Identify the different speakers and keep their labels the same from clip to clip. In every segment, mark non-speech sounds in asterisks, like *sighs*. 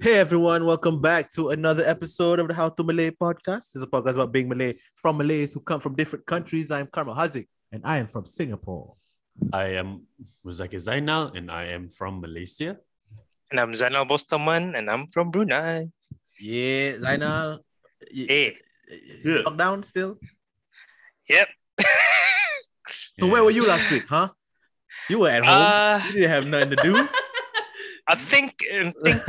Speaker 1: Hey everyone, welcome back to another episode of the How to Malay podcast. This is a podcast about being Malay from Malays who come from different countries. I am Karma Haziq and I am from Singapore.
Speaker 2: I am Muzaki Zainal and I am from Malaysia.
Speaker 3: And I'm Zainal Bostaman and I'm from Brunei.
Speaker 1: Yeah, Zainal. y-
Speaker 3: Hey,
Speaker 1: is
Speaker 2: Yeah.
Speaker 1: Lockdown still?
Speaker 3: yep.
Speaker 1: So where were you last week, huh? You were at home.
Speaker 3: Uh,
Speaker 1: you didn't have nothing to
Speaker 3: *laughs*
Speaker 1: do.
Speaker 3: I think I
Speaker 1: *laughs*
Speaker 3: think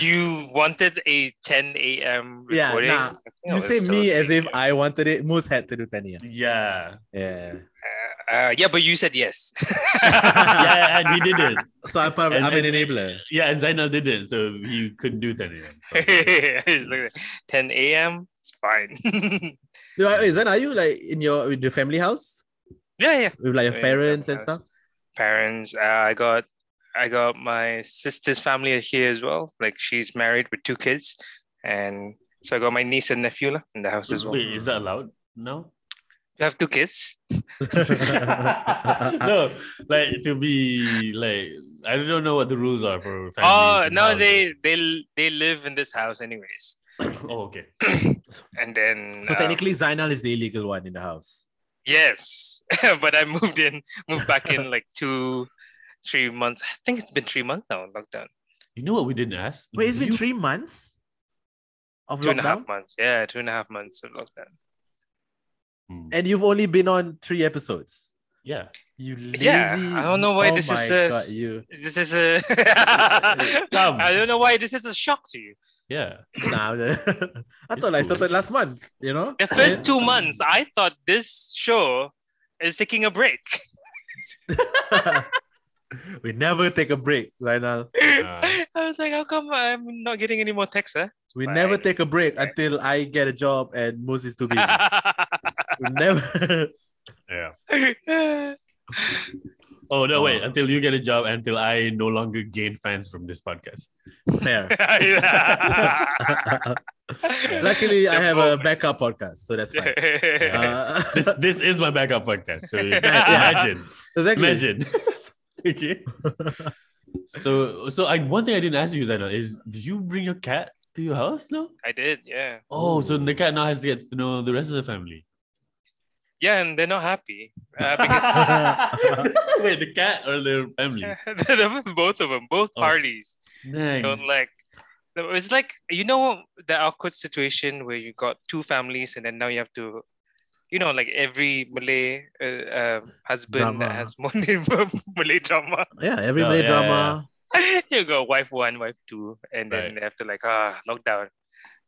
Speaker 3: you wanted a 10 a.m.
Speaker 1: Yeah,
Speaker 3: recording.
Speaker 1: nah.
Speaker 3: I think I
Speaker 1: you
Speaker 3: was
Speaker 1: say
Speaker 3: still
Speaker 1: me as if
Speaker 3: asleep.
Speaker 1: I wanted it. Moose had to do Tania.
Speaker 3: *laughs*
Speaker 2: Yeah.
Speaker 1: Yeah.
Speaker 3: Uh, uh, yeah, but you said yes. *laughs*
Speaker 2: yeah, and he didn't.
Speaker 1: So I'm, part of-
Speaker 2: And-
Speaker 1: I'm an
Speaker 2: and-
Speaker 1: enabler.
Speaker 2: Yeah, and Zainal didn't, so he couldn't do that anymore.
Speaker 3: Just *laughs* look at it. 10 a.m. It's fine. *laughs*
Speaker 1: Yo, Wait, Zainal, are you like in your with your family house?
Speaker 3: yeah, yeah.
Speaker 1: With like your
Speaker 3: Yeah,
Speaker 1: parents and
Speaker 3: family
Speaker 1: stuff?
Speaker 3: house. Parents, uh, I got I got my sister's family here as well. Like she's married with two kids, and so I got my niece and nephew lah in the house as well.
Speaker 2: Wait, is that allowed? No.
Speaker 3: You have two kids.
Speaker 2: *laughs*
Speaker 3: *laughs*
Speaker 1: *laughs*
Speaker 2: no, like to be like I don't know what the rules are for families.
Speaker 3: Oh
Speaker 2: and
Speaker 3: no,
Speaker 2: houses.
Speaker 3: they they they live in this house anyways,
Speaker 2: Oh, okay.
Speaker 3: and then
Speaker 1: So
Speaker 3: um,
Speaker 1: technically, Zainal is the illegal one in the house.
Speaker 3: yes, *laughs* but I moved in, moved back in like two, three months. I think it's been three months now. Lockdown,
Speaker 2: You know what we didn't ask?
Speaker 1: Wait, it's been
Speaker 2: You-
Speaker 1: three months of
Speaker 3: two and a half
Speaker 1: lockdown,
Speaker 3: months. Yeah, two and a half months of lockdown.
Speaker 2: Hmm,
Speaker 1: and you've only been on three episodes.
Speaker 2: Yeah.
Speaker 1: You lazy.
Speaker 3: Yeah, I don't know
Speaker 1: oh
Speaker 3: why this
Speaker 1: my
Speaker 3: is a
Speaker 1: God, you.
Speaker 3: this is a *laughs* I don't know why this is a shock to you.
Speaker 2: Yeah.
Speaker 3: *laughs*
Speaker 1: Nah, I'm just- *laughs* I
Speaker 2: It's
Speaker 1: thought I
Speaker 2: cool.
Speaker 1: started last month. You know,
Speaker 3: The first two months, I thought this show is taking a
Speaker 1: *laughs*
Speaker 3: break.
Speaker 1: *laughs*
Speaker 3: *laughs*
Speaker 1: we never take a break, Zainal.
Speaker 2: Yeah.
Speaker 3: I was like, how come I'm not getting any more texts? Huh?
Speaker 1: We
Speaker 3: Fine.
Speaker 1: never take a break until I get a job and Moose is too
Speaker 3: *laughs*
Speaker 1: busy. we never. *laughs*
Speaker 2: Yeah.
Speaker 3: *laughs* yeah,
Speaker 2: Oh no, wait,
Speaker 1: Oh.
Speaker 2: until you get a job, until I no longer gain fans from this podcast.
Speaker 3: *laughs*
Speaker 1: Fair. Luckily, I have
Speaker 3: *laughs*
Speaker 1: a backup podcast, so that's fine. Uh, *laughs*
Speaker 2: This this is my backup podcast.
Speaker 3: *laughs*
Speaker 2: So
Speaker 1: Yeah.
Speaker 2: imagine.
Speaker 1: exactly.
Speaker 2: Imagine. okay. So so I one thing I didn't ask you, Zainal, is did you bring your cat to your house now?
Speaker 3: I did, yeah.
Speaker 2: Oh, so the cat now has to get to know the rest of the
Speaker 3: *laughs*
Speaker 2: family. *laughs*
Speaker 3: Yeah, and they're not happy uh, because
Speaker 1: *laughs*
Speaker 3: *laughs*
Speaker 2: Wait, the cat or the family?
Speaker 3: both of them, both
Speaker 2: Oh.
Speaker 3: parties
Speaker 2: Dang.
Speaker 3: don't like. It's like you know the awkward situation where you got two families and then now you have to, you know, like every Malay uh, uh, husband that
Speaker 1: Drama.
Speaker 3: has more than *laughs* one Malay drama.
Speaker 1: Yeah, every
Speaker 2: Oh,
Speaker 1: Malay
Speaker 2: yeah,
Speaker 1: drama.
Speaker 3: *laughs* you got wife one, wife two, and then
Speaker 2: Right.
Speaker 3: they have to like ah lockdown,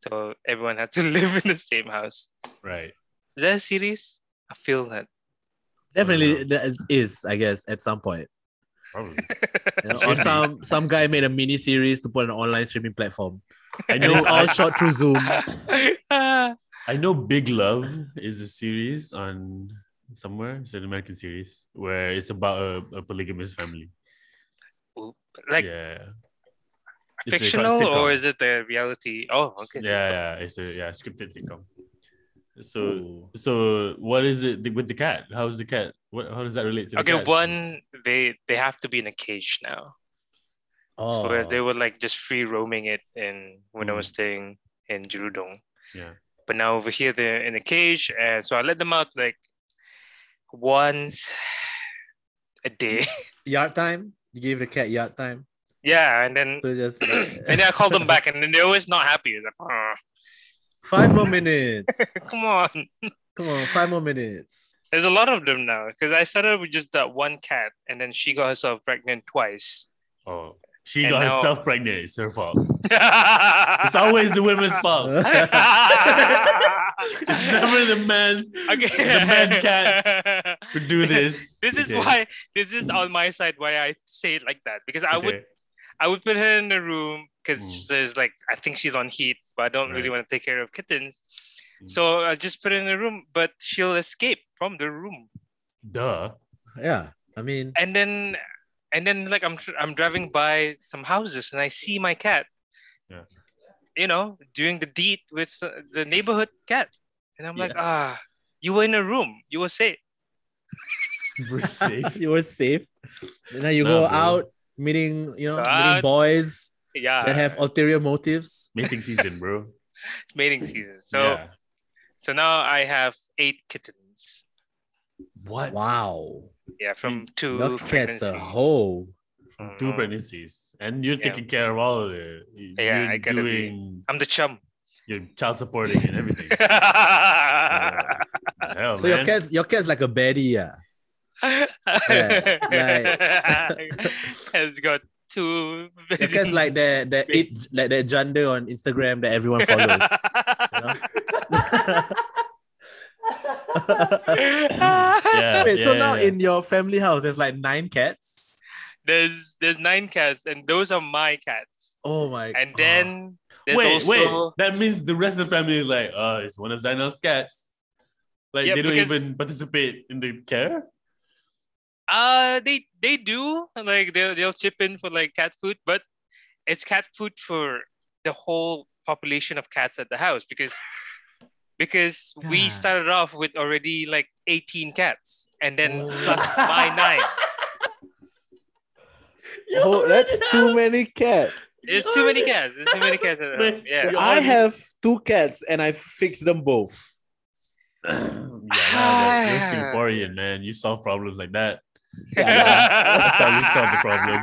Speaker 3: so everyone has to *laughs* live in the same house.
Speaker 2: Right.
Speaker 3: Is that a series? I feel
Speaker 2: *laughs*
Speaker 3: that.
Speaker 1: Definitely that is, I guess, at some point.
Speaker 2: Probably.
Speaker 1: You know,
Speaker 2: Should
Speaker 3: *laughs*
Speaker 1: or
Speaker 2: be.
Speaker 1: some some guy made a mini series to put on an online streaming platform.
Speaker 2: I
Speaker 1: And
Speaker 2: know
Speaker 1: it's all
Speaker 2: I,
Speaker 1: shot through
Speaker 3: *laughs*
Speaker 1: Zoom.
Speaker 3: Ah,
Speaker 2: I know Big Love is a series on somewhere. It's an American series where it's about a, a polygamous family.
Speaker 3: like
Speaker 2: yeah. It's a
Speaker 3: fictional
Speaker 2: sitcom.
Speaker 3: or is it the reality? Oh, okay.
Speaker 2: yeah, yeah, it's a yeah scripted sitcom. So
Speaker 3: Hmm.
Speaker 2: so what is it th- with the cat? How is the cat? What how does that relate to? The
Speaker 3: Okay,
Speaker 2: cat?
Speaker 3: one they they have to be in a cage now.
Speaker 1: Oh.
Speaker 3: So where they were like just free roaming it in when I
Speaker 2: Mm.
Speaker 3: was staying in Jurudong.
Speaker 2: Yeah.
Speaker 3: But now over here they're in a cage, and so I let them out like once a day. *laughs*
Speaker 1: Yard time. You gave the cat yard time.
Speaker 3: yeah, and then *clears throat*
Speaker 1: So just uh,
Speaker 3: and then I called them back, and then they're always not happy. It's like, "Ah,
Speaker 1: five more minutes.
Speaker 3: come on.
Speaker 1: Come on, five more minutes.
Speaker 3: There's a lot of them now because I started with just that one cat, and then she got herself pregnant twice.
Speaker 2: Oh, she
Speaker 3: And
Speaker 2: got
Speaker 3: now-
Speaker 2: herself pregnant. It's her fault.
Speaker 3: it's
Speaker 2: It's
Speaker 3: *laughs*
Speaker 2: always *laughs* the women's fault. It's
Speaker 3: okay.
Speaker 2: never the man the mad cats.
Speaker 3: *laughs*
Speaker 2: who do this.
Speaker 3: This is
Speaker 2: Okay.
Speaker 3: why this is on my side why I say it like that because I would
Speaker 2: Okay.
Speaker 3: I would put her in the room because
Speaker 2: Mm.
Speaker 3: there's like I think she's on heat, but I don't really
Speaker 2: Right.
Speaker 3: want to take care of kittens.
Speaker 2: Mm.
Speaker 3: So I'll just put her in the room, but she'll escape from the room.
Speaker 2: Duh.
Speaker 1: Yeah. I mean,
Speaker 3: And then and then like I'm tr- I'm driving by some houses and I see my cat.
Speaker 2: Yeah.
Speaker 3: You know, doing the deed with uh, the neighborhood cat. And I'm like,
Speaker 1: Yeah.
Speaker 3: ah, you were in a room. You were safe.
Speaker 2: We're safe.
Speaker 1: you were safe. And now you
Speaker 2: Nah,
Speaker 1: go
Speaker 2: bro.
Speaker 1: out meeting, you know,
Speaker 3: Go
Speaker 1: meeting
Speaker 3: out.
Speaker 1: boys
Speaker 3: Yeah.
Speaker 1: that have ulterior motives.
Speaker 2: Mating season, bro.
Speaker 3: it's mating season. So
Speaker 2: Yeah.
Speaker 3: so now I have eight kittens.
Speaker 2: what?
Speaker 1: Wow.
Speaker 3: Yeah, from two
Speaker 1: Your cat's a
Speaker 3: pregnancies.
Speaker 1: hoe.
Speaker 3: Mhm.
Speaker 2: Two pregnancies, and you're
Speaker 3: Yeah.
Speaker 2: taking care of all of it. You-
Speaker 3: Yeah,
Speaker 2: you're
Speaker 3: I gotta be-
Speaker 2: doing
Speaker 3: I'm the chum.
Speaker 2: your child supporting and everything.
Speaker 3: *laughs*
Speaker 2: Yeah. The Hell,
Speaker 1: So
Speaker 2: man.
Speaker 1: your *laughs* cat's your cat's like a baddie, yeah.
Speaker 3: Has got two.
Speaker 1: Your cat's
Speaker 3: *laughs*
Speaker 1: like the the
Speaker 3: Big.
Speaker 1: it like the gender on Instagram that everyone follows. you know? *laughs*
Speaker 2: yeah,
Speaker 1: Wait, so
Speaker 2: yeah,
Speaker 1: now
Speaker 2: yeah.
Speaker 1: in your family house, there's like nine cats.
Speaker 3: there's there's nine cats, and those are my cats.
Speaker 1: Oh my!
Speaker 2: *gasps*
Speaker 3: And
Speaker 1: God.
Speaker 3: then there's
Speaker 2: wait,
Speaker 3: also
Speaker 2: wait. That means the rest of the family is like, oh, it's one of Zainal's cats. Like
Speaker 3: Yeah,
Speaker 2: they don't
Speaker 3: because-
Speaker 2: even participate in the care. *clears throat*
Speaker 3: uh they they do like they'll they'll chip in for like cat food, but it's cat food for the whole population of cats at the house because because we
Speaker 1: God.
Speaker 3: started off with already like 18 cats and then
Speaker 1: Oh.
Speaker 3: plus my nine.
Speaker 1: oh, that's too many cats.
Speaker 3: There's too many cats. There's too many cats. At the house.
Speaker 2: Wait,
Speaker 3: Yeah.
Speaker 2: You
Speaker 1: I
Speaker 2: already-
Speaker 1: have two cats, and I fixed them both.
Speaker 2: yeah, nah, like,
Speaker 1: Ah.
Speaker 2: you're Singaporean, man. You solve problems like that.
Speaker 1: Yeah,
Speaker 2: That's how you solve the
Speaker 3: *laughs*
Speaker 2: problem.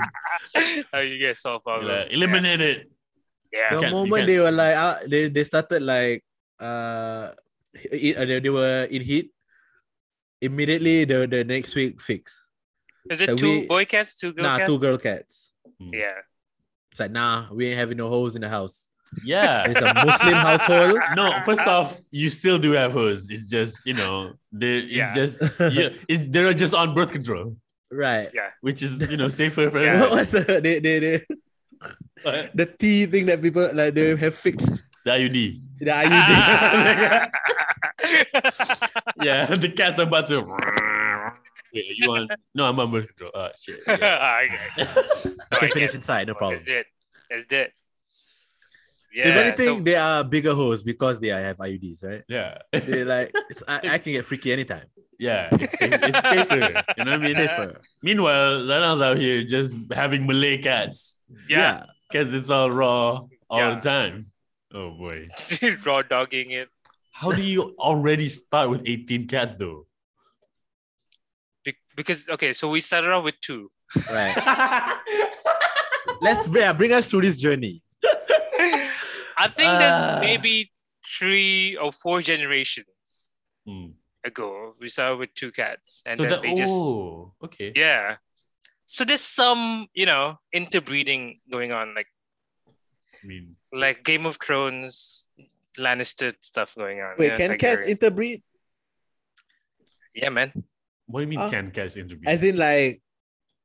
Speaker 3: How you guys solve
Speaker 2: You're
Speaker 3: problem?
Speaker 2: like, eliminate it.
Speaker 3: Yeah.
Speaker 1: the
Speaker 2: You can't- you
Speaker 1: moment
Speaker 2: can't-
Speaker 1: they were like, uh, they they started like, uh, it, uh, they, they were in heat. Immediately, the the next week fix.
Speaker 3: Is it
Speaker 1: So we-
Speaker 3: two boy cats, two girl
Speaker 1: nah,
Speaker 3: cats?
Speaker 1: two girl cats. *laughs*
Speaker 3: Yeah. *laughs*
Speaker 1: It's like nah, we ain't having no hoes in the house. *laughs*
Speaker 2: Yeah.
Speaker 1: It's a Muslim household.
Speaker 2: No, first off, you still do have hers. It's just, you know, they it's
Speaker 1: *laughs*
Speaker 3: Yeah.
Speaker 2: just yeah, it's, they're just on birth control,
Speaker 1: Right.
Speaker 2: which is you know safer for
Speaker 3: Yeah.
Speaker 1: *laughs* What
Speaker 2: everyone. *laughs*
Speaker 1: was the they, they, they, the tea thing that people like they have fixed
Speaker 2: The IUD.
Speaker 1: the *laughs*
Speaker 3: *laughs*
Speaker 1: IUD?
Speaker 2: Yeah, *laughs* the cat's about to Wait, are you on no, I'm on birth control. Ah shit.
Speaker 1: *laughs*
Speaker 3: *laughs*
Speaker 2: Yeah.
Speaker 3: okay.
Speaker 1: I can
Speaker 3: Alright,
Speaker 1: finish
Speaker 3: yeah.
Speaker 1: inside, no problem.
Speaker 3: That's it. That's it. Yeah.
Speaker 1: if anything,
Speaker 3: so-
Speaker 1: they are bigger hoes because they have IUDs, right?
Speaker 2: Yeah.
Speaker 1: They like it's, I, I can get freaky
Speaker 3: *laughs*
Speaker 1: anytime.
Speaker 2: Yeah, It's, safe- it's safer. You know what I mean?
Speaker 1: Safer.
Speaker 2: Meanwhile, Zana's out here just having Malay cats
Speaker 3: *laughs* yeah.
Speaker 2: because it's all raw all
Speaker 3: Yeah.
Speaker 2: the time. Oh boy.
Speaker 3: raw dogging it
Speaker 2: How do you already start with 18 cats though?
Speaker 3: Be- because okay, so we started off with two.
Speaker 1: Right. Let's yeah, bring us through this journey.
Speaker 3: I think there's
Speaker 2: Ah.
Speaker 3: maybe three or four generations
Speaker 2: Hmm.
Speaker 3: ago. We started with two cats, and
Speaker 2: so
Speaker 3: then
Speaker 2: that,
Speaker 3: they just
Speaker 2: oh, okay.
Speaker 3: yeah. So there's some you know interbreeding going on, like
Speaker 2: I mean,
Speaker 3: like Game of Thrones, Lannister stuff going on.
Speaker 1: Wait,
Speaker 3: yeah,
Speaker 1: can
Speaker 3: Targaryen.
Speaker 1: cats interbreed?
Speaker 3: yeah, man.
Speaker 2: what do you mean
Speaker 1: Uh,
Speaker 2: can cats interview?
Speaker 1: As in, like,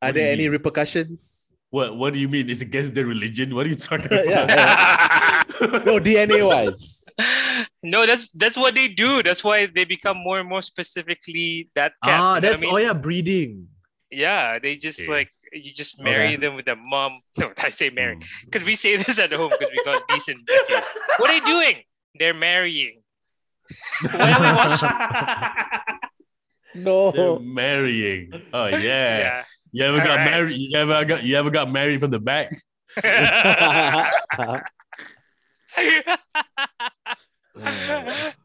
Speaker 1: are
Speaker 2: What do you
Speaker 1: there any
Speaker 2: mean?
Speaker 1: repercussions?
Speaker 2: what What do you mean? It's against their religion? What are you talking
Speaker 3: *laughs*
Speaker 2: about?
Speaker 1: Yeah, No, DNA wise.
Speaker 3: no, that's that's what they do. That's why they become more and more specifically that *laughs* cat.
Speaker 1: ah,
Speaker 3: you know what
Speaker 1: that's
Speaker 3: I mean?
Speaker 1: oh yeah, breeding.
Speaker 3: Yeah, they just
Speaker 2: Okay.
Speaker 3: like you just marry
Speaker 1: Okay.
Speaker 3: them with a mom. *laughs* No, I say marry
Speaker 2: Hmm.
Speaker 3: because we say this at home because we got decent. nephews. What are you doing? They're marrying. Why are we watching?
Speaker 2: *laughs*
Speaker 3: *laughs*
Speaker 2: They're
Speaker 1: No.
Speaker 2: marrying. Oh yeah.
Speaker 3: Yeah.
Speaker 2: You ever got
Speaker 3: Alright.
Speaker 2: married? You ever got you ever got married from the back?
Speaker 1: *laughs*
Speaker 3: *laughs*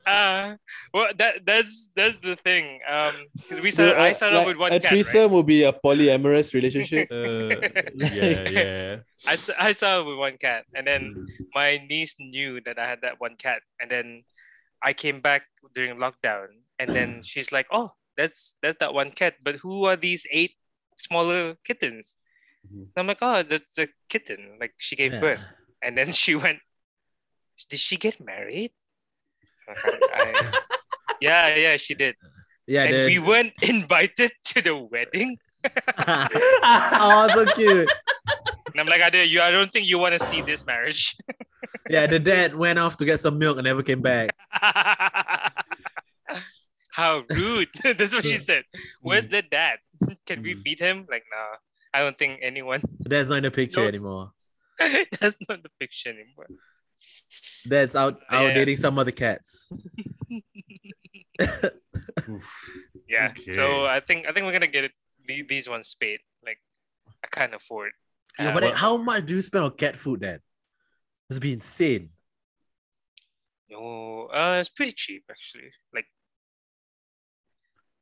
Speaker 3: uh, well, that that's that's the thing. Um, because we started, I started off with one
Speaker 1: a
Speaker 3: cat. right?
Speaker 1: threesome will be a polyamorous
Speaker 3: *laughs*
Speaker 1: relationship.
Speaker 2: *laughs* Uh, yeah, yeah.
Speaker 3: I, st- I started with one cat, and then my niece knew that I had that one cat, and then I came back during lockdown, and then she's like, "Oh, that's that's that one cat, but who are these eight smaller kittens?"
Speaker 2: Mhm.
Speaker 3: And I'm like, "Oh, that's the kitten." Like she gave
Speaker 1: Yeah.
Speaker 3: birth, and then *laughs* she went, "Did she get married?" I'm like, I, I- yeah, yeah, she did,
Speaker 1: Yeah,
Speaker 3: and
Speaker 1: the- *laughs*
Speaker 3: we weren't *laughs* invited to the wedding.
Speaker 1: oh, so cute.
Speaker 3: And I'm like, I did you. I don't think you want to see this marriage.
Speaker 1: Yeah, the dad went off to get some milk and never came back.
Speaker 3: *laughs* How rude! *laughs* That's what she said. Where's the dad? *laughs* Can we
Speaker 1: Mm.
Speaker 3: feed him? Like, nah. I don't think anyone. *laughs*
Speaker 1: The dad's not in the picture
Speaker 3: No.
Speaker 1: anymore.
Speaker 3: That's not the picture anymore.
Speaker 1: Dad's out out
Speaker 3: Yeah.
Speaker 1: dating some other cats.
Speaker 3: Yeah. So
Speaker 2: Okay.
Speaker 3: I think I think we're gonna get it, the- these ones spayed. Like, I can't afford.
Speaker 1: Yeah,
Speaker 3: uh,
Speaker 1: but like, how much do you spend on cat food then? Must be insane.
Speaker 3: No, uh, it's pretty cheap actually. Like,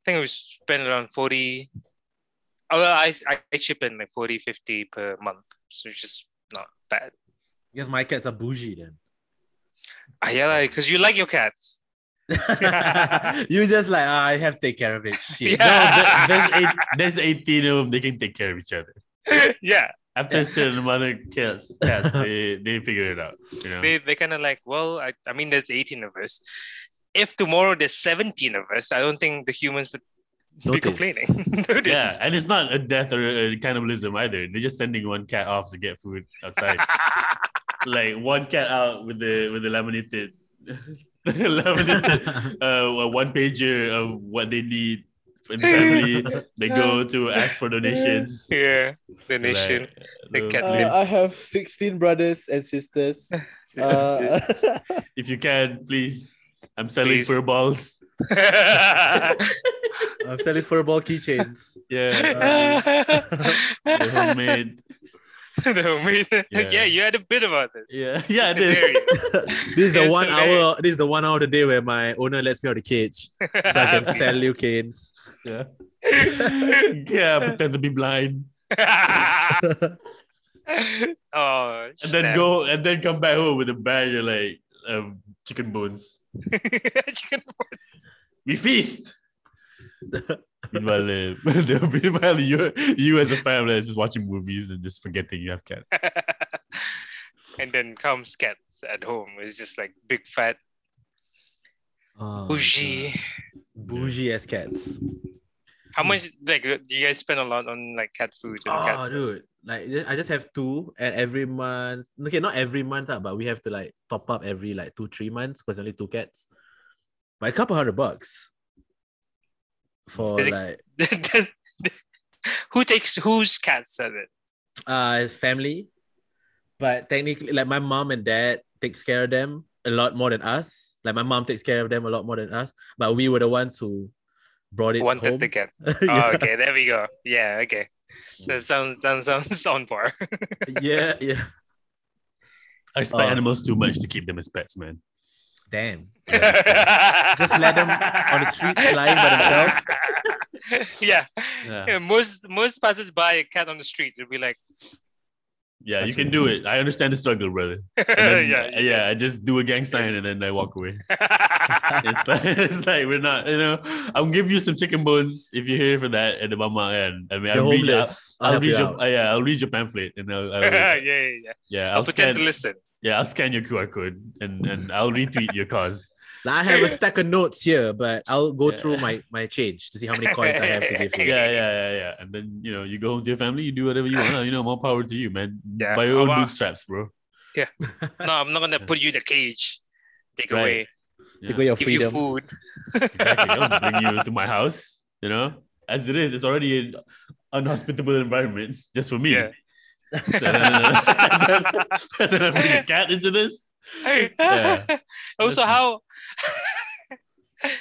Speaker 3: I think we spend around 40. Oh, well, I, I I chip in like 40, 50 per month, so it's just not bad.
Speaker 1: Because my cats are bougie
Speaker 3: *laughs*
Speaker 1: then. *laughs*
Speaker 3: Ah, yeah, like, because you like your cats.
Speaker 1: you just like "Ah, I have to take care of
Speaker 3: *laughs*
Speaker 1: it. Shit.
Speaker 2: No, there- there's eight, there's 18 of them. They can take care of each other.
Speaker 3: yeah,
Speaker 2: After a
Speaker 1: Yeah.
Speaker 2: certain amount of cats, cats they, they figure it out. You know?
Speaker 3: they, they kind of like, well, I, I mean, there's 18 of us. If tomorrow there's 17 of us, I don't think the humans would be
Speaker 1: Notice.
Speaker 3: complaining. *laughs*
Speaker 2: yeah,
Speaker 3: Notice.
Speaker 2: and it's not a death or a cannibalism either. They're just sending one cat off to get food outside.
Speaker 3: *laughs*
Speaker 2: like one cat out with the with the laminated *laughs*
Speaker 3: *laughs*
Speaker 2: laminated uh one pager of what they need in the family. They go to ask for donations.
Speaker 3: yeah, the nation.
Speaker 2: Like,
Speaker 3: the cat
Speaker 2: please,
Speaker 3: lives.
Speaker 1: Uh, have 16 brothers and
Speaker 3: *laughs*
Speaker 1: sisters. Uh, *laughs*
Speaker 2: if you can, please. I'm selling
Speaker 3: Please.
Speaker 2: fur balls.
Speaker 3: *laughs*
Speaker 1: I'm selling furball keychains.
Speaker 3: *laughs*
Speaker 2: Yeah. uh, They're homemade.
Speaker 3: No, me- yeah.
Speaker 2: Yeah.
Speaker 3: you had a bit about this.
Speaker 2: Yeah. *laughs* Yeah, I did.
Speaker 3: There you go.
Speaker 1: This is the
Speaker 3: Yes,
Speaker 1: one
Speaker 3: so they-
Speaker 1: hour. This is the one hour of the day where my owner lets me out of the cage, so I
Speaker 3: *laughs*
Speaker 1: can sell you canes.
Speaker 2: Yeah. yeah, pretend to be blind.
Speaker 3: oh,
Speaker 2: And then go and then come back home with a bag of like of chicken bones. We feast. meanwhile, uh, *laughs* meanwhile you, you as a family is just watching movies and just forgetting you have cats.
Speaker 3: *laughs* and then comes cats at home. It's just like big fat
Speaker 1: Oh,
Speaker 3: bougie.
Speaker 1: God. bougie as cats. Hmm.
Speaker 3: How much like do you guys spend a lot on like cat food and
Speaker 1: Oh,
Speaker 3: *laughs* cats?
Speaker 1: dude. Like ju- I just have two, and every month, okay, not every month, ah, but we have to like top up every like two, three months because only two cats. But a couple hundred bucks for
Speaker 3: Is it-
Speaker 1: like
Speaker 3: Who takes whose cats are it?
Speaker 1: uh his family. But technically, like my mom and dad takes care of them a lot more than us. Like my mom takes care of them a lot more than us. But we were the ones who brought it
Speaker 3: Wanted
Speaker 1: home. *laughs*
Speaker 3: the cat.
Speaker 1: yeah.
Speaker 3: Oh, okay, there we go. Yeah, okay. That sounds that sounds *laughs* on par.
Speaker 1: *laughs* yeah, yeah.
Speaker 2: I respect
Speaker 1: Oh.
Speaker 2: animals too much to keep them as pets, man. *laughs*
Speaker 1: Damn. Yeah. Just let them on the
Speaker 3: *laughs*
Speaker 1: street flying by themselves.
Speaker 3: yeah.
Speaker 2: Yeah,
Speaker 3: yeah. Most most passers by a cat on the street would be like, *laughs*
Speaker 2: yeah you can do it. I understand the struggle, brother. And then,
Speaker 3: *laughs* yeah,
Speaker 2: yeah, I just do a gang sign and then I walk
Speaker 3: *laughs*
Speaker 2: away.
Speaker 1: *laughs*
Speaker 2: It's like, it's like we're not, you know. I'll give you some chicken bones if you're here for that. And the mama and I mean,
Speaker 1: You're
Speaker 2: I'll read, your-
Speaker 1: homeless. I'll
Speaker 2: I'll,
Speaker 1: help
Speaker 2: read
Speaker 1: you
Speaker 2: your,
Speaker 1: out.
Speaker 2: uh, yeah, I'll read your pamphlet and I'll, I'll
Speaker 3: *laughs* yeah, yeah, yeah.
Speaker 2: yeah, I'll,
Speaker 3: I'll
Speaker 2: scan,
Speaker 3: pretend to listen.
Speaker 2: yeah, I'll scan your QR code and and I'll retweet your cause.
Speaker 3: *laughs*
Speaker 1: Like, I have a stack of notes here, but I'll go
Speaker 2: Yeah.
Speaker 1: through my my change to see how many coins I have to
Speaker 2: *laughs*
Speaker 1: give you.
Speaker 2: yeah, yeah, yeah, yeah. And then you know, you go home to your family, you do whatever you want. You know, more power to you, man.
Speaker 3: Yeah.
Speaker 2: By your own
Speaker 3: Oh, wow.
Speaker 2: bootstraps, bro.
Speaker 3: No, I'm not gonna put you in the cage. Take
Speaker 2: Right.
Speaker 3: away.
Speaker 1: Take away your
Speaker 3: Give you
Speaker 1: freedoms.
Speaker 3: food.
Speaker 2: Exactly. Don't bring you to my house. You know, as it is, it's already an unhospitable environment just for me.
Speaker 3: Yeah.
Speaker 2: and *laughs* then, and then I bring a cat into this. Yeah.
Speaker 3: *laughs* also,
Speaker 2: Listen.
Speaker 3: how *laughs*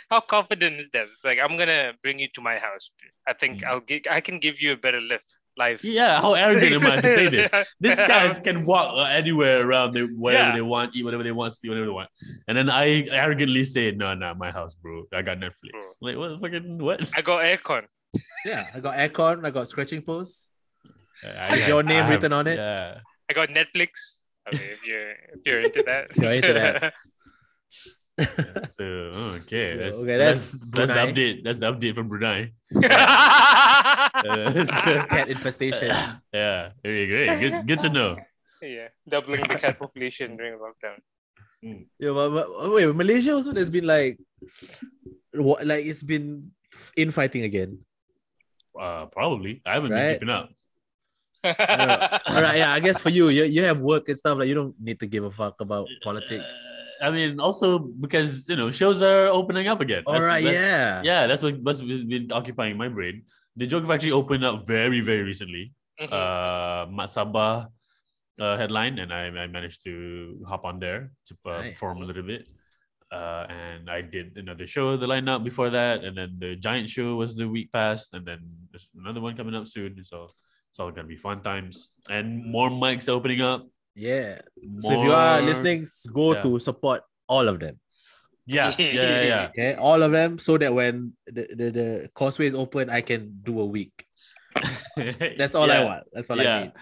Speaker 3: how confident is that? It's like I'm gonna bring you to my house. I think
Speaker 2: Mm.
Speaker 3: I'll gi- I can give you a better life. Life.
Speaker 2: Yeah, how arrogant am I to say
Speaker 3: *laughs*
Speaker 2: this? These guys can walk uh, anywhere around they, whatever
Speaker 3: Yeah.
Speaker 2: they want, eat whatever they want, sleep whatever they want. And then I arrogantly say, No, no, my house, bro. I got Netflix.
Speaker 3: Bro.
Speaker 2: Like, what the fucking
Speaker 3: *laughs*
Speaker 2: what?
Speaker 3: I got aircon.
Speaker 1: Yeah, I got aircon. I got scratching posts.
Speaker 2: I
Speaker 1: Is
Speaker 2: have-
Speaker 1: your name
Speaker 2: I have-
Speaker 1: written on it?
Speaker 2: Yeah.
Speaker 3: I got Netflix. I mean, if you're if you're into that,
Speaker 1: If you're into that.
Speaker 2: So okay,
Speaker 1: *laughs* Yeah,
Speaker 2: that's,
Speaker 1: okay,
Speaker 2: so
Speaker 1: that's
Speaker 2: that's, that's the
Speaker 1: Brunei.
Speaker 2: update. That's the update from
Speaker 1: *laughs*
Speaker 2: Brunei. Uh, *laughs*
Speaker 1: Cat infestation.
Speaker 2: yeah, very great.
Speaker 1: *laughs*
Speaker 2: Good, good to know.
Speaker 3: *laughs* yeah, doubling the cat population during lockdown.
Speaker 1: Yeah, but, but wait, Malaysia also there's been like, what, like it's been infighting again.
Speaker 2: Uh, probably I haven't
Speaker 1: Right.
Speaker 2: been keeping up.
Speaker 3: *laughs*
Speaker 1: All right, yeah, I guess for you, you, you have work and stuff like you don't need to give a fuck about politics.
Speaker 2: Uh, I mean, also because you know shows are opening up again.
Speaker 1: All right,
Speaker 2: that's,
Speaker 1: yeah.
Speaker 2: yeah, that's what that's what's been occupying my brain. The Joker Factory opened up very, very recently.
Speaker 3: Mm-hmm.
Speaker 2: Uh, Mat Sabah uh, headline, and I, I managed to hop on there to uh,
Speaker 1: Nice.
Speaker 2: perform a little bit. Uh, and I did another show, the lineup before that, and then the giant show was the week past, and then there's another one coming up soon. So it's all gonna be fun times, and more mics opening up.
Speaker 1: Yeah. So if you are
Speaker 2: more-
Speaker 1: listening, s- go
Speaker 2: Yeah.
Speaker 1: to support all of them.
Speaker 2: *laughs* yeah, yeah, yeah, yeah.
Speaker 1: Okay, all of them, so that when the, the, the causeway is open, I can do a week. *laughs* That's all I
Speaker 2: Yeah.
Speaker 1: want. That's all I need.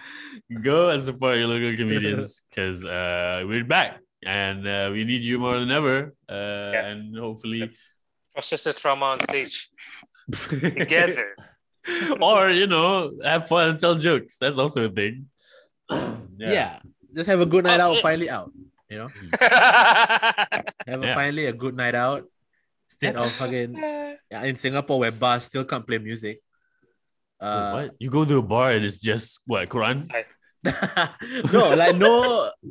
Speaker 2: Go and support your local
Speaker 1: *laughs*
Speaker 2: comedians because uh, we're back and uh, we need you more than ever. Uh, And hopefully,
Speaker 3: Process the trauma on stage
Speaker 2: *laughs*
Speaker 3: together.
Speaker 2: or you know, have fun and tell jokes. That's also a thing.
Speaker 1: *clears throat* Yeah. Just have a good night
Speaker 3: Oh,
Speaker 1: out,
Speaker 3: oh.
Speaker 1: finally out. You know, have a
Speaker 2: Yeah.
Speaker 1: finally a good night out. Instead *laughs* of fucking yeah, in Singapore where bars still can't play music.
Speaker 2: Wait,
Speaker 1: Uh,
Speaker 2: what? You go to a bar and it's just what Quran.
Speaker 1: *laughs* no, like no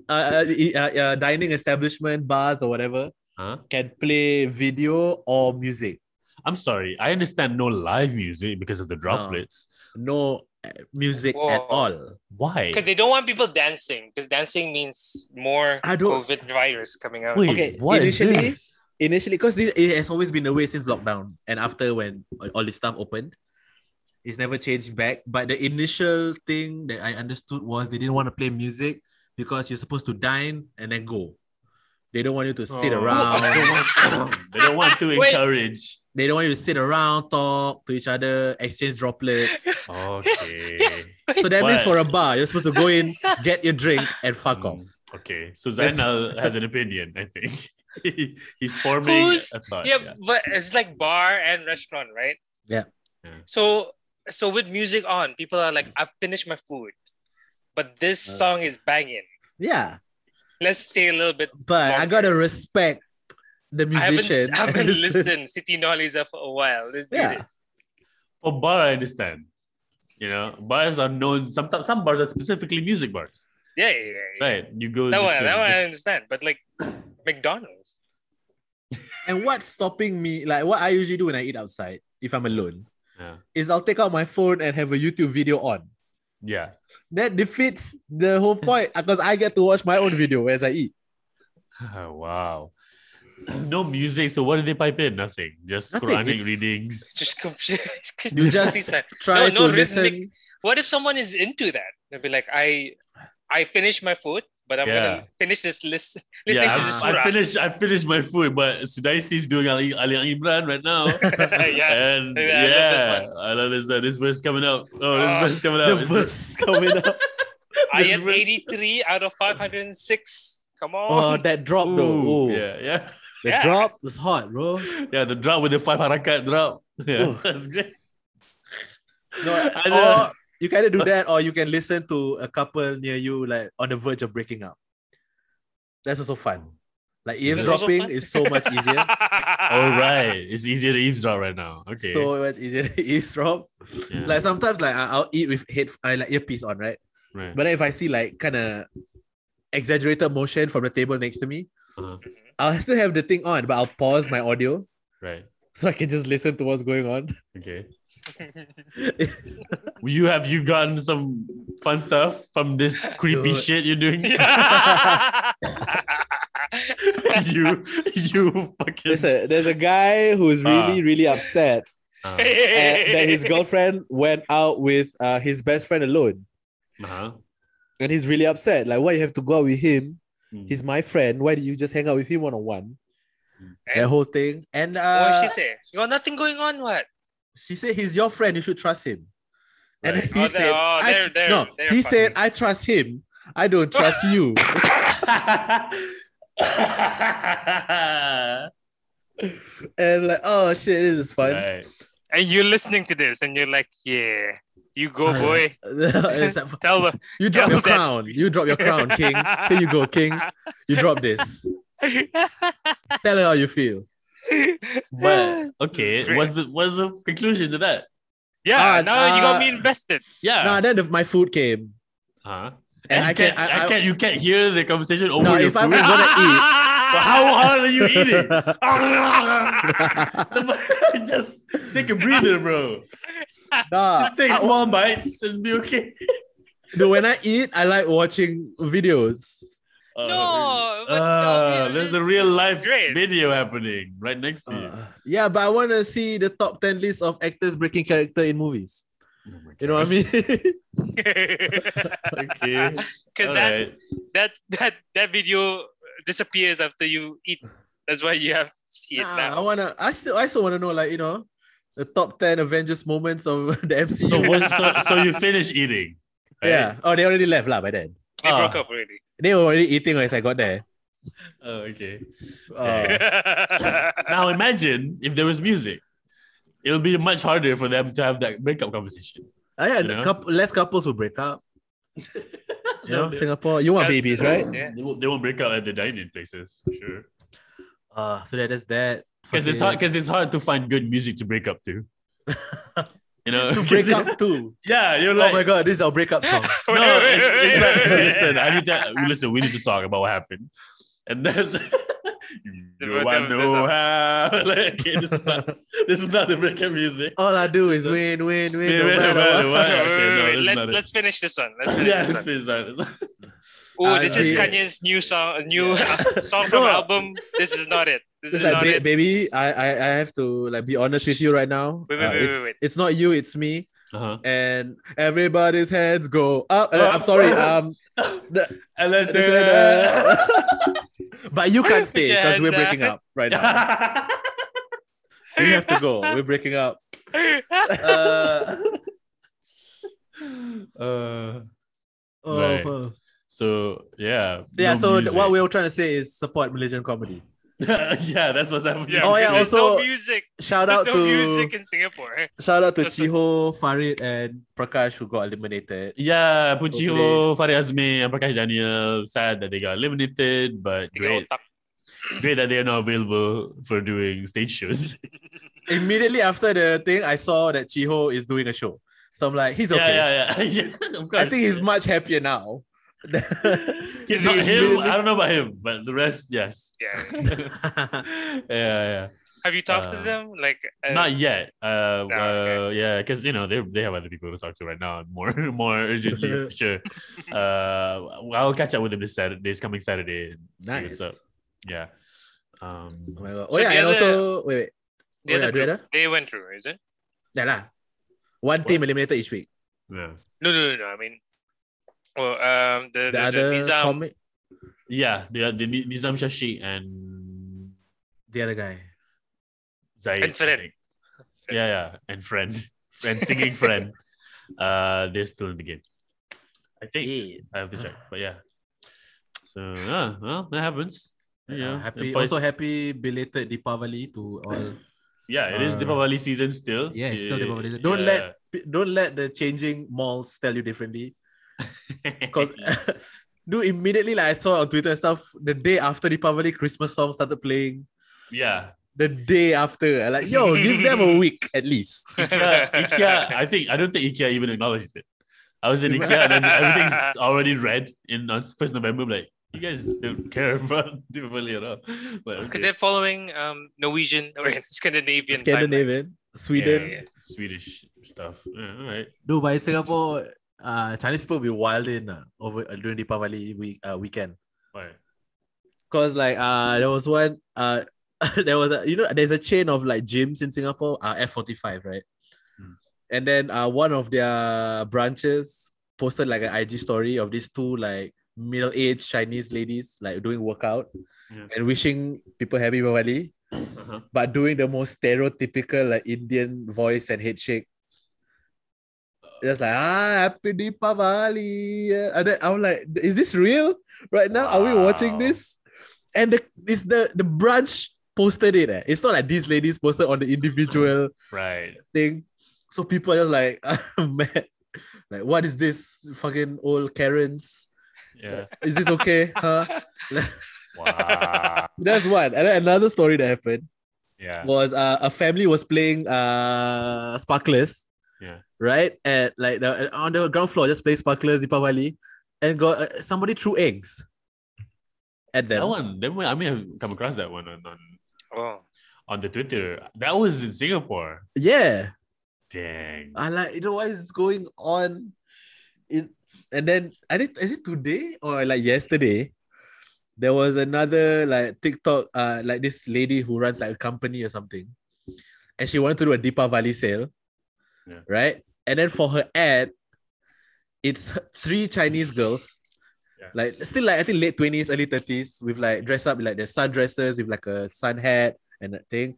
Speaker 1: uh, uh, uh, uh, dining establishment, bars or whatever
Speaker 2: Huh?
Speaker 1: can play video or music.
Speaker 2: I'm sorry. I understand no live music because of the droplets.
Speaker 1: No uh, music at
Speaker 3: Whoa.
Speaker 1: all.
Speaker 2: Why?
Speaker 3: Because they don't want people dancing. Because dancing means more
Speaker 1: I don't-
Speaker 3: COVID virus coming out.
Speaker 2: Wait,
Speaker 1: Okay,
Speaker 2: what is
Speaker 1: initially-
Speaker 2: this?
Speaker 1: initially because this it has always been the way since lockdown and after when all- all this stuff opened it's never changed back but the initial thing that i understood was they didn't want to play music because you're supposed to dine and then go they don't want you to sit
Speaker 2: Oh. *laughs*
Speaker 1: around *laughs*
Speaker 2: they don't want to
Speaker 3: Wait.
Speaker 2: encourage.
Speaker 1: they don't want you to sit around talk to each other exchange droplets
Speaker 2: Okay.
Speaker 1: so that means
Speaker 2: But-
Speaker 1: for a bar you're supposed to go in get your drink and *laughs* fuck
Speaker 2: Mm,
Speaker 1: off
Speaker 2: Okay, Susanna has an opinion. I think *laughs* He- he's forming
Speaker 3: Who's-
Speaker 2: a thought.
Speaker 3: yeah,
Speaker 2: yeah.
Speaker 3: but it's like bar and restaurant, right?
Speaker 1: Yeah.
Speaker 2: Yeah.
Speaker 3: So so with music on, people are like, I've finished my food, but this
Speaker 1: Uh.
Speaker 3: song is banging.
Speaker 1: yeah
Speaker 3: Let's stay a little bit.
Speaker 1: but i
Speaker 3: Longer.
Speaker 1: gotta respect the
Speaker 3: I haven't,
Speaker 1: musician
Speaker 3: I
Speaker 1: *laughs*
Speaker 3: haven't listened City Nolliza for a while. Let's do
Speaker 1: Yeah.
Speaker 3: this.
Speaker 2: For bar, I understand. You know, bars are known. Some some bars are specifically music bars,
Speaker 3: Yeah, yeah, yeah. yeah.
Speaker 2: right? You go.
Speaker 3: That
Speaker 2: just
Speaker 3: one,
Speaker 2: to-
Speaker 3: that one I understand. But like McDonald's. *laughs*
Speaker 1: And what's stopping me, like what I usually do when I eat outside, if I'm alone,
Speaker 2: Yeah.
Speaker 1: is I'll take out my phone and have a YouTube video on.
Speaker 2: yeah.
Speaker 1: That defeats the whole point *laughs* because I get to watch my own video as I eat.
Speaker 2: *laughs* wow. No music. So what do they pipe in? Nothing. Just
Speaker 1: Nothing,
Speaker 2: Quranic
Speaker 1: it's-
Speaker 2: readings.
Speaker 3: Just com- *laughs*
Speaker 1: You just Try
Speaker 3: No, no
Speaker 1: to listen.
Speaker 3: rhythmic- what if someone is into that? They'll be like, I I finished my food, but I'm
Speaker 2: Yeah.
Speaker 3: gonna finish this
Speaker 2: *laughs*
Speaker 3: list listening
Speaker 2: Yeah,
Speaker 3: to this
Speaker 2: I, I
Speaker 3: surah.
Speaker 2: finished. I finished my food, but Sudaisi is doing Ali, Ali Imran right now.
Speaker 3: *laughs* yeah.
Speaker 2: And
Speaker 3: Yeah, I
Speaker 2: yeah,
Speaker 3: love this
Speaker 2: I love this. This, verse coming up. Oh, this
Speaker 3: Ah,
Speaker 2: verse coming up.
Speaker 3: *laughs*
Speaker 1: The
Speaker 2: It's-
Speaker 1: verse coming up.
Speaker 3: I
Speaker 2: This
Speaker 3: had
Speaker 2: verse-
Speaker 3: 83 out of 506. Come
Speaker 1: Oh,
Speaker 3: on.
Speaker 1: that drop though. Ooh.
Speaker 2: Ooh, Yeah, yeah,
Speaker 1: The
Speaker 3: Yeah.
Speaker 1: drop was hot, bro.
Speaker 2: yeah. The drop with the five harakat drop. *laughs* Yeah,
Speaker 1: Ooh.
Speaker 2: that's great.
Speaker 1: No,
Speaker 2: *laughs* I
Speaker 1: or
Speaker 2: don't-
Speaker 1: you can
Speaker 2: *laughs*
Speaker 1: either do that or you can listen to a couple near you like on the verge of breaking up. That's also fun. Like
Speaker 2: That's
Speaker 3: also
Speaker 1: eavesdropping
Speaker 3: fun.
Speaker 1: is so much
Speaker 3: *laughs*
Speaker 1: easier. *laughs*
Speaker 2: All Oh, right, *laughs* it's easier to eavesdrop right now. Okay,
Speaker 1: So much easier to *laughs* eavesdrop.
Speaker 2: yeah,
Speaker 1: Like sometimes, like I- I'll eat with head, I like earpiece on, right?
Speaker 2: right.
Speaker 1: But then if I see like kind of exaggerated motion from the table next to me,
Speaker 2: Uh-huh.
Speaker 1: I'll still have the thing on, but I'll pause my audio
Speaker 2: right.
Speaker 1: so I can just listen to what's going on. *laughs*
Speaker 2: Okay. You have you gotten some fun stuff from this creepy
Speaker 1: Dude.
Speaker 2: shit you're
Speaker 1: *laughs*
Speaker 2: doing? *laughs* you you fucking
Speaker 1: There's a there's a guy who's
Speaker 2: Ah.
Speaker 1: really really upset
Speaker 2: uh,
Speaker 1: at, *laughs* that his girlfriend went out with uh, his best friend alone,
Speaker 2: uh-huh.
Speaker 1: and he's really upset. Like, why you have to go out with him?
Speaker 2: Mm.
Speaker 1: He's my friend. Why did you just hang out with him one on one?
Speaker 3: Eh?
Speaker 1: That whole thing. And
Speaker 3: What
Speaker 1: uh,
Speaker 3: did she say? She got nothing going on, what?
Speaker 1: she said he's your friend. You should trust him. And
Speaker 2: Right.
Speaker 1: he
Speaker 3: Oh,
Speaker 1: said,
Speaker 3: they're- oh,
Speaker 1: I,
Speaker 3: they're-
Speaker 1: tr-
Speaker 3: they're-
Speaker 1: no,
Speaker 3: they're
Speaker 1: he said,
Speaker 3: fucking-
Speaker 1: I trust him. I don't trust *laughs* you. And like, oh shit, this is fun.
Speaker 2: *laughs* right.
Speaker 3: And you're listening to this and you're like, yeah, you
Speaker 2: Oh,
Speaker 3: go,
Speaker 1: Yeah.
Speaker 3: boy.
Speaker 1: *laughs* It's like,
Speaker 3: Tell her.
Speaker 1: you drop *laughs* your
Speaker 3: Tell that-
Speaker 1: crown. You drop your crown, king. Here you go, king. You drop *laughs* this. Tell *laughs* her how you feel.
Speaker 2: But okay,
Speaker 1: *laughs*
Speaker 3: Great.
Speaker 2: what's the what's the conclusion to that?
Speaker 3: Yeah,
Speaker 1: Ah,
Speaker 3: now you got me
Speaker 1: uh,
Speaker 2: *laughs*
Speaker 3: invested.
Speaker 2: Yeah.
Speaker 1: Nah, then if my food came.
Speaker 2: huh?
Speaker 1: And
Speaker 2: And
Speaker 1: I
Speaker 2: I
Speaker 1: can-
Speaker 2: can't,
Speaker 1: I-
Speaker 2: I,
Speaker 1: I-
Speaker 2: can't, you can't hear the conversation over
Speaker 1: No,
Speaker 2: your
Speaker 1: if I
Speaker 2: food.
Speaker 1: was gonna
Speaker 2: *laughs*
Speaker 1: eat- *laughs*
Speaker 2: but how hard are you eating? *laughs* Just take a breather, bro.
Speaker 1: Nah,
Speaker 2: Just take
Speaker 1: I-
Speaker 2: small bites and be okay.
Speaker 1: no, when I eat, I like watching videos.
Speaker 3: *laughs* No,
Speaker 2: Ah,
Speaker 3: but no, we-
Speaker 2: Oh, there's
Speaker 3: this
Speaker 2: a real
Speaker 3: is
Speaker 2: life
Speaker 3: great. *laughs*
Speaker 2: video happening right next to you.
Speaker 1: Uh, yeah, but I want to see the top 10 list of actors breaking character in movies. You know what I mean?
Speaker 2: *laughs*
Speaker 3: *laughs*
Speaker 2: Okay.
Speaker 3: Because that,
Speaker 2: Alright.
Speaker 3: that that that video disappears after you eat. That's why you have to
Speaker 1: *laughs*
Speaker 3: see it
Speaker 1: Nah, I
Speaker 3: now.
Speaker 1: want to I still I still want to know like, you know, the top 10 Avengers moments of *laughs* the MCU.
Speaker 2: So, what, so, so you
Speaker 1: *laughs*
Speaker 2: finish eating. right?
Speaker 1: yeah. Oh, they already left lah by then.
Speaker 3: They broke
Speaker 2: Ah. *laughs*
Speaker 3: up already.
Speaker 1: They were already eating as I got there.
Speaker 2: Oh, okay.
Speaker 1: Uh,
Speaker 2: Now imagine if there was music. It'll be much harder for them to have that breakup conversation.
Speaker 1: ah, yeah,
Speaker 2: You know?
Speaker 1: couple, less couples will break up. You know,
Speaker 2: No, they-
Speaker 1: Singapore, you want
Speaker 3: That's-
Speaker 1: babies, right?
Speaker 3: Yeah.
Speaker 2: They won't, they won't break up at the dining places, for sure.
Speaker 1: Uh, so that is that.
Speaker 2: Because it's hard. Because it's hard to find good music to break up
Speaker 1: *laughs*
Speaker 2: to. You know,
Speaker 1: to
Speaker 2: 'cause
Speaker 1: break
Speaker 2: it-
Speaker 1: up too.
Speaker 2: *laughs* Yeah, you're
Speaker 1: Oh
Speaker 2: like, *laughs*
Speaker 1: my god, this is our breakup song.
Speaker 2: no, it's, it's like, listen, I need
Speaker 3: that.
Speaker 1: *laughs*
Speaker 2: to listen. We need to talk about what happened, and then. *laughs*
Speaker 3: There
Speaker 2: You
Speaker 3: was-
Speaker 2: I
Speaker 3: there was-
Speaker 2: know how. *laughs* Like, okay, this is not
Speaker 1: *laughs*
Speaker 2: this is not the breakup music.
Speaker 1: All I do is win, win, win.
Speaker 2: Wait,
Speaker 1: no
Speaker 2: wait,
Speaker 1: matter
Speaker 2: wait,
Speaker 1: what.
Speaker 2: wait, wait,
Speaker 3: Wait, wait,
Speaker 2: okay, no,
Speaker 3: wait,
Speaker 2: this is
Speaker 3: let,
Speaker 2: not it.
Speaker 3: us finish this one. Let's finish
Speaker 2: *laughs* Yeah,
Speaker 3: this
Speaker 2: it's
Speaker 3: one.
Speaker 2: been that.
Speaker 1: *laughs*
Speaker 3: Oh,
Speaker 1: I
Speaker 3: this is
Speaker 1: see.
Speaker 3: Kanye's new song, new *laughs* song
Speaker 1: No.
Speaker 3: from album. This is not it. This
Speaker 1: *laughs* It's
Speaker 3: is
Speaker 1: like,
Speaker 3: not
Speaker 1: ba-
Speaker 3: it.
Speaker 1: baby, I, I, I have to like be honest with you right now.
Speaker 3: Wait, wait,
Speaker 1: Uh,
Speaker 3: wait,
Speaker 1: it's,
Speaker 3: wait, wait.
Speaker 1: it's not you, it's me.
Speaker 2: Uh-huh.
Speaker 1: And everybody's heads go up. Uh, I'm sorry. Um, the-
Speaker 2: And let's do
Speaker 1: Let's do uh, *laughs* but you can't stay
Speaker 3: Yes,
Speaker 1: because we're
Speaker 3: uh.
Speaker 1: breaking up right now. *laughs* we have to go. We're breaking up.
Speaker 3: *laughs*
Speaker 1: *laughs* Uh,
Speaker 2: uh,
Speaker 1: oh,
Speaker 2: Right.
Speaker 1: fuck.
Speaker 2: so yeah.
Speaker 1: yeah.
Speaker 2: no
Speaker 1: so th-
Speaker 2: music.
Speaker 1: what we were trying to say is support Malaysian
Speaker 2: *laughs*
Speaker 1: comedy.
Speaker 2: yeah, that's what's happening.
Speaker 3: Yeah,
Speaker 1: Oh,
Speaker 2: *laughs*
Speaker 1: yeah,
Speaker 3: there's
Speaker 1: also-
Speaker 3: no music.
Speaker 1: Shout
Speaker 3: There's
Speaker 1: out
Speaker 3: no music
Speaker 1: to
Speaker 3: in Singapore.
Speaker 1: shout out to
Speaker 3: So- so-
Speaker 1: Chiho, Farid, and Prakash who got eliminated.
Speaker 2: Yeah, Pujiho, Farid Azmi, and Prakash Daniel. Sad that they got eliminated, but
Speaker 3: Tiga
Speaker 2: great,
Speaker 3: otak.
Speaker 2: great that they are now available for doing stage shows.
Speaker 1: Immediately after the thing, I saw that Chiho is doing a show. So I'm like, he's
Speaker 2: yeah,
Speaker 1: okay.
Speaker 2: yeah, *laughs* yeah, yeah. Of course.
Speaker 1: I think he's much happier now.
Speaker 2: *laughs*
Speaker 1: *laughs*
Speaker 2: He's
Speaker 1: He's
Speaker 2: not him.
Speaker 1: really-
Speaker 2: I don't know about him, but the rest, yes.
Speaker 3: Yeah.
Speaker 2: yeah, *laughs* yeah.
Speaker 3: Have you talked to
Speaker 2: Uh,
Speaker 3: them? Like, uh,
Speaker 2: Not yet. Uh,
Speaker 3: No,
Speaker 2: uh yeah, because you know they they have other people to talk to right now, more *laughs* more urgently
Speaker 1: *laughs*
Speaker 2: for sure. Uh, I'll catch up with them this Saturday, this coming Saturday. and see
Speaker 1: nice.
Speaker 2: what's up. Yeah.
Speaker 1: Oh,
Speaker 2: Um.
Speaker 1: my God.
Speaker 3: So
Speaker 1: oh yeah,
Speaker 3: the
Speaker 1: and
Speaker 3: other-
Speaker 1: also wait, wait.
Speaker 3: the
Speaker 1: Oh,
Speaker 3: other
Speaker 1: yeah,
Speaker 3: group,
Speaker 1: Adriana?
Speaker 3: they went through, is it?
Speaker 1: Yeah, lah. One team eliminated each week.
Speaker 2: Yeah.
Speaker 3: No, no, no, no. I mean, well, um,
Speaker 1: The,
Speaker 3: the, the, the
Speaker 1: other
Speaker 3: Nizam-
Speaker 1: comic,
Speaker 2: Yeah. They are the Ni- Nizam Shashi and
Speaker 1: the other guy.
Speaker 2: Zaid.
Speaker 3: And Fred.
Speaker 2: I think. Yeah, yeah, and friend, friend singing
Speaker 3: *laughs*
Speaker 2: friend. Uh, they're still in the game. I think I have to check, but yeah. So yeah, well, that happens.
Speaker 1: Uh,
Speaker 2: Yeah,
Speaker 1: happy.
Speaker 2: the boys-
Speaker 1: Also happy belated Deepavali to
Speaker 2: *laughs*
Speaker 1: all.
Speaker 2: Yeah, it is
Speaker 1: Uh,
Speaker 2: Diwali season still.
Speaker 1: Yeah, it's still
Speaker 2: Yeah,
Speaker 1: Deepavali. Don't
Speaker 2: *laughs*
Speaker 1: let
Speaker 2: yeah.
Speaker 1: don't let the changing malls tell you differently. Because *laughs* do immediately like I saw on Twitter and stuff the day after Deepavali Christmas song started playing.
Speaker 2: yeah,
Speaker 1: The day after, I'm like yo, give them a week at least.
Speaker 2: *laughs* Ikea, Ikea, I think I don't think Ikea even acknowledged it. I was in Ikea and then everything's already red in on first November. I'm like you guys don't care *laughs* about Diwali at all. But okay.
Speaker 3: They're following um Norwegian *laughs* or Scandinavian. timeline.
Speaker 1: Scandinavian, Sweden.
Speaker 2: Yeah, Swedish stuff. Yeah, all right.
Speaker 1: No, but in Singapore, uh, Chinese people will be wild in uh, over uh, during Deepavali week uh, weekend.
Speaker 2: All right.
Speaker 1: Cause like uh, there was one uh, *laughs* there was a, you know there's a chain of like gyms in Singapore, uh, F forty five, right?
Speaker 2: Hmm.
Speaker 1: And then uh, one of their branches posted like an IG story of these two like middle aged Chinese ladies like doing workout
Speaker 2: Yeah.
Speaker 1: and wishing people happy Diwali,
Speaker 2: Uh-huh.
Speaker 1: but doing the most stereotypical like Indian voice and head shake. Just like ah, happy Deepavali. And then I'm like, is this real right now? Are we watching
Speaker 2: Wow.
Speaker 1: this? And the it's the the branch posted it. eh. It's not like these ladies posted on the individual
Speaker 2: Right.
Speaker 1: thing. So people are just like, *laughs* man, like what is this fucking old Karens?
Speaker 2: Yeah.
Speaker 1: Is this okay? huh?
Speaker 2: Wow.
Speaker 1: That's one. And then another story that happened
Speaker 2: Yeah.
Speaker 1: was uh, a family was playing uh sparklers
Speaker 2: Yeah.
Speaker 1: Right? At like the, on the ground floor, just play sparklers, Deepavali, and got uh, somebody threw eggs at them.
Speaker 2: That one, that one, I may have come across that one on, on,
Speaker 3: Oh,
Speaker 2: on the Twitter. That was in Singapore.
Speaker 1: Yeah.
Speaker 2: Dang.
Speaker 1: I like, you know, what is going on? It, and then I think, is it today or like yesterday? There was another like TikTok, uh, like this lady who runs like a company or something. And she wanted to do a Deepavali sale.
Speaker 2: Yeah.
Speaker 1: Right? And then for her ad, it's three Chinese girls.
Speaker 2: Yeah.
Speaker 1: Like still like I think late 20s, early 30s, with like dress up in, like their sundresses with like a sun hat and that thing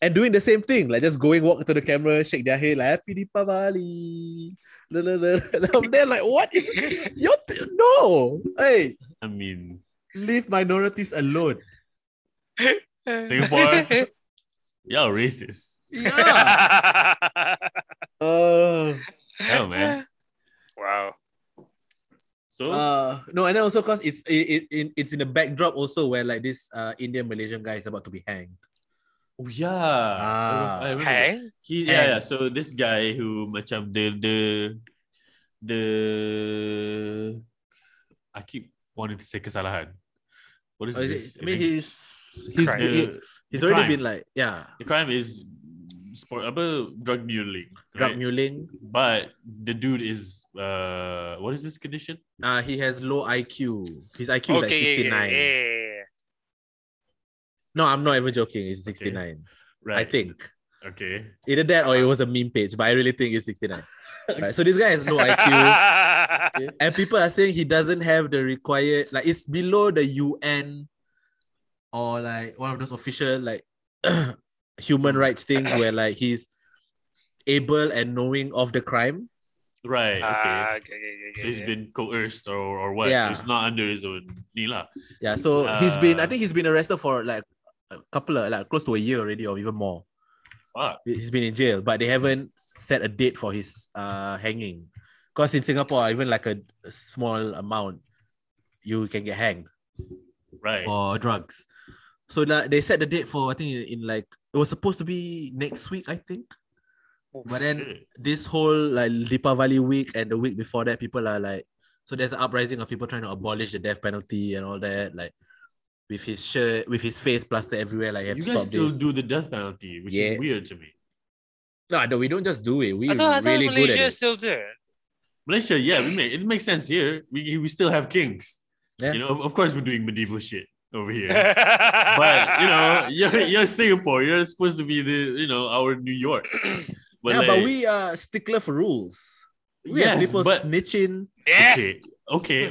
Speaker 1: and doing the same thing, like just going walk to the camera, shake their head, like Happy Deepavali. La, la, la. *laughs* And I'm there, like, what is *laughs* you? Th- no, hey,
Speaker 2: I mean,
Speaker 1: leave minorities alone.
Speaker 2: Singapore,
Speaker 3: *laughs*
Speaker 2: y'all racist.
Speaker 1: Yeah. *laughs* uh,
Speaker 2: Hell, man.
Speaker 3: wow.
Speaker 2: So,
Speaker 1: uh, no, and then also cause it's it, it, it- it's in the backdrop also where like this uh Indian Malaysian guy is about to be hanged.
Speaker 2: oh, yeah.
Speaker 1: Ah.
Speaker 2: I remember that.
Speaker 3: Hey,
Speaker 2: He
Speaker 1: And-
Speaker 2: yeah, yeah. So this guy who macam the the the I keep wanting to say kesalahan. What is,
Speaker 1: Or
Speaker 2: this?
Speaker 1: Oh, is it, I mean,
Speaker 2: think
Speaker 1: he's he's
Speaker 3: Crime.
Speaker 1: he-
Speaker 2: The-
Speaker 1: he's
Speaker 2: the
Speaker 1: already
Speaker 2: crime.
Speaker 1: been like yeah,
Speaker 2: the crime is sport apa drug muling.
Speaker 1: drug
Speaker 2: right?
Speaker 1: muling.
Speaker 2: But the dude is uh what is this condition?
Speaker 1: Uh, he has low IQ. His IQ is like
Speaker 3: okay,
Speaker 1: sixty
Speaker 3: yeah, yeah,
Speaker 1: nine.
Speaker 3: yeah, yeah, yeah.
Speaker 1: No, I'm not even joking. It's sixty nine. I
Speaker 2: Right.
Speaker 1: think.
Speaker 2: Okay.
Speaker 1: Either that or it was a meme page, but I really think it's 69. right. So this guy has no IQ. and people are saying he doesn't have the required, like it's below the UN or like one of those official like *clears throat* human rights things where like he's able and knowing of the crime.
Speaker 2: Right. *laughs* Okay.
Speaker 3: Ah, okay, okay, okay,
Speaker 2: so he's
Speaker 3: okay.
Speaker 2: been coerced or, or what?
Speaker 1: Yeah.
Speaker 2: So it's not under his own knee lah.
Speaker 1: Yeah. So he's been, I
Speaker 2: Uh.
Speaker 1: think he's been arrested for like a couple of like close to a year already or even more.
Speaker 2: Fuck.
Speaker 1: he's been in jail, but they haven't set a date for his uh hanging. Because in Singapore, even like a, a small amount, you can get hanged
Speaker 2: Right.
Speaker 1: for drugs. So like, they set the date for I think in, in like it was supposed to be next week, I think.
Speaker 3: Oh,
Speaker 1: But then
Speaker 2: Shit.
Speaker 1: this whole like Deepavali week and the week before that, people are like, so there's an uprising of people trying to abolish the death penalty and all that, like with his shirt, with his face plastered everywhere. Like, have
Speaker 2: You
Speaker 1: to
Speaker 2: guys
Speaker 1: stop
Speaker 2: still
Speaker 1: this.
Speaker 2: do the death penalty, which
Speaker 1: Yeah.
Speaker 2: is weird to me.
Speaker 1: No, no, we don't just do it. We
Speaker 3: I thought, I thought
Speaker 1: really good at
Speaker 3: Malaysia
Speaker 1: it.
Speaker 3: is still there.
Speaker 2: Malaysia, yeah, we make it makes sense here. We we still have kings.
Speaker 1: Yeah.
Speaker 2: You know, of, of course we're doing medieval shit over
Speaker 3: *laughs*
Speaker 2: here. but you know, you're, you're Singapore. You're supposed to be the you know our New
Speaker 1: *clears throat*
Speaker 2: York. But
Speaker 1: yeah,
Speaker 2: like,
Speaker 1: but we are stickler for rules. We have
Speaker 2: yes,
Speaker 1: people
Speaker 2: but
Speaker 1: snitching.
Speaker 3: yeah.
Speaker 2: okay, okay.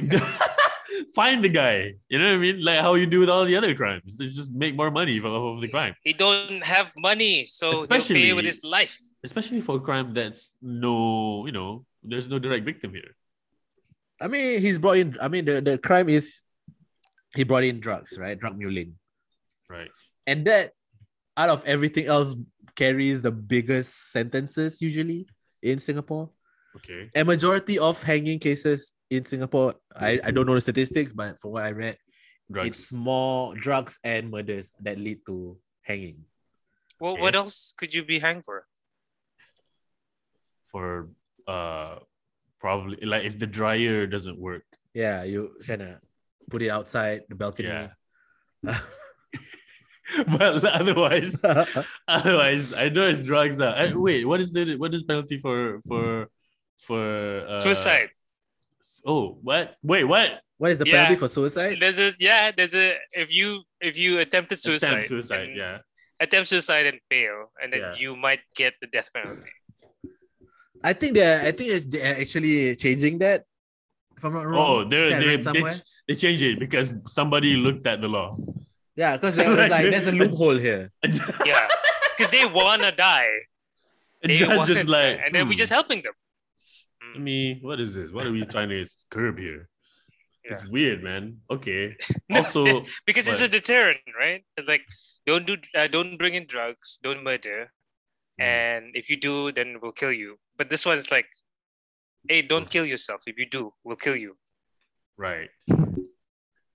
Speaker 2: *laughs* Find the guy. You know what I mean? Like how you do with all the other crimes. They just make more money off of the crime,
Speaker 3: He don't have money, so he'll
Speaker 2: Especially-
Speaker 3: pay with his life.
Speaker 2: especially for a crime that's no, you know, there's no direct victim here.
Speaker 1: I mean, he's brought in. I mean, the, the crime is he brought in drugs, right? Drug muling,
Speaker 2: Right.
Speaker 1: and that out of everything else carries the biggest sentences usually in Singapore.
Speaker 2: Okay.
Speaker 1: And majority of hanging cases in Singapore, I, I don't know the statistics, but from what I read,
Speaker 2: Drugs.
Speaker 1: it's more drugs and murders that lead to hanging.
Speaker 2: Okay.
Speaker 3: What what else could you be hanged for?
Speaker 2: for uh probably like if the dryer doesn't work
Speaker 1: Yeah, you kind of put it outside the balcony.
Speaker 2: Yeah. *laughs* but otherwise
Speaker 1: *laughs*
Speaker 2: otherwise i know it's drugs uh, I, wait what is the what is penalty for for for uh,
Speaker 3: Suicide.
Speaker 2: oh what wait what
Speaker 1: What is the
Speaker 3: Yeah.
Speaker 1: penalty for suicide?
Speaker 3: There's a yeah. There's a if you if you attempted suicide,
Speaker 2: Attempt suicide
Speaker 3: and-
Speaker 2: yeah
Speaker 3: attempt suicide and fail, and then
Speaker 2: Yeah.
Speaker 3: you might get the death penalty.
Speaker 1: I think they're I think it's, they're actually changing that. If I'm not
Speaker 2: oh
Speaker 1: wrong.
Speaker 2: they're,
Speaker 1: Think I
Speaker 2: they
Speaker 1: read
Speaker 2: they,
Speaker 1: somewhere.
Speaker 2: they changed it because somebody looked at the law *laughs*
Speaker 1: Yeah, because there was like there's a loophole here.
Speaker 2: a ju-
Speaker 1: *laughs*
Speaker 3: Yeah, because they wanna die.
Speaker 2: *laughs* a
Speaker 3: They
Speaker 2: judge
Speaker 3: wanna
Speaker 2: just
Speaker 3: die,
Speaker 2: like
Speaker 3: and then we
Speaker 2: hmm,
Speaker 3: just helping them.
Speaker 2: I
Speaker 3: *laughs*
Speaker 2: mean, what is this? What are we trying to curb here? It's
Speaker 3: Yeah.
Speaker 2: weird, man. Okay.
Speaker 3: *laughs* No,
Speaker 2: Also,
Speaker 3: because it's a
Speaker 2: Right.
Speaker 3: deterrent, right? It's like don't do, uh, don't bring in drugs, don't murder,
Speaker 2: Mm.
Speaker 3: and if you do, then we'll kill you. But this one's like, hey, don't kill yourself. If you do, we'll kill you.
Speaker 2: right.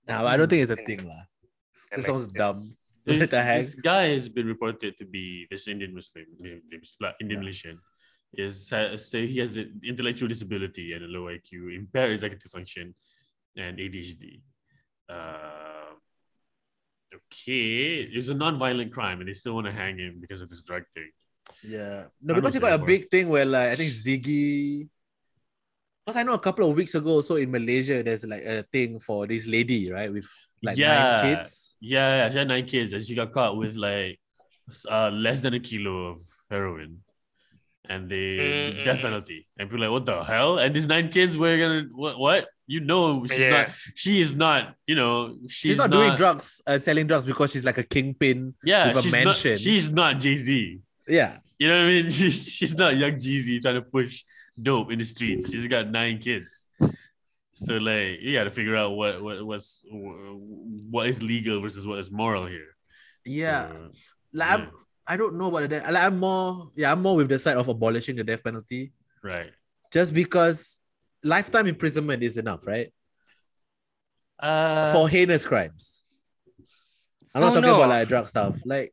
Speaker 1: No, I don't think it's a thing. lah.
Speaker 3: And
Speaker 1: This
Speaker 3: like,
Speaker 1: sounds
Speaker 3: it's-
Speaker 1: dumb.
Speaker 2: This,
Speaker 1: What the heck?
Speaker 2: this guy has been reported to be this Indian Muslim, Indian, Indian Muslim- Indian
Speaker 1: Yeah.
Speaker 2: Malaysian, is uh, say he has an intellectual disability and a low IQ, impaired executive function, and ADHD. Uh, okay, it's a non-violent crime, and they still want to hang him because of his drug thing.
Speaker 1: Yeah. No,
Speaker 2: I'm
Speaker 1: because
Speaker 2: not
Speaker 1: it got a
Speaker 2: Singapore.
Speaker 1: big thing where like I think Ziggy because I know a couple of weeks ago also in Malaysia there's like a thing for this lady, right? With like
Speaker 2: Yeah.
Speaker 1: nine kids.
Speaker 2: Yeah, yeah, she had nine kids, and she got caught with like s- uh, less than a kilo of heroin, and the
Speaker 3: Mm, mm,
Speaker 2: death
Speaker 3: mm.
Speaker 2: penalty. And people like, what the hell? And these nine kids were gonna what? What? You know, she's not.
Speaker 3: Yeah.
Speaker 2: She is not. You know,
Speaker 1: She's,
Speaker 2: she's,
Speaker 1: not, doing drugs, uh, selling drugs because she's like a kingpin.
Speaker 2: Yeah,
Speaker 1: with a
Speaker 2: she's
Speaker 1: mansion.
Speaker 2: not. She's not Jay Z.
Speaker 1: Yeah.
Speaker 2: You know what I mean? *laughs* She's she's not young Jeezy trying to push dope in the streets. She's got nine kids. So like you gotta figure out what, what what's what is legal versus what is moral here.
Speaker 1: Yeah.
Speaker 2: So,
Speaker 1: like I'm, I don't know about the death. Like I'm more yeah, I'm more with the side of abolishing the death penalty
Speaker 2: right.
Speaker 1: just because lifetime imprisonment is enough, right?
Speaker 2: Uh,
Speaker 1: for heinous crimes. I'm not
Speaker 3: Oh,
Speaker 1: talking
Speaker 3: no.
Speaker 1: about like drug stuff. Like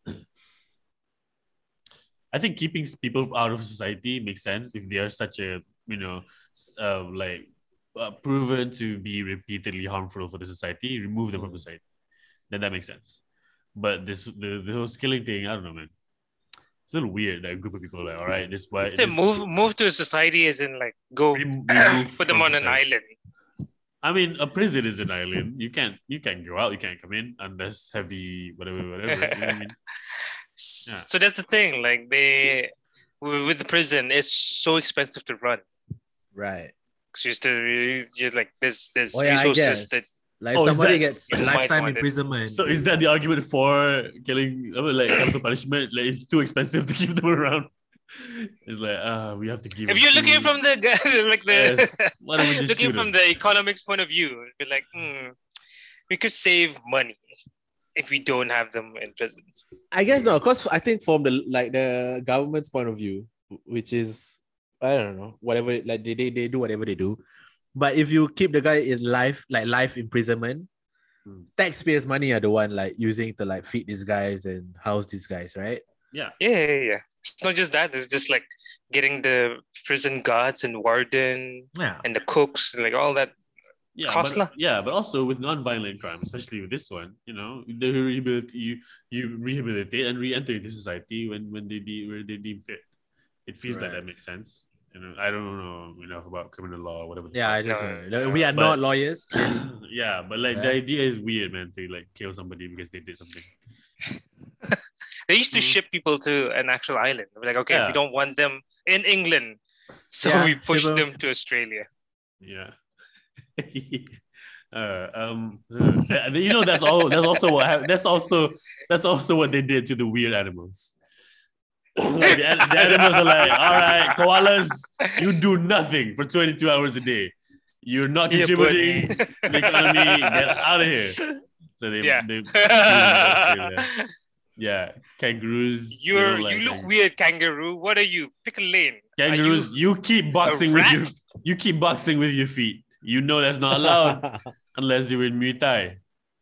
Speaker 2: I think keeping people out of society makes sense if they are such a you know s- uh, like uh, proven to be repeatedly harmful for the society. Remove them from society, then that makes sense. But this the, the whole skilling thing, I don't know, man. It's a little weird that a group of people are like, all right, this why
Speaker 3: They
Speaker 2: this-
Speaker 3: move move to society as in like go
Speaker 2: rem- remove
Speaker 3: *coughs* put them
Speaker 2: from
Speaker 3: on an
Speaker 2: society.
Speaker 3: island.
Speaker 2: I mean, a prison is an island. You can't you can't go out. You can't come in unless heavy whatever
Speaker 3: *laughs*
Speaker 2: whatever. you know what I mean?
Speaker 3: S-
Speaker 2: Yeah.
Speaker 3: So that's the thing. Like they with with the prison, it's so expensive to run.
Speaker 1: right.
Speaker 3: It's just the you're like there's there's
Speaker 1: Oh, yeah, I
Speaker 3: resources
Speaker 1: guess.
Speaker 3: that
Speaker 1: Like
Speaker 2: Oh, is
Speaker 1: somebody
Speaker 2: that-
Speaker 1: gets
Speaker 3: You might
Speaker 1: lifetime
Speaker 3: want it.
Speaker 1: imprisonment.
Speaker 2: So is that the argument for killing I mean, like capital punishment? Like it's too expensive *laughs* to keep them around. It's like uh we have to give.
Speaker 3: if
Speaker 2: them
Speaker 3: you're looking
Speaker 2: food.
Speaker 3: from the *laughs* g- like the
Speaker 2: Yes. Why
Speaker 3: *laughs*
Speaker 2: don't we just
Speaker 3: looking
Speaker 2: shoot
Speaker 3: from
Speaker 2: them?
Speaker 3: the economics point of view, it'd be like hmm, we could save money if we don't have them in prisons.
Speaker 1: I guess no, because I think from the like the government's point of view, which is I don't know, whatever like they, they, they do whatever they do. But if you keep the guy in life, like life imprisonment,
Speaker 2: Hmm.
Speaker 1: taxpayers' money are the one like using to like feed these guys and house these guys, right?
Speaker 2: Yeah.
Speaker 3: Yeah, yeah, yeah. It's not just that. It's just like getting the prison guards and warden
Speaker 1: Yeah.
Speaker 3: and the cooks and like all that.
Speaker 2: Yeah,
Speaker 3: Cost lah.
Speaker 2: but, yeah, but also with non-violent crime, especially with this one, you know, the rehabilitate you you rehabilitate and re-enter into society when when they de- where they deem fit. It feels like
Speaker 1: Right.
Speaker 2: that makes sense. You know, I don't know enough about criminal law or whatever. the
Speaker 1: Yeah, I
Speaker 2: fuck.
Speaker 1: just
Speaker 3: No,
Speaker 1: like, we are
Speaker 2: but-
Speaker 1: not *laughs* lawyers.
Speaker 2: *coughs* yeah, but like the
Speaker 1: Yeah.
Speaker 2: idea is weird, man. To like kill somebody because they did something.
Speaker 3: They used to
Speaker 2: Mhm.
Speaker 3: ship people to an actual island. We're like, okay,
Speaker 2: Yeah.
Speaker 3: we don't want them in England, *laughs* so
Speaker 1: Yeah,
Speaker 3: we pushed
Speaker 1: ship 'em.
Speaker 3: them to
Speaker 2: *laughs*
Speaker 3: Australia.
Speaker 2: Yeah. uh, um, *laughs* uh, you know that's all. That's also what. Hap- that's also that's also what they did to the weird animals. *laughs* Like, the, an- the animals are like, all right, koalas, you do nothing for 22 hours a day. You're not
Speaker 3: Yeah, but-
Speaker 2: contributing *laughs* to the economy. Get out of here. So they,
Speaker 3: Yeah.
Speaker 2: they
Speaker 3: *laughs*
Speaker 2: *laughs* yeah. kangaroos. you know,
Speaker 3: You're
Speaker 2: like-
Speaker 3: you look weird, kangaroo. What are you? Pick a lane. Are
Speaker 2: Kangaroos,
Speaker 3: you
Speaker 2: you, keep boxing
Speaker 3: a
Speaker 2: with
Speaker 3: rat?
Speaker 2: your you keep boxing with your feet. You know that's
Speaker 3: *laughs*
Speaker 2: not allowed unless you're in Muay Thai.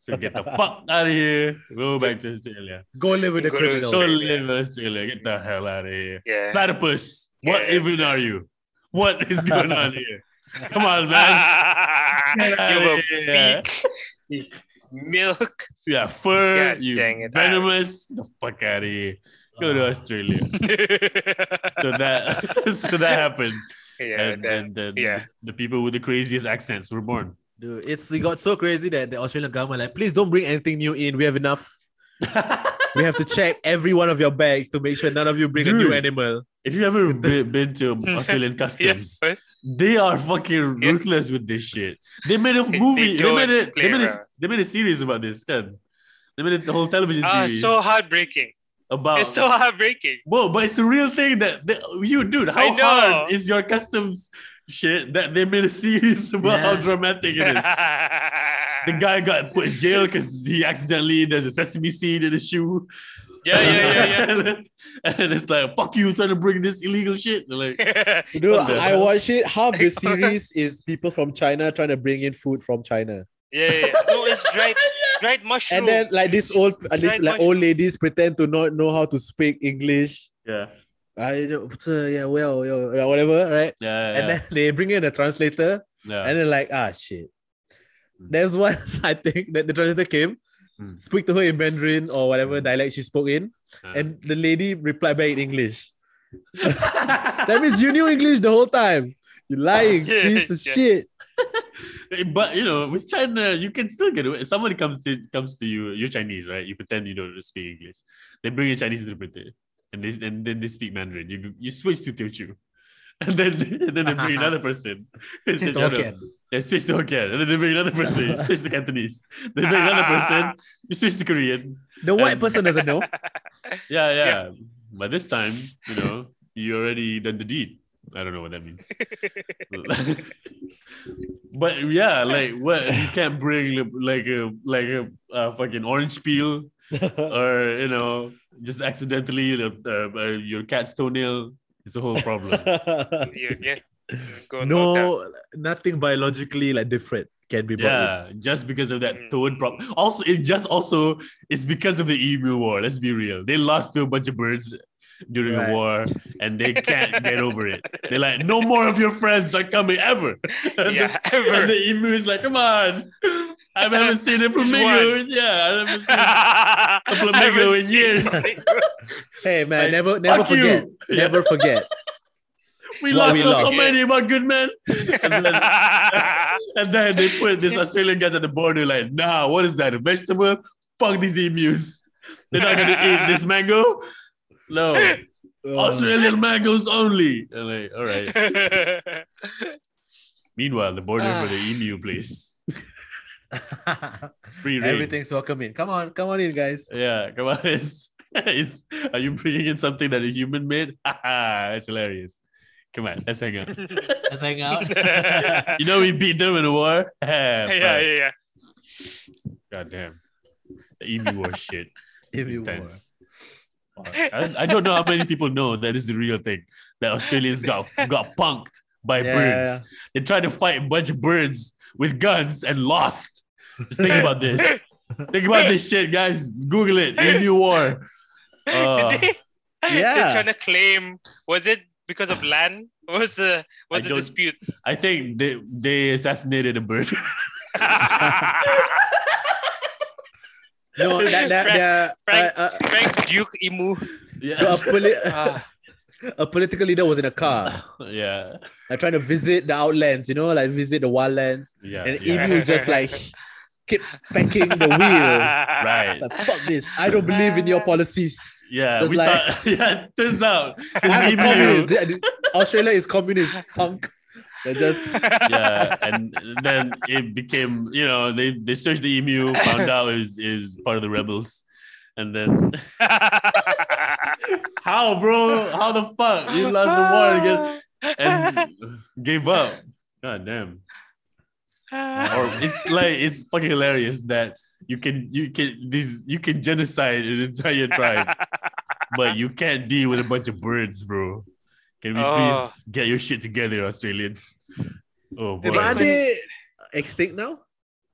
Speaker 2: So get
Speaker 3: *laughs*
Speaker 2: the fuck out of here. Go back to Australia.
Speaker 1: Go live with the
Speaker 3: Go to
Speaker 1: criminals.
Speaker 2: So
Speaker 3: Australia.
Speaker 2: live in Australia. Get the hell out of here.
Speaker 3: *laughs* Yeah.
Speaker 2: Platypus, what
Speaker 3: Yeah.
Speaker 2: even are you? What is going
Speaker 3: *laughs*
Speaker 2: on here? Come on, man. Get out
Speaker 3: you
Speaker 2: of
Speaker 3: have a
Speaker 2: here.
Speaker 3: beak, *laughs* milk. *laughs*
Speaker 2: Yeah, fur.
Speaker 3: God
Speaker 2: you
Speaker 3: dang it.
Speaker 2: venomous. Get the fuck out of here. Go to Australia. So that *laughs* so that happened.
Speaker 3: *laughs* yeah,
Speaker 2: and,
Speaker 3: that-
Speaker 2: and then
Speaker 3: yeah.
Speaker 2: the people with the craziest accents were born. *laughs*
Speaker 1: Dude, it's it got so crazy that the Australian government like, please don't bring anything new in. We have enough. We have to check every one of your bags to make sure none of you bring a new
Speaker 2: Dude.
Speaker 1: animal.
Speaker 2: If you ever be- been
Speaker 3: *laughs*
Speaker 2: to Australian
Speaker 3: yeah,
Speaker 2: customs,
Speaker 3: right?
Speaker 2: they are fucking
Speaker 3: Yeah.
Speaker 2: ruthless with this shit. They made a
Speaker 3: *laughs* They
Speaker 2: movie. They,
Speaker 3: don't uh,
Speaker 2: made it. They
Speaker 3: play
Speaker 2: made a,
Speaker 3: around.
Speaker 2: they made a series about this. Then they made it the whole television
Speaker 3: Ah,
Speaker 2: series
Speaker 3: so heartbreaking.
Speaker 2: about.
Speaker 3: It's so heartbreaking.
Speaker 2: Whoa, but it's a real thing that, that you, dude.
Speaker 3: I
Speaker 2: How
Speaker 3: know.
Speaker 2: hard is your customs shit that they made a series *laughs* about
Speaker 1: Yeah.
Speaker 2: how dramatic it
Speaker 3: *laughs*
Speaker 2: is? The guy got put in jail because he accidentally there's a sesame seed in his shoe.
Speaker 3: Yeah, yeah, yeah,
Speaker 2: *laughs* and it's like, fuck you, trying to bring this illegal shit. They're
Speaker 3: *laughs*
Speaker 2: like, *laughs*
Speaker 3: yeah.
Speaker 1: Dude,
Speaker 2: What the
Speaker 1: I
Speaker 2: hell?
Speaker 1: watch it. Half the series is people from China trying to bring in food from China,
Speaker 3: yeah, yeah, yeah. No, it's dried, dried mushroom.
Speaker 1: and then like this old, uh, this
Speaker 3: Right,
Speaker 1: like
Speaker 3: mushroom.
Speaker 1: old ladies pretend to not know how to speak English.
Speaker 2: yeah.
Speaker 1: I know, so, yeah, well, yeah, like, whatever, right?
Speaker 2: Yeah, yeah,
Speaker 1: And then they bring in a translator,
Speaker 2: yeah.
Speaker 1: and they're like, ah, shit. There's one *laughs* I think that the translator came,
Speaker 2: Hmm.
Speaker 1: speak to her in Mandarin or whatever dialect she spoke in,
Speaker 2: Yeah. *laughs*
Speaker 1: and the lady replied back in English. that means you knew English the whole time. You
Speaker 2: *laughs*
Speaker 1: lying
Speaker 3: Yeah,
Speaker 1: piece of
Speaker 3: yeah.
Speaker 1: shit.
Speaker 2: But you know, with China, you can still get away. Somebody comes to comes to you. You're Chinese, right? You pretend you don't speak English. They bring a Chinese interpreter, and they and then they speak Mandarin. You you switch to Teochew, *laughs* and then and then they
Speaker 1: *laughs*
Speaker 2: bring another person. They switch, I don't know.
Speaker 1: Hokkien.
Speaker 2: They switch to Hokkien, and then they bring another person. You
Speaker 1: *laughs*
Speaker 2: switch to Cantonese. They bring another person. You switch to Korean.
Speaker 1: The white
Speaker 2: Um,
Speaker 1: person doesn't
Speaker 2: *laughs*
Speaker 1: know.
Speaker 2: Yeah, yeah. By this time, you know, you already done the deed. I don't know what that means. but yeah, like what you can't bring li- like a like a, a fucking orange peel or you know just accidentally the, uh, uh, your cat's toenail. It's a whole problem.
Speaker 3: You, yeah.
Speaker 2: *laughs*
Speaker 3: Go lockdown.
Speaker 1: no, nothing biologically like different can be brought in.
Speaker 2: yeah, just because of that
Speaker 3: Mm.
Speaker 2: toad problem. Also, it just also it's because of the emu war. Let's be real. They lost to a bunch of birds during
Speaker 1: Right.
Speaker 2: the war, and
Speaker 1: *laughs*
Speaker 2: they can't get over it. They're like, no more of your friends are coming ever. *laughs* And
Speaker 3: Yeah,
Speaker 2: the- And
Speaker 3: *laughs* ever.
Speaker 2: the emu is like, come on,
Speaker 1: *laughs*
Speaker 2: I haven't seen a flamingo. in- Yeah, I haven't seen
Speaker 3: I
Speaker 2: flamingo
Speaker 3: haven't
Speaker 2: in
Speaker 3: seen
Speaker 2: years.
Speaker 3: a single-
Speaker 1: Hey man,
Speaker 2: Like,
Speaker 1: never *laughs* never
Speaker 2: fuck you. *laughs*
Speaker 1: forget. Never forget.
Speaker 2: we
Speaker 1: What
Speaker 2: lost
Speaker 1: we
Speaker 2: to so
Speaker 1: lost.
Speaker 2: many, my good
Speaker 1: *laughs*
Speaker 2: man. *laughs* And
Speaker 3: *laughs*
Speaker 2: then, and then they put this Australian guys at the border, like, nah, what is that? A vegetable? Fuck these emus. They're not gonna eat this mango. No,
Speaker 1: Oh,
Speaker 2: Australian mangoes only. And like, all right. Meanwhile, the border for the emu place. It's free
Speaker 1: *laughs*
Speaker 2: reign.
Speaker 1: Everything's welcome in. Come on, come on in, guys.
Speaker 2: *laughs* Yeah, come on. It's, it's, are you bringing in something that a human made? *laughs* That's hilarious. Come on, let's hang out.
Speaker 1: Let's hang
Speaker 2: *laughs*
Speaker 1: out.
Speaker 3: yeah,
Speaker 2: You know we beat them in a war. *laughs* yeah,
Speaker 3: yeah, yeah.
Speaker 2: God damn. The emu war shit.
Speaker 1: if you
Speaker 2: Intense.
Speaker 1: were.
Speaker 2: Fuck. I, I don't know how many people know that is the real thing. That Australians got got punked by
Speaker 1: Yeah,
Speaker 2: birds. They tried to fight a bunch of birds with guns and lost. Just think about this. think about this shit, guys. Google it. Emu war. Uh,
Speaker 3: Did they,
Speaker 1: yeah.
Speaker 3: They're trying to claim. Was it because of land? What was the
Speaker 2: I
Speaker 3: was the
Speaker 2: don't- *laughs*
Speaker 3: dispute?
Speaker 2: I think they they assassinated a bird.
Speaker 1: No,
Speaker 3: *laughs*
Speaker 1: that, that
Speaker 3: Frank-
Speaker 1: yeah,
Speaker 3: Frank-
Speaker 1: uh, uh,
Speaker 3: Frank Duke Imu.
Speaker 1: a,
Speaker 2: yeah.
Speaker 1: poli-
Speaker 3: Ah.
Speaker 1: a political leader was in a car,
Speaker 2: *laughs* yeah.
Speaker 1: like trying to visit the outlands, you know, like visit the wildlands,
Speaker 2: Yeah.
Speaker 1: and
Speaker 2: Uh, yeah.
Speaker 1: emu just like keep pecking the
Speaker 3: *laughs*
Speaker 1: wheel.
Speaker 2: Right.
Speaker 1: Like, fuck this! I don't believe in your policies.
Speaker 2: Yeah.
Speaker 1: Just
Speaker 2: We
Speaker 1: like-
Speaker 2: thought, *laughs* yeah. it Turns out
Speaker 1: I'm a
Speaker 2: *laughs* this emu.
Speaker 1: communist. Australia is communist punk. They're just
Speaker 2: yeah, and then it became, you know, they they searched the emu, found out it was is part of the rebels, and then *laughs* how, bro? How the fuck you lost the war
Speaker 3: *laughs*
Speaker 2: again and gave up? God damn! Or it's like it's fucking hilarious that you can you can these you can genocide an entire tribe, but you can't deal with a bunch of birds, bro. Can we
Speaker 3: Oh.
Speaker 2: please get your shit together, Australians? Oh
Speaker 1: Hey,
Speaker 2: boy.
Speaker 1: but are they extinct now?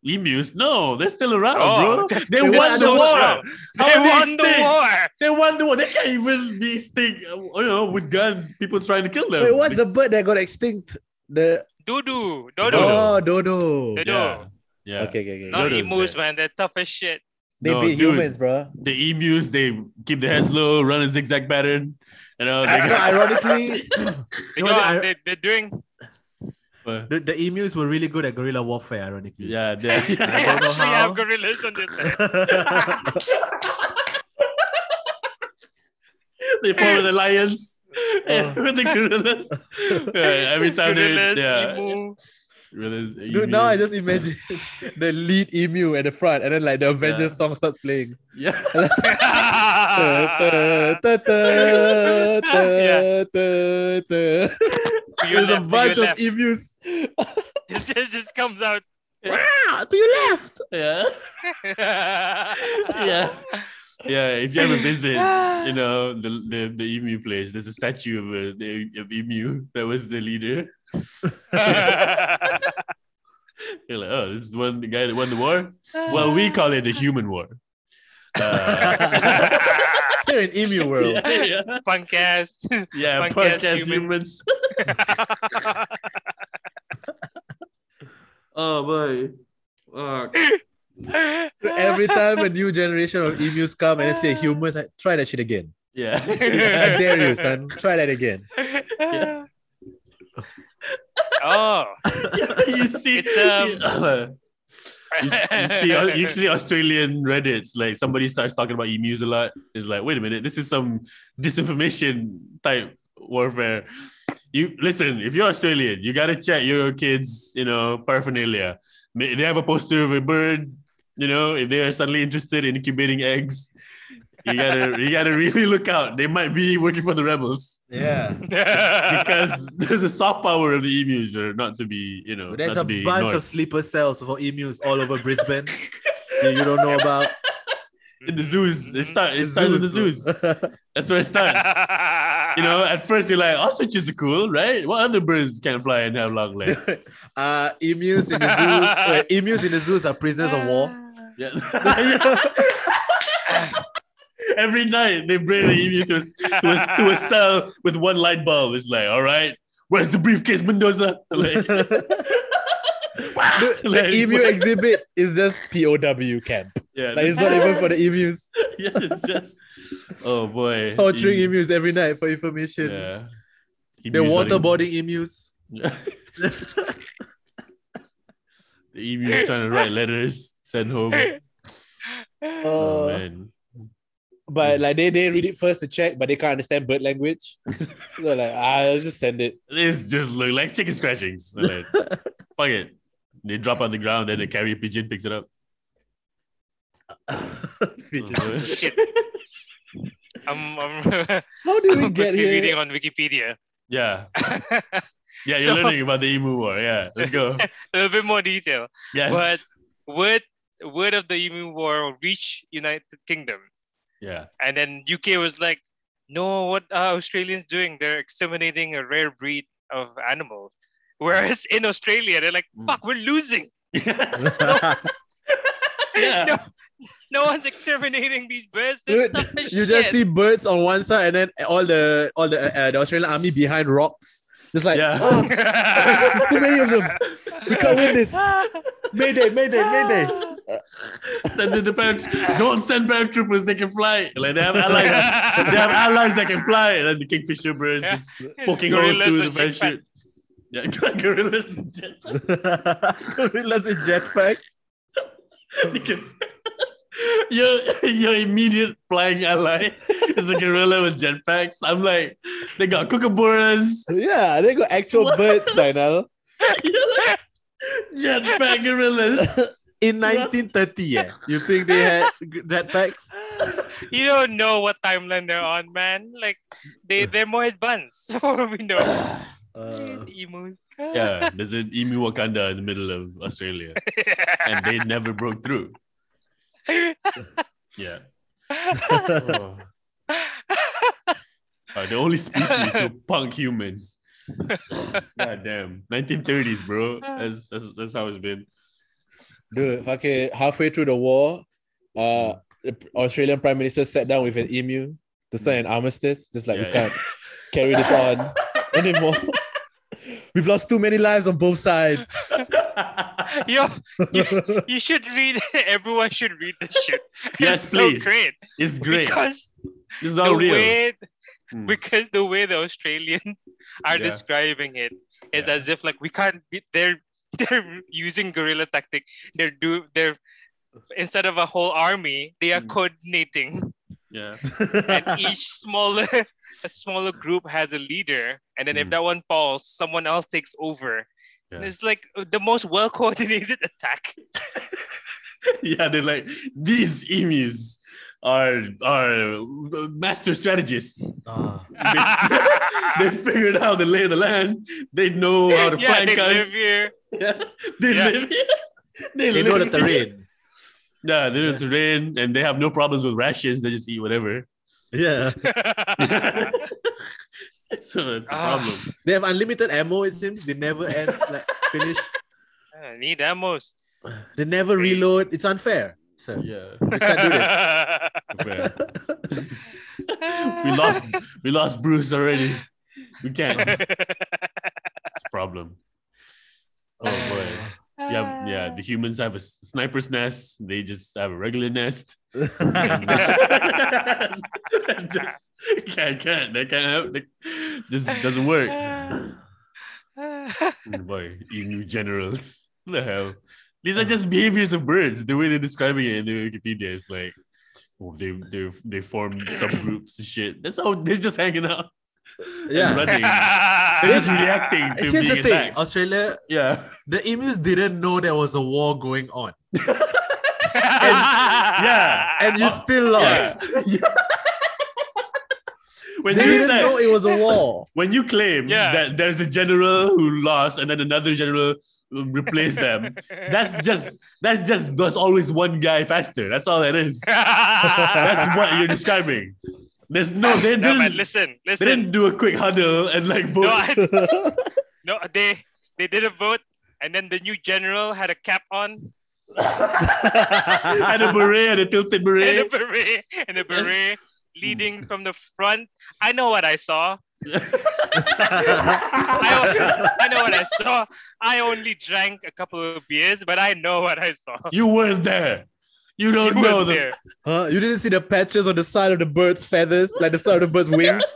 Speaker 2: Emus? No, they're still around,
Speaker 3: Oh,
Speaker 2: *laughs* bro. They,
Speaker 1: they
Speaker 2: won
Speaker 1: were
Speaker 2: the
Speaker 1: so
Speaker 2: war.
Speaker 3: strong.
Speaker 2: How
Speaker 3: they
Speaker 2: are
Speaker 3: won the
Speaker 2: extinct?
Speaker 3: war.
Speaker 2: They won the war. They can't even be extinct, uh, you know, with guns, people trying to kill them.
Speaker 1: Wait, what's the bird that got extinct? The
Speaker 3: Dudu,
Speaker 2: Dodo.
Speaker 3: Dodo.
Speaker 1: oh dodo.
Speaker 3: Dodo.
Speaker 2: yeah. yeah.
Speaker 1: Okay, okay, okay.
Speaker 3: Not
Speaker 2: Dodo's
Speaker 3: emus,
Speaker 2: there.
Speaker 3: man. They're tough as shit.
Speaker 1: They
Speaker 2: No,
Speaker 1: beat
Speaker 2: dude.
Speaker 1: humans, bro.
Speaker 2: The emus, they keep their heads low, run a zigzag pattern. You know, *laughs* they
Speaker 1: I- no,
Speaker 2: *laughs* got,
Speaker 1: ironically,
Speaker 3: They
Speaker 1: No,
Speaker 3: got-
Speaker 1: *laughs* I-
Speaker 3: they, they're doing.
Speaker 1: the, the emus were really good at guerrilla warfare. Ironically, *laughs*
Speaker 2: yeah,
Speaker 3: They
Speaker 2: they
Speaker 1: I don't know
Speaker 3: *laughs* actually have
Speaker 1: how.
Speaker 3: gorillas on
Speaker 1: *laughs*
Speaker 3: this. side.
Speaker 2: they form an
Speaker 1: *laughs*
Speaker 2: alliance
Speaker 1: Oh.
Speaker 2: *laughs* with
Speaker 1: *laughs*
Speaker 2: the gorillas. Yeah, every time they,
Speaker 3: gorillas,
Speaker 2: yeah,
Speaker 3: emu.
Speaker 2: gorillas,
Speaker 1: Dude, now I
Speaker 2: emus.
Speaker 1: just imagine *laughs* the lead emu at the front, and then like the Avengers song starts
Speaker 3: *laughs*
Speaker 1: playing.
Speaker 2: *laughs* yeah.
Speaker 1: Ta, ta, ta, ta,
Speaker 3: Yeah.
Speaker 1: ta, ta.
Speaker 3: To your
Speaker 1: There's a
Speaker 3: left, to
Speaker 1: bunch
Speaker 3: your
Speaker 1: of
Speaker 3: left. *laughs*
Speaker 1: emus.
Speaker 3: Just, just, just
Speaker 1: *laughs*
Speaker 3: comes out.
Speaker 1: Wow, Ah, to your left.
Speaker 2: yeah. yeah. Yeah, if you ever visit, *sighs* you know, the, the, the emu place, there's a statue of a the, of emu that was the leader. You're like, oh, this is one the guy that
Speaker 3: *laughs*
Speaker 2: won the war? Well, we call it the human war. Uh,
Speaker 1: We're in
Speaker 3: *laughs*
Speaker 1: emu world.
Speaker 2: *laughs* yeah, yeah.
Speaker 3: *laughs* Punk ass.
Speaker 2: yeah
Speaker 3: Punk
Speaker 2: punk
Speaker 3: ass
Speaker 2: ass
Speaker 3: humans.
Speaker 2: humans. *laughs* Oh boy. Fuck.
Speaker 1: *laughs* Every time a new generation of emus come and they
Speaker 3: *laughs*
Speaker 1: say humans, like, try that shit again.
Speaker 2: *laughs* Yeah. *laughs*
Speaker 1: I dare you, son. Try that again.
Speaker 3: *laughs* oh.
Speaker 2: you see,
Speaker 3: It's,
Speaker 2: *laughs*
Speaker 3: um,
Speaker 2: you, you see, uh, you
Speaker 1: *laughs*
Speaker 3: *laughs*
Speaker 2: see Australian Reddits like somebody starts talking about emus a lot. It's like, wait a minute, this is some disinformation type warfare. You listen, if you're Australian, you gotta check your kids, you know, paraphernalia. May- They have a poster of a bird, you know, if they are suddenly interested in incubating eggs, you gotta you gotta really look out. They might be working for the rebels
Speaker 1: Yeah. *laughs*
Speaker 2: because *laughs* the soft power of the emus are not to be, you know,
Speaker 1: There's a
Speaker 2: not to be
Speaker 1: bunch
Speaker 2: ignored.
Speaker 1: of sleeper cells for emus all over Brisbane that you don't know about.
Speaker 2: in the zoos. It start it starts in the
Speaker 1: *laughs*
Speaker 2: zoos. That's where it
Speaker 3: Mm-hmm.
Speaker 2: starts. you
Speaker 3: you
Speaker 2: know, at first you're like, ostriches are cool, right? What other birds can fly and have long legs?
Speaker 1: uh, emus in the zoos.
Speaker 2: *laughs*
Speaker 1: wait, emus in the zoos are prisoners of war. *laughs*
Speaker 2: Yeah. *laughs* Every night they bring the emu to a, to, a, to a cell with one light bulb. It's like, all right, where's the briefcase, Mendoza? *laughs* Like,
Speaker 1: The, the
Speaker 2: Like,
Speaker 1: emu
Speaker 2: what?
Speaker 1: exhibit is just POW
Speaker 2: *laughs*
Speaker 1: camp.
Speaker 2: yeah,
Speaker 1: Like it's not even for
Speaker 2: *laughs*
Speaker 1: the emus.
Speaker 2: yeah, it's just, oh boy,
Speaker 1: Torturing
Speaker 2: Emu-
Speaker 1: emus every night for information.
Speaker 2: Yeah.
Speaker 1: They're
Speaker 2: Emus are-
Speaker 1: waterboarding emus.
Speaker 2: Yeah. the emu is trying to write letters, send home. Oh,
Speaker 1: Uh,
Speaker 2: man.
Speaker 1: but like they, they read it first to check, but they can't understand bird
Speaker 2: *laughs*
Speaker 1: language. They're like, ah, I'll just send it.
Speaker 2: This just look like chicken scratchings. They're like, fuck it. They drop on the ground, then the carrier pigeon picks it up. *laughs* Oh, boy.
Speaker 3: *laughs* Shit. I'm, *laughs* I'm,
Speaker 1: *laughs* How did
Speaker 2: *laughs*
Speaker 1: we
Speaker 3: I'm
Speaker 1: get
Speaker 3: quickly
Speaker 1: here?
Speaker 3: reading on Wikipedia. *laughs*
Speaker 2: yeah. Yeah,
Speaker 3: So-
Speaker 2: you're learning about the emu war. Yeah, let's
Speaker 3: *laughs*
Speaker 2: go.
Speaker 3: A little bit more detail.
Speaker 2: Yes.
Speaker 3: But- Word, word of the Emu War reach United Kingdom.
Speaker 2: Yeah. *laughs*
Speaker 3: And then UK was like, no, what are Australians doing? They're exterminating a rare breed of animals. Whereas in Australia, they're like,
Speaker 2: Mm.
Speaker 3: fuck, we're losing. *laughs*
Speaker 2: yeah.
Speaker 3: No one's exterminating these birds.
Speaker 1: *laughs* Dude, you just see birds on one side and then all the all the, uh, the Australian army behind rocks. Just like
Speaker 2: Yeah. *laughs*
Speaker 1: "Oh, there's *laughs* too many of them. We can't win this. Mayday, mayday, *laughs* mayday.
Speaker 2: Send in the paratroopers. Don't send paratroopers, they can fly. Like they have allies. they have allies that can fly. And then the kingfisher birds
Speaker 3: Yeah.
Speaker 2: just poking holes through the parachute. Yeah, *laughs* gorillas and jetpack.
Speaker 1: Gorillas in jetpack.
Speaker 2: because your your immediate flying ally is a gorilla with jetpacks. I'm like, they got kookaburras, *laughs*
Speaker 1: Yeah, they got actual
Speaker 2: What?
Speaker 1: birds, Lionel.
Speaker 2: jetpack gorillas.
Speaker 1: *laughs* In 1930, yeah. You think they had g- jetpacks?
Speaker 3: You don't know what timeline they're on, man. Like they they're more advanced. *laughs* For all we know.
Speaker 1: Uh,
Speaker 3: The emus.
Speaker 2: yeah, there's an emu Wakanda in the middle of Australia, and they never broke through. Yeah. Oh. Uh, the only species to punk humans. God damn. 1930s, bro. That's, that's, that's how it's been.
Speaker 1: dude, okay, halfway through the war, uh, the Australian Prime Minister sat down with an emu to sign an armistice. Just like, we
Speaker 2: Yeah,
Speaker 1: can't carry this on anymore. We've lost too many lives on both *laughs* sides.
Speaker 3: *laughs* Yo, you, you should read. *laughs* Everyone should read this shit.
Speaker 2: Yes,
Speaker 3: it's
Speaker 2: please.
Speaker 3: So great.
Speaker 2: It's great.
Speaker 3: Because
Speaker 2: This is
Speaker 3: the
Speaker 2: all real.
Speaker 3: way
Speaker 2: Hmm.
Speaker 3: because the way the Australian *laughs* are
Speaker 2: Yeah.
Speaker 3: describing it is
Speaker 2: Yeah.
Speaker 3: as if like we can't be they're *laughs* they're using guerrilla tactic. They're do they're instead of a whole army, they are
Speaker 2: Mm. *laughs*
Speaker 3: coordinating
Speaker 2: Yeah.
Speaker 3: and each smaller *laughs* a smaller group has a leader and then if
Speaker 2: Mm.
Speaker 3: that one falls, someone else takes over. And
Speaker 2: Yeah.
Speaker 3: It's like the most well coordinated *laughs* attack.
Speaker 2: *laughs* yeah, they're like, these emus are are master strategists.
Speaker 1: Ah.
Speaker 2: They, *laughs* they figured out the lay of the land. They know
Speaker 3: *laughs*
Speaker 2: how to
Speaker 3: yeah,
Speaker 2: flank
Speaker 3: they
Speaker 2: us.
Speaker 3: live
Speaker 2: *laughs*
Speaker 3: here. *laughs*
Speaker 2: Yeah. They
Speaker 3: Yeah.
Speaker 2: live here. *laughs* They,
Speaker 1: they know the
Speaker 2: live here.
Speaker 1: *laughs* terrain.
Speaker 2: *laughs* Yeah, they know
Speaker 1: Yeah.
Speaker 2: the terrain and they have no problems with rations. They just eat whatever. *laughs*
Speaker 1: Yeah.
Speaker 2: That's a
Speaker 3: Ah.
Speaker 2: problem.
Speaker 1: They have unlimited ammo, it seems. They never end, like, finish.
Speaker 3: I need ammos.
Speaker 1: They never reload. It's unfair, sir.
Speaker 3: *laughs*
Speaker 2: Yeah.
Speaker 1: We can't do this.
Speaker 2: fair. *laughs* we lost we lost Bruce already. We can't. It's a problem.
Speaker 1: Oh boy.
Speaker 2: Yeah,
Speaker 3: Uh.
Speaker 2: yeah. The humans have a s- sniper's nest. They just have a regular
Speaker 1: *laughs*
Speaker 2: nest. *laughs* And- just can't, can't. They can't help. They, just doesn't work.
Speaker 3: Uh. *laughs*
Speaker 2: Oh boy, you new generals. What the hell? These are just behaviors of birds. The way they're describing it in the Wikipedia is like, oh, they they they form subgroups and shit. That's how they're just hanging
Speaker 1: *laughs*
Speaker 2: out. and
Speaker 1: yeah.
Speaker 2: running. They're just reacting to
Speaker 1: Here's
Speaker 2: being
Speaker 1: the thing.
Speaker 2: attacked.
Speaker 1: Australia,
Speaker 2: Yeah.
Speaker 1: the emus didn't know there was a war going on.
Speaker 2: Ah, yeah.
Speaker 3: *laughs*
Speaker 1: And you still lost.
Speaker 2: *laughs* When
Speaker 1: They
Speaker 2: you
Speaker 1: didn't
Speaker 2: said,
Speaker 1: know it was a war.
Speaker 2: when you claim
Speaker 3: Yeah.
Speaker 2: that there's a general who lost and then another general um, replaced
Speaker 3: *laughs*
Speaker 2: them, that's just that's just there's always one guy faster. That's all that is. That's what you're describing. There's no they
Speaker 3: *laughs* No,
Speaker 2: didn't
Speaker 3: man, listen,
Speaker 2: they
Speaker 3: listen.
Speaker 2: didn't do a quick huddle and like vote.
Speaker 3: No, I, no, they they did a vote, and then the new general had a cap on
Speaker 2: and a beret and a
Speaker 3: *laughs*
Speaker 2: tilted
Speaker 3: and a
Speaker 2: beret.
Speaker 3: beret, and a beret leading from the front. I know what I saw. I, I know what I saw. I only drank a couple of beers, but I know what I saw.
Speaker 2: you weren't there. You
Speaker 3: *laughs* You
Speaker 2: don't
Speaker 3: were
Speaker 2: know the
Speaker 3: there.
Speaker 1: *laughs* Huh? You didn't see the patches on the side of the bird's feathers, like the side of the bird's wings?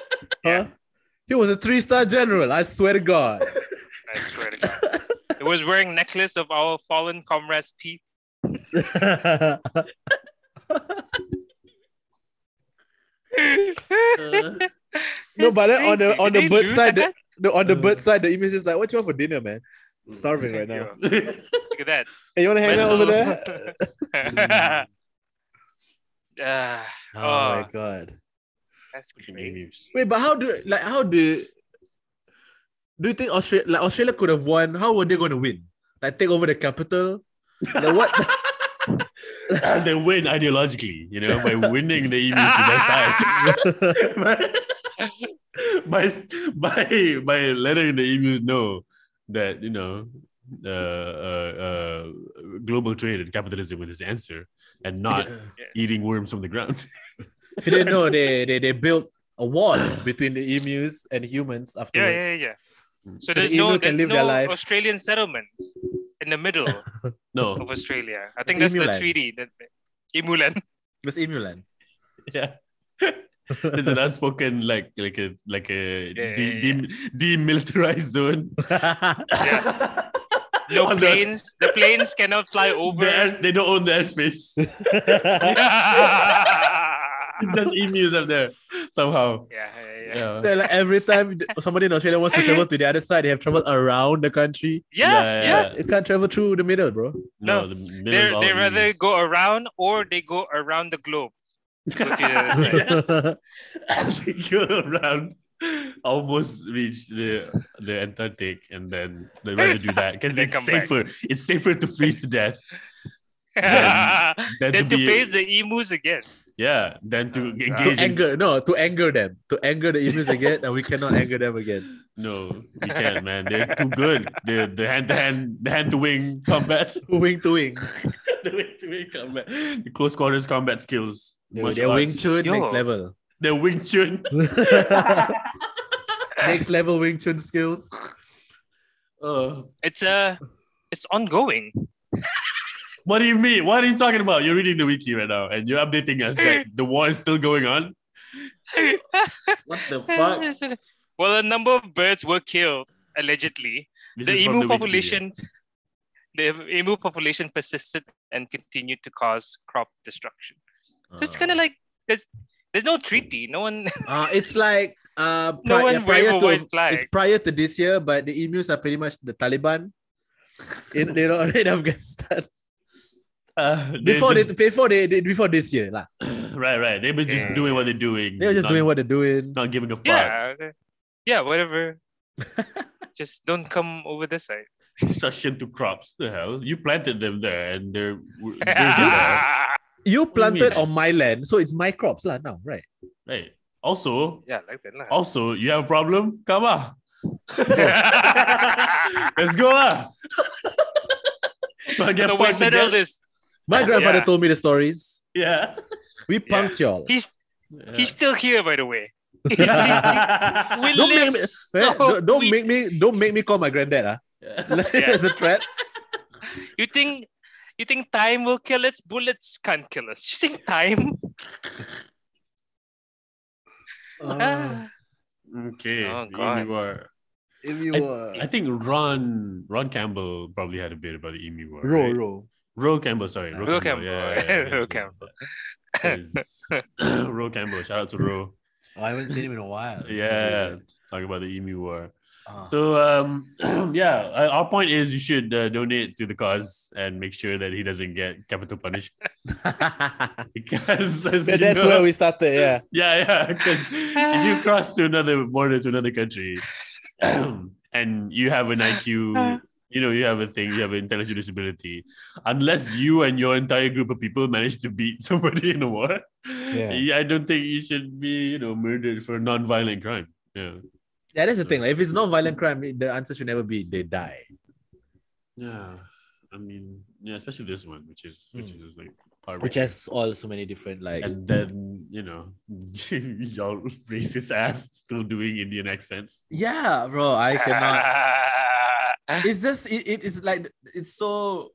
Speaker 2: *laughs*
Speaker 1: Huh? He was a three-star general, I swear to God.
Speaker 2: *laughs*
Speaker 3: I swear to God. It was wearing necklace of our fallen comrades'
Speaker 1: *laughs*
Speaker 3: teeth.
Speaker 1: no, but then on the
Speaker 3: Seriously,
Speaker 1: on the
Speaker 3: did they
Speaker 1: bird
Speaker 3: do
Speaker 1: side, the,
Speaker 3: Sakat?
Speaker 1: the- on the
Speaker 2: Uh.
Speaker 1: bird side, the image is like, "What you want for dinner, man? Starving right now.
Speaker 3: Look at that.
Speaker 1: Hey, you want to hang out
Speaker 2: Hello.
Speaker 1: over
Speaker 3: *laughs*
Speaker 1: there?"
Speaker 3: Ah,
Speaker 1: *laughs* oh,
Speaker 3: Oh.
Speaker 1: my god!
Speaker 3: that's great.
Speaker 1: Wait, but how do like how do do you think Australia like Australia could have won? How were they going to win? Like take over the capital? Like
Speaker 3: *laughs*
Speaker 1: what?
Speaker 2: *laughs*
Speaker 1: *laughs*
Speaker 2: and they win ideologically, you know, by winning the E EVs to their
Speaker 3: *laughs*
Speaker 2: side. *laughs* by by by letting the EUs know that you know uh, uh, uh, global trade and capitalism is the answer, and not eating worms from the ground. *laughs*
Speaker 1: if you didn't know, they they, they built a wall between the emus and humans
Speaker 3: Yeah,
Speaker 1: afterwards.
Speaker 3: yeah,
Speaker 1: *laughs*
Speaker 3: yeah. So,
Speaker 1: So
Speaker 3: there's
Speaker 1: the
Speaker 3: no,
Speaker 1: emu
Speaker 3: there's
Speaker 1: can live
Speaker 3: no
Speaker 1: their life.
Speaker 3: Australian settlements in the middle of
Speaker 1: *laughs*
Speaker 2: No,
Speaker 3: Australia. I think
Speaker 1: It's
Speaker 3: that's the
Speaker 1: Emuland.
Speaker 3: treaty. That,
Speaker 1: *laughs*
Speaker 3: Emuland.
Speaker 1: It's emu *laughs* land.
Speaker 2: *laughs* yeah. There's an unspoken like like a like a
Speaker 3: Yeah,
Speaker 2: de-
Speaker 3: yeah, yeah.
Speaker 2: de- demilitarized zone.
Speaker 3: Yeah. No
Speaker 2: On the-
Speaker 3: planes. The planes cannot fly over. *laughs*
Speaker 2: The
Speaker 1: *laughs*
Speaker 2: air- they don't own the airspace. *laughs*
Speaker 1: They're
Speaker 3: yeah,
Speaker 2: it's just emus up there somehow.
Speaker 3: yeah, yeah.
Speaker 2: Yeah.
Speaker 1: like every time th- somebody in Australia wants to travel to the other side, they have traveled around the country.
Speaker 3: Yeah,
Speaker 2: Yeah,
Speaker 3: yeah.
Speaker 1: It can't travel through the middle,
Speaker 2: *laughs*
Speaker 1: bro.
Speaker 2: No, the middle
Speaker 3: They
Speaker 2: is all
Speaker 3: they rather
Speaker 2: emus.
Speaker 3: go around or they go around the globe. Go
Speaker 2: *laughs*
Speaker 3: to the other side.
Speaker 2: They go around almost reach the the Antarctic and then they rather do that because
Speaker 3: Then
Speaker 2: it's
Speaker 3: come back.
Speaker 2: safer. It's safer to freeze to death
Speaker 3: *laughs*
Speaker 2: than to
Speaker 3: then to
Speaker 2: be
Speaker 3: face the emus again.
Speaker 2: yeah than to
Speaker 3: Uh,
Speaker 1: to
Speaker 2: engage. in,
Speaker 1: *laughs* anger, no, to anger them, to anger the emus again, and we cannot anger them again.
Speaker 2: no, you can't, man. They're too good. The the hand to hand, the hand to wing combat, *laughs*
Speaker 1: Wing to wing,
Speaker 2: the wing to wing combat, the close quarters combat skills.
Speaker 1: Yo,
Speaker 2: martial
Speaker 1: their wing
Speaker 2: arts.
Speaker 1: chun next
Speaker 3: Yo.
Speaker 2: *laughs*
Speaker 1: level,
Speaker 2: Their wing chun. *laughs*
Speaker 1: next level wing chun skills.
Speaker 2: Uh,
Speaker 3: It's uh it's ongoing.
Speaker 2: What do you mean? What are you talking about? You're reading the wiki right now and you're updating us
Speaker 3: *laughs*
Speaker 2: that the war is still going on. What the
Speaker 3: *laughs* well, a number of birds were killed allegedly.
Speaker 2: This
Speaker 3: the
Speaker 2: is from
Speaker 3: emu
Speaker 2: Wikipedia.
Speaker 3: population, the emu population persisted and continued to cause crop destruction. So it's
Speaker 2: Ah.
Speaker 3: kind of like there's there's no treaty. No one. *laughs*
Speaker 1: Uh, it's like uh, pri-
Speaker 3: No one
Speaker 1: yeah, prior
Speaker 3: wave a
Speaker 1: to
Speaker 3: white flag.
Speaker 1: it's prior to this year, but the emus are pretty much the Taliban in you know *laughs* in Afghanistan
Speaker 2: Uh, they
Speaker 1: before
Speaker 2: just,
Speaker 1: they before they, they before this year lah.
Speaker 2: right, right. They were just
Speaker 3: Yeah.
Speaker 2: doing what they're doing.
Speaker 1: They were just
Speaker 2: not,
Speaker 1: doing what they're doing.
Speaker 2: not giving a fuck.
Speaker 3: yeah, uh, yeah,
Speaker 2: *laughs*
Speaker 3: whatever. Just don't come over this side.
Speaker 2: Destruction to crops. The hell? You planted them there and they're, they're there.
Speaker 3: *laughs* yeah,
Speaker 1: You
Speaker 2: do you mean?
Speaker 1: planted on my land, so it's my crops lah now, right?
Speaker 2: Right. Also,
Speaker 3: like that. lah.
Speaker 2: also, you have a problem? Come on.
Speaker 1: *laughs*
Speaker 2: Let's go.
Speaker 3: *laughs*
Speaker 2: ah. Not get
Speaker 3: so we
Speaker 2: punked
Speaker 3: settle
Speaker 2: again.
Speaker 3: this.
Speaker 1: My grandfather
Speaker 3: Yeah.
Speaker 1: told me the stories.
Speaker 2: Yeah.
Speaker 1: We
Speaker 3: Yeah.
Speaker 1: punked y'all.
Speaker 3: He's He's still here, by the
Speaker 1: *laughs*
Speaker 3: way.
Speaker 2: *laughs* Yeah.
Speaker 3: We
Speaker 1: Don't make
Speaker 3: live
Speaker 1: me. eh,
Speaker 3: so
Speaker 1: don't don't
Speaker 3: we-
Speaker 1: make me. Don't make me call my granddad. Ah, *laughs*
Speaker 3: Yeah.
Speaker 1: as a *laughs* threat.
Speaker 3: You think you think time will kill us? Bullets can't kill us. You think
Speaker 1: *laughs*
Speaker 3: time?
Speaker 1: Uh,
Speaker 2: okay.
Speaker 3: Oh,
Speaker 2: you
Speaker 3: God.
Speaker 2: War.
Speaker 1: if you were
Speaker 2: I think Ron Ron Campbell probably had a bit about the Emu War.
Speaker 1: row
Speaker 2: right?
Speaker 1: row.
Speaker 2: Ro Campbell, sorry.
Speaker 3: Ro Campbell. *laughs*
Speaker 2: *laughs*
Speaker 3: Ro Campbell.
Speaker 2: Campbell. *laughs* Ro Campbell. Shout out to
Speaker 3: *laughs*
Speaker 2: Ro.
Speaker 1: Oh, I haven't seen him in a while.
Speaker 2: Yeah. Talk about the Emu War.
Speaker 1: Ah.
Speaker 2: So um *clears throat* yeah, uh, our point is you should uh, donate to the cause and make sure that he doesn't get capital punished *laughs* because as
Speaker 1: That-
Speaker 2: you
Speaker 1: that's
Speaker 2: know-
Speaker 1: where we started. Yeah.
Speaker 2: yeah yeah because if
Speaker 1: *laughs*
Speaker 2: you cross to another border to another country *clears throat* and you have an IQ
Speaker 1: *laughs*
Speaker 2: you know you have a thing you have an intellectual disability unless you and your entire group of people manage to beat *laughs* somebody in a war yeah. *laughs* I don't think you should be you know murdered for non-violent crime yeah
Speaker 1: Yeah, that's the thing. Like, if it's not violent crime, it- the answer should never be they die.
Speaker 2: Yeah, I mean, yeah, especially this one, which is which
Speaker 1: Hmm.
Speaker 2: is like part
Speaker 1: Which has all so many different like
Speaker 2: and then you know *laughs* y'all racist ass still doing Indian accents.
Speaker 1: Yeah, bro, I cannot. it's just it, it is like it's so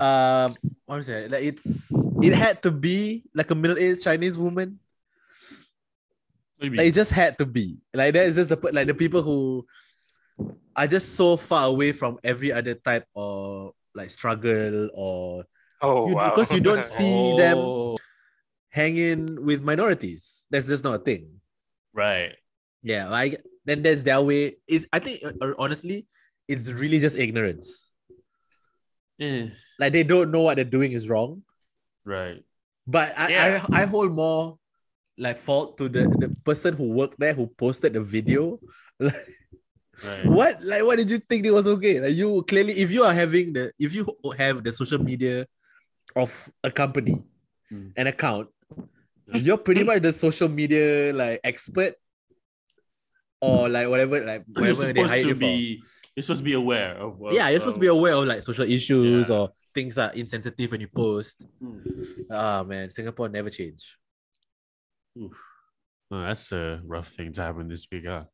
Speaker 1: um what is it? Like it's it had to be like a middle-aged Chinese woman.
Speaker 2: What do you
Speaker 1: Like it
Speaker 2: mean?
Speaker 1: just had to be. Like that is just the pe- like the people who are just so far away from every other type of like struggle or
Speaker 3: *laughs* oh
Speaker 1: you-
Speaker 3: wow!
Speaker 1: because you
Speaker 3: *laughs*
Speaker 1: don't see them.
Speaker 2: Oh,
Speaker 1: hanging with minorities. That's just not a thing.
Speaker 2: right.
Speaker 1: Yeah, like then that's their way. Is I think uh, uh, honestly, it's really just ignorance.
Speaker 2: Yeah,
Speaker 1: Like they don't know what they're doing is wrong.
Speaker 2: right.
Speaker 1: But I
Speaker 3: Yeah.
Speaker 1: I, I hold more like fault to the, the person who worked there who posted the video. Like,
Speaker 2: Right.
Speaker 1: what like what did you think it was okay? Like you clearly if you are having the if you have the social media of a company,
Speaker 2: Mm.
Speaker 1: an account,
Speaker 2: Yeah.
Speaker 1: you're pretty much the social media like expert or like whatever like
Speaker 2: You're
Speaker 1: whatever they
Speaker 2: supposed
Speaker 1: hire
Speaker 2: to
Speaker 1: you for.
Speaker 2: be. You're supposed to be aware of. of um,
Speaker 1: yeah, you're supposed to be aware of like social issues
Speaker 2: Yeah.
Speaker 1: or things are insensitive when you post.
Speaker 2: Hmm.
Speaker 1: Ah man, Singapore never change.
Speaker 2: Oh, that's a rough thing to happen this week, huh?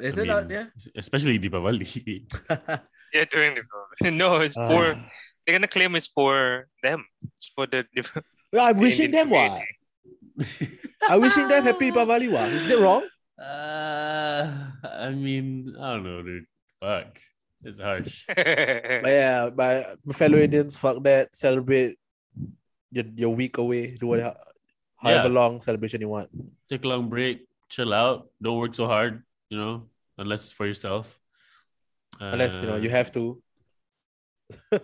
Speaker 1: Is
Speaker 2: I
Speaker 1: it out
Speaker 2: mean,
Speaker 1: there?
Speaker 2: Especially *laughs* Deepavali.
Speaker 1: *laughs*
Speaker 3: Yeah, during the *laughs* no, it's
Speaker 1: Ah.
Speaker 3: for they're gonna claim it's for them. It's for the *laughs* different.
Speaker 1: well, I'm wishing
Speaker 3: Indian
Speaker 1: them what?
Speaker 3: community.
Speaker 1: I'm wishing them *laughs* happy Deepavali what? Is it wrong?
Speaker 2: Uh, I mean, I don't know, dude. Fuck, it's
Speaker 1: *laughs*
Speaker 2: harsh.
Speaker 1: But yeah, my uh, my fellow Indians, fuck that. Celebrate your, your week away. Do what however
Speaker 2: Yeah.
Speaker 1: long celebration you want.
Speaker 2: Take a long break, chill out. Don't work so hard, you know, unless it's for yourself.
Speaker 1: Unless you know you
Speaker 2: Uh,
Speaker 1: have to. You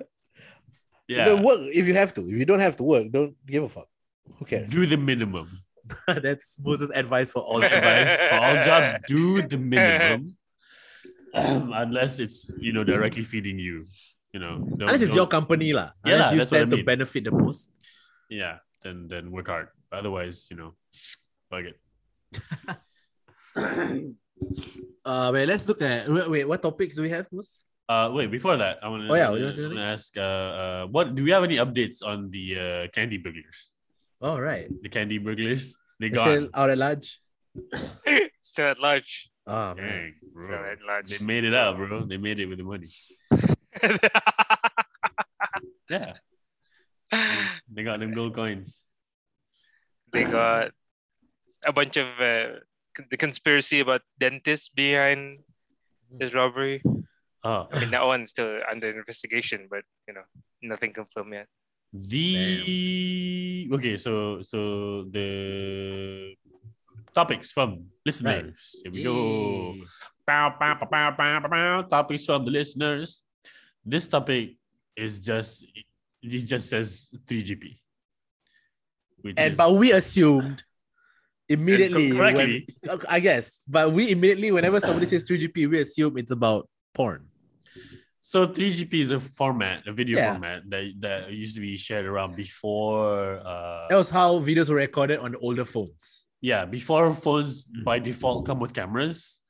Speaker 2: yeah.
Speaker 1: know, work if you have to. If you don't have to work, don't give a fuck. Who cares?
Speaker 2: do the minimum.
Speaker 1: *laughs* That's Moses' advice for *laughs* all
Speaker 2: *laughs* Guys, for all jobs, do the minimum. Um, unless it's you know directly feeding you, you know. Don't,
Speaker 1: Unless it's your
Speaker 2: don't-
Speaker 1: company, lah.
Speaker 2: Yeah,
Speaker 1: Unless you
Speaker 2: that's what I
Speaker 1: stand to
Speaker 2: mean.
Speaker 1: benefit the most.
Speaker 2: yeah. Then then work hard. Otherwise, you know, bug it.
Speaker 1: Uh, wait, let's look at wait, wait, what topics do we have, Mus?
Speaker 2: Uh, wait. Before that, I want to.
Speaker 1: Oh, yeah,
Speaker 2: I
Speaker 1: what do you
Speaker 2: want
Speaker 1: want to say
Speaker 2: to ask. Uh, uh, what do we have any updates on the uh, candy burglars?
Speaker 1: All right.
Speaker 2: The candy burglars, they
Speaker 1: Is
Speaker 2: got
Speaker 1: it out at large.
Speaker 3: Still at large. *laughs*
Speaker 1: Oh man.
Speaker 2: Dang,
Speaker 3: Still
Speaker 2: bro.
Speaker 3: at large.
Speaker 2: They made it out, bro. They made it with the money.
Speaker 1: Mm.
Speaker 2: Yeah, they got them gold coins.
Speaker 3: they got a bunch of uh, the conspiracy about dentists behind this robbery.
Speaker 2: Oh,
Speaker 3: I mean, that one's still under investigation, but you know, nothing confirmed yet.
Speaker 2: The okay, so so the topics from listeners. Here we go.
Speaker 1: Yay.
Speaker 2: Bow, bow, bow, bow, bow, bow, bow. Topics from the listeners. This topic is just it just says 3GP. Which
Speaker 1: And but we assumed
Speaker 2: and
Speaker 1: immediately when- uh,
Speaker 2: correctly,
Speaker 1: I guess, but we immediately whenever somebody says 3GP, we assume it's about porn.
Speaker 2: So 3GP is a format, a video
Speaker 1: Yeah.
Speaker 2: format that, that used to be shared around before uh
Speaker 1: That was how videos were recorded on older phones.
Speaker 2: yeah, before phones by default come with cameras,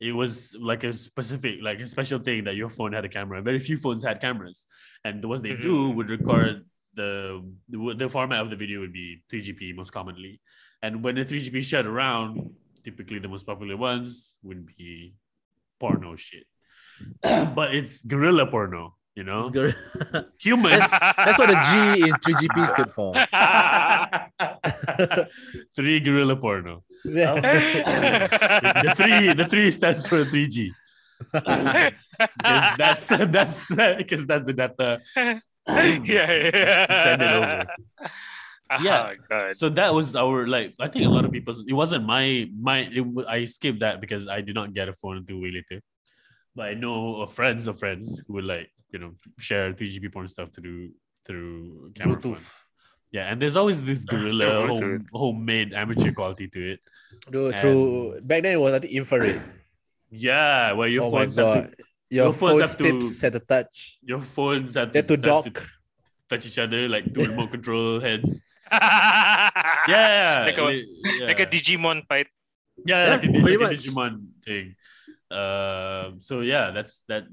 Speaker 2: it was like a specific, like a special thing that your phone had a camera. Very few phones had cameras, and what they do would record the the format of the video would be 3GP most commonly, and when the 3GP shut around, typically the most popular ones would be porno shit, *clears throat* but it's gorilla porno. You
Speaker 1: It's
Speaker 2: know,
Speaker 1: good.
Speaker 3: *laughs*
Speaker 2: humans.
Speaker 1: *laughs*
Speaker 2: *laughs*
Speaker 1: That's what the G in 3GP stood for.
Speaker 2: three gorilla porno. The
Speaker 3: the
Speaker 2: three, the three stands for three G.
Speaker 3: *laughs*
Speaker 2: Because that's that's because that's the data.
Speaker 3: yeah, yeah.
Speaker 2: Send it over. Yeah.
Speaker 3: Oh, God.
Speaker 2: So that was our like. I think a lot of people. It wasn't my my. It, wa- I skipped that because I did not get a phone until way later. But I know of friends of friends who would like you know share 3GP porn stuff through through camera
Speaker 1: Bluetooth.
Speaker 2: phones. Yeah, and there's always
Speaker 3: *laughs*
Speaker 2: this gorilla
Speaker 3: Bluetooth.
Speaker 2: home, homemade amateur quality to it.
Speaker 1: No,
Speaker 2: And-
Speaker 1: true. Back then it was I think infrared.
Speaker 2: Yeah, where your
Speaker 1: oh my
Speaker 2: phones have
Speaker 1: god.
Speaker 2: to,
Speaker 1: Your
Speaker 2: your
Speaker 1: phone
Speaker 2: phones have to-
Speaker 1: tips at the touch.
Speaker 2: your phones have
Speaker 1: They had
Speaker 2: to,
Speaker 1: to
Speaker 2: have
Speaker 1: dock.
Speaker 2: touch each other like two remote control heads. *laughs* *laughs* Yeah,
Speaker 3: yeah. Like a-
Speaker 2: li- yeah.
Speaker 3: Like a Digimon
Speaker 2: *laughs*
Speaker 3: fight.
Speaker 2: yeah, like a,
Speaker 1: Yeah,
Speaker 2: di-
Speaker 1: pretty
Speaker 2: like a
Speaker 1: much.
Speaker 2: Digimon thing. Um, so yeah, that's that.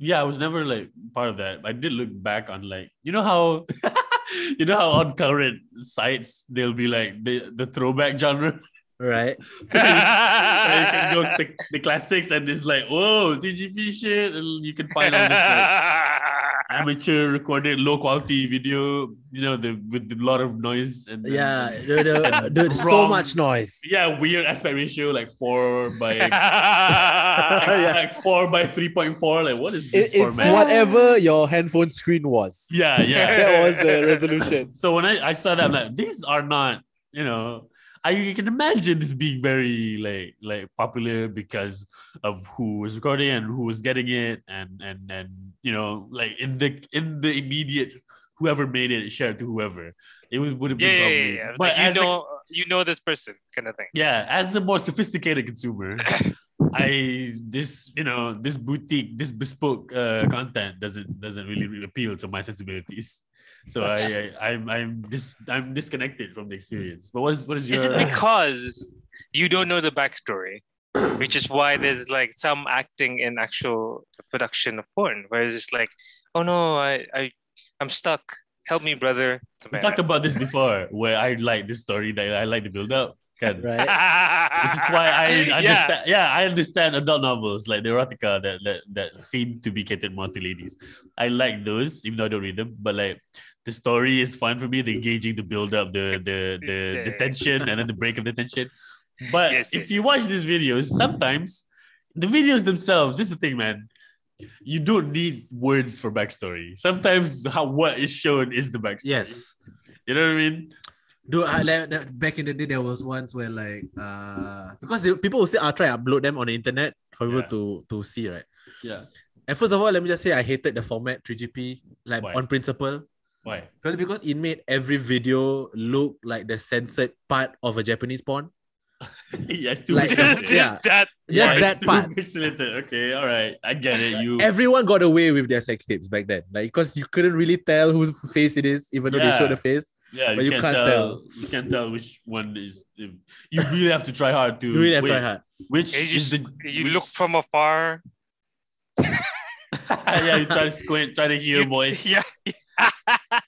Speaker 2: Yeah, I was never like part of that. I did look back on like you know how *laughs* you know how on current sites they'll be like the the throwback genre. *laughs*
Speaker 1: Right.
Speaker 2: Where you can go the, the classics and it's like whoa TGP shit. And you can
Speaker 3: *laughs*
Speaker 2: find all this like, amateur recorded low quality video. You know the with a lot of noise and and-
Speaker 1: Yeah.
Speaker 2: and-
Speaker 1: Dude, dude, dude, so
Speaker 2: Wrong.
Speaker 1: much noise.
Speaker 2: yeah, weird aspect ratio like four by *laughs*
Speaker 3: *laughs*
Speaker 2: like four by three point four. Like what is this
Speaker 1: It, it's
Speaker 2: format?
Speaker 1: whatever your handphone screen was.
Speaker 2: Yeah, yeah.
Speaker 1: That was the
Speaker 2: *laughs*
Speaker 1: resolution.
Speaker 2: So when I, I saw that, I'm like, these are not, you know, I you can imagine this being very like like popular because of who was recording and who was getting it and and and you know like in the in the immediate whoever made it shared to whoever it would would have
Speaker 3: Yeah,
Speaker 2: been
Speaker 3: yeah,
Speaker 2: probably-
Speaker 3: yeah, yeah.
Speaker 2: But
Speaker 3: Like, you
Speaker 2: as a-
Speaker 3: know, you know this person, kind of thing.
Speaker 2: yeah as a more sophisticated
Speaker 3: *coughs*
Speaker 2: consumer i this you know this boutique this bespoke uh, content doesn't doesn't really appeal to my sensibilities so i, I i'm i'm dis- i'm disconnected from the experience but what is what is your
Speaker 3: Is it because you don't know the backstory, which is why there's like some acting in actual production of porn, where it's just like, oh no, I, I I'm stuck. Help me, brother.
Speaker 2: we talked about this before where i like this story that i like the build up kan?
Speaker 3: *laughs*
Speaker 1: Right.
Speaker 2: Which is why I
Speaker 3: yeah.
Speaker 2: understand. Yeah. I understand adult novels like the erotica that, that that seem to be catered more to ladies. I like those, even though I don't read them. But like the story is fun for me. The engaging, the build up, the the the, the
Speaker 3: Yeah.
Speaker 2: tension, and then the break of the tension. But
Speaker 3: Yes,
Speaker 2: if
Speaker 3: yes.
Speaker 2: you watch these videos, sometimes the videos themselves. This is the thing, man. You don't need words for backstory. Sometimes how what is shown is the backstory.
Speaker 1: Yes.
Speaker 2: You know what I mean?
Speaker 1: Dude, I, like, that- back in the day, there was once where like uh because they- people will say I'll try to upload them on the internet for people
Speaker 2: Yeah.
Speaker 1: to to see, right?
Speaker 2: Yeah.
Speaker 1: And first of all, let me just say I hated the format 3GP, like
Speaker 2: Why?
Speaker 1: on principle.
Speaker 2: Why? *laughs*
Speaker 1: Well, because it made every video look like the censored part of a Japanese porn.
Speaker 2: yes, too
Speaker 1: Like,
Speaker 2: much.
Speaker 3: *laughs*
Speaker 2: *laughs*
Speaker 3: just, just
Speaker 1: Yeah.
Speaker 3: that.
Speaker 1: Just
Speaker 2: Yeah, *laughs*
Speaker 1: that
Speaker 2: it's too
Speaker 1: part.
Speaker 2: Pixelated. Okay, all right, I get it. You
Speaker 1: Everyone got away with their sex tapes back then. Like because you couldn't really tell whose face it is, even though they show
Speaker 2: Yeah.
Speaker 1: the face.
Speaker 2: yeah,
Speaker 1: but you
Speaker 2: can't,
Speaker 1: can't
Speaker 2: tell,
Speaker 1: tell.
Speaker 2: You can't tell which one is. You really have to try hard to.
Speaker 1: You really have to
Speaker 2: wait,
Speaker 1: try hard.
Speaker 2: Which
Speaker 3: You,
Speaker 2: is
Speaker 3: just,
Speaker 2: the
Speaker 3: you
Speaker 2: which-
Speaker 3: look from afar.
Speaker 2: *laughs* yeah, you try to squint, try to hear
Speaker 3: You- *laughs*
Speaker 2: voice,
Speaker 3: Yeah.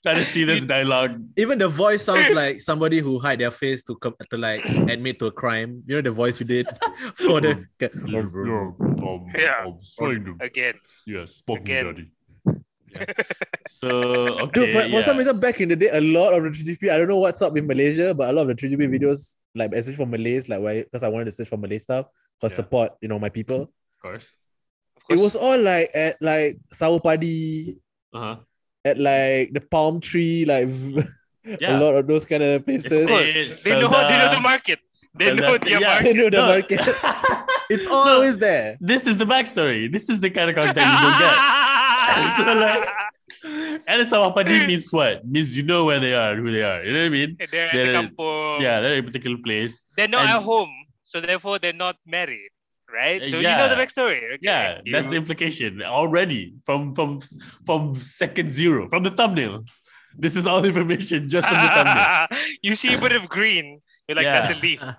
Speaker 2: try to see this
Speaker 3: you-
Speaker 2: dialogue.
Speaker 1: Even the voice sounds like somebody who hide their face to come to like *coughs* admit to a crime. You know the voice we did *laughs* for
Speaker 3: Oh.
Speaker 1: the
Speaker 3: Yeah.
Speaker 2: trying to
Speaker 3: Again.
Speaker 2: yes, fuck me,
Speaker 3: Again. *laughs*
Speaker 2: daddy. Yeah. So okay,
Speaker 1: Dude, but
Speaker 2: yeah.
Speaker 1: for some reason back in the day, a lot of the 3GP, I don't know what's up in Malaysia, but a lot of the
Speaker 3: Hmm.
Speaker 1: 3GP videos, like especially for Malays, like why because I wanted to search for Malay stuff for
Speaker 2: Yeah.
Speaker 1: support, you know, my people.
Speaker 2: of course,
Speaker 3: Of
Speaker 1: It was
Speaker 3: course.
Speaker 1: all like at like Sawo Padi,
Speaker 2: uh huh.
Speaker 1: at like the palm tree, like *laughs* a
Speaker 2: Yeah.
Speaker 1: lot of those kind of places.
Speaker 3: Of course.
Speaker 2: It's
Speaker 3: They know, they
Speaker 2: Zelda.
Speaker 3: know the market. They
Speaker 2: Zelda.
Speaker 3: know their
Speaker 1: *laughs*
Speaker 2: Yeah.
Speaker 1: They
Speaker 2: *laughs*
Speaker 3: market.
Speaker 1: know the
Speaker 2: uh, No.
Speaker 1: market.
Speaker 3: *laughs*
Speaker 1: It's always there.
Speaker 2: this is the backstory. This is the kind of content you don't
Speaker 3: *laughs*
Speaker 2: get. So, *laughs* like, And it's how Apadi means what? Means you know where they are, who they are. You know what I mean?
Speaker 3: they're at
Speaker 2: They're-
Speaker 3: the kampung.
Speaker 2: Yeah, they're in a particular place.
Speaker 3: They're not at
Speaker 2: And-
Speaker 3: home, so therefore they're not married, right?
Speaker 2: Uh,
Speaker 3: So you know
Speaker 2: yeah.
Speaker 3: the backstory. Okay.
Speaker 2: Yeah,
Speaker 3: you, *laughs*
Speaker 2: that's the implication already from from from second zero from the thumbnail. This is all *laughs* information just from the thumbnail.
Speaker 3: you see a bit of green. You're *laughs* like,
Speaker 2: Yeah.
Speaker 3: that's a leaf.
Speaker 2: *laughs*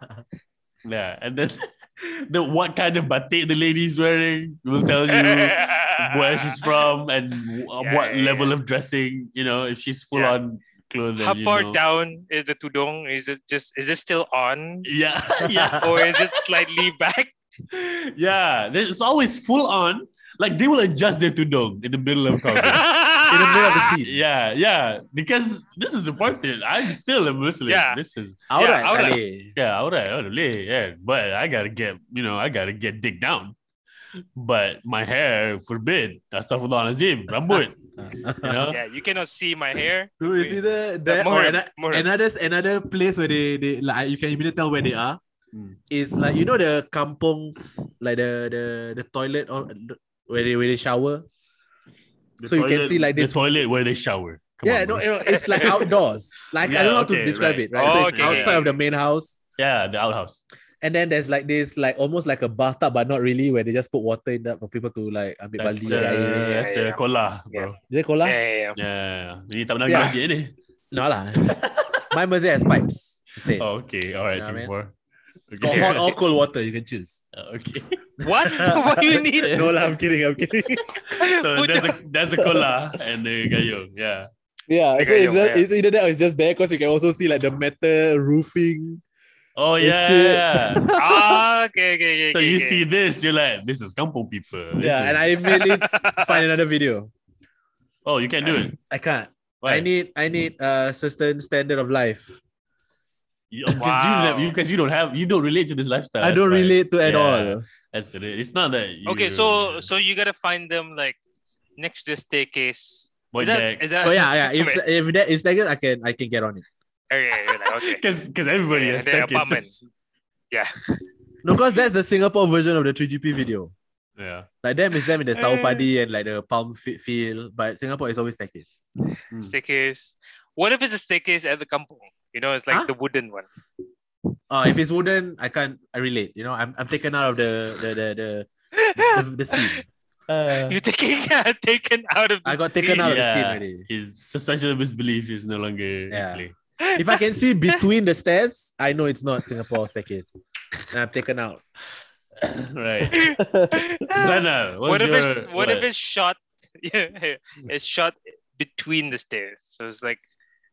Speaker 2: Yeah, and then *laughs* the what kind of batik the lady's wearing will tell
Speaker 3: *laughs*
Speaker 2: you where she's from and w- uh,
Speaker 3: Yeah,
Speaker 2: what
Speaker 3: yeah,
Speaker 2: level of dressing. You know, if she's full
Speaker 3: Yeah.
Speaker 2: on clothes.
Speaker 3: How
Speaker 2: you
Speaker 3: far
Speaker 2: know.
Speaker 3: down is the tudong? Is it just is it still on,
Speaker 2: *laughs* Yeah, *laughs* yeah,
Speaker 3: or is it slightly *laughs*
Speaker 2: *laughs*
Speaker 3: back?
Speaker 2: yeah. There's always full on. Like they will adjust their tudung in the middle of
Speaker 3: *laughs*
Speaker 2: conversation.
Speaker 1: in the middle of the scene.
Speaker 2: yeah, yeah. Because this is important. I'm still a Muslim.
Speaker 3: Yeah.
Speaker 2: This is
Speaker 1: Alright,
Speaker 3: alright.
Speaker 1: Ali.
Speaker 2: yeah, all right, all right, yeah. But I gotta get, you know, I gotta get dick down. But my hair forbid. Astaghfirullahalazim. Rambut. You know?
Speaker 3: *laughs* yeah, you cannot see
Speaker 2: *laughs*
Speaker 3: my hair.
Speaker 1: No, you see that, that
Speaker 3: more
Speaker 1: or
Speaker 3: oh, and-
Speaker 1: ano-
Speaker 3: more and-
Speaker 1: another another place where they, they like you can immediately tell where they are
Speaker 2: Mm.
Speaker 1: is like you know the kampongs like the the the toilet or where they where they shower.
Speaker 2: The
Speaker 1: So you can
Speaker 2: toilet-
Speaker 1: see like this-
Speaker 2: the toilet where they shower. Come
Speaker 1: yeah,
Speaker 2: on,
Speaker 1: no,
Speaker 2: bro.
Speaker 1: you know, it's like outdoors. Like I
Speaker 2: Yeah,
Speaker 1: don't know how
Speaker 2: okay,
Speaker 1: to describe it,
Speaker 2: right.
Speaker 1: right? so
Speaker 3: Oh,
Speaker 1: it's
Speaker 3: okay, okay,
Speaker 1: outside of the main house,
Speaker 2: yeah, the outhouse.
Speaker 1: and then there's like this like almost like a bathtub, but not really, where they just put water in that for people to like ambil
Speaker 2: That's,
Speaker 1: bali.
Speaker 2: uh,
Speaker 1: air.
Speaker 3: yeah,
Speaker 2: that's uh,
Speaker 3: yeah.
Speaker 2: kolah, bro.
Speaker 1: Is it kolam?
Speaker 3: Yeah, yeah, yeah.
Speaker 2: Yeah, yeah. Ini tak pernah
Speaker 1: Yeah.
Speaker 2: pergi masjid ni.
Speaker 1: No lah. *laughs* My masjid has pipes. To say.
Speaker 2: Oh, okay, all right,
Speaker 1: Yeah, man. Or
Speaker 2: Singapore. *laughs* Okay. *laughs*
Speaker 1: hot or cold water, you can choose. *laughs*
Speaker 2: okay.
Speaker 3: What? *laughs* what do
Speaker 2: *laughs*
Speaker 3: you need?
Speaker 1: no lah, I'm kidding. I'm kidding.
Speaker 2: So
Speaker 3: Put
Speaker 2: that's a that's a kola and the gayung. Yeah.
Speaker 1: Yeah,
Speaker 2: uh,
Speaker 3: Like
Speaker 1: so
Speaker 3: a
Speaker 1: it's,
Speaker 3: young
Speaker 1: just,
Speaker 3: man.
Speaker 1: it's either that or it's just there because you can also see like the metal roofing.
Speaker 2: Oh
Speaker 1: It's
Speaker 2: yeah.
Speaker 1: shit. *laughs*
Speaker 2: yeah.
Speaker 3: *laughs* ah, okay, okay, okay.
Speaker 2: So
Speaker 3: okay,
Speaker 2: you
Speaker 3: okay.
Speaker 2: see this, you're like, this is kampung people. This
Speaker 1: yeah,
Speaker 2: is-
Speaker 1: and I
Speaker 2: *laughs*
Speaker 1: immediately find another video.
Speaker 2: oh, you can't do it.
Speaker 1: *laughs* I can't. I
Speaker 2: Why?
Speaker 1: need I need a certain standard of life.
Speaker 2: because
Speaker 3: Wow.
Speaker 2: you because you, don't have you don't relate to this lifestyle.
Speaker 1: I
Speaker 2: that's
Speaker 1: don't
Speaker 2: why.
Speaker 1: relate to at
Speaker 2: Yeah.
Speaker 1: all.
Speaker 2: That's it. It's not that. You,
Speaker 3: Okay, so so you gotta find them like next to the staircase.
Speaker 2: boy
Speaker 3: is that,
Speaker 2: deck.
Speaker 3: is that
Speaker 1: But Oh,
Speaker 2: *laughs*
Speaker 1: yeah, yeah. If
Speaker 3: Wait,
Speaker 1: if that is like I can I can get on it.
Speaker 3: okay, Oh, you're like, okay.
Speaker 2: because because *laughs* everybody
Speaker 3: Yeah,
Speaker 2: has
Speaker 3: their
Speaker 2: staircases.
Speaker 3: apartment.
Speaker 1: No, because that's the Singapore version of the 3GP video.
Speaker 2: *laughs* Yeah.
Speaker 1: Like them is
Speaker 2: *laughs*
Speaker 1: them in the sour paddy and like the palm fi- field, but Singapore is always staircase.
Speaker 3: Staircase. What if it's a staircase at the kampung? You know, it's like
Speaker 1: Huh?
Speaker 3: the wooden one.
Speaker 1: Uh, if it's wooden, I can't I relate. You know, I'm, I'm taken out of the the the the, the, the scene.
Speaker 2: Uh,
Speaker 3: You're taking *laughs* taken out of. The
Speaker 1: I got taken out of the
Speaker 2: Yeah.
Speaker 1: scene already.
Speaker 2: his suspension of disbelief is no longer
Speaker 1: Yeah.
Speaker 2: in play. *laughs*
Speaker 1: if I can see between the stairs, I know it's not Singapore staircase. And I'm taken out. *laughs*
Speaker 2: right.
Speaker 3: *laughs* of.
Speaker 2: Zana,
Speaker 3: what
Speaker 2: what's
Speaker 3: if
Speaker 2: your,
Speaker 3: it's what if it's shot? *laughs* Yeah, it's shot between the stairs. So it's like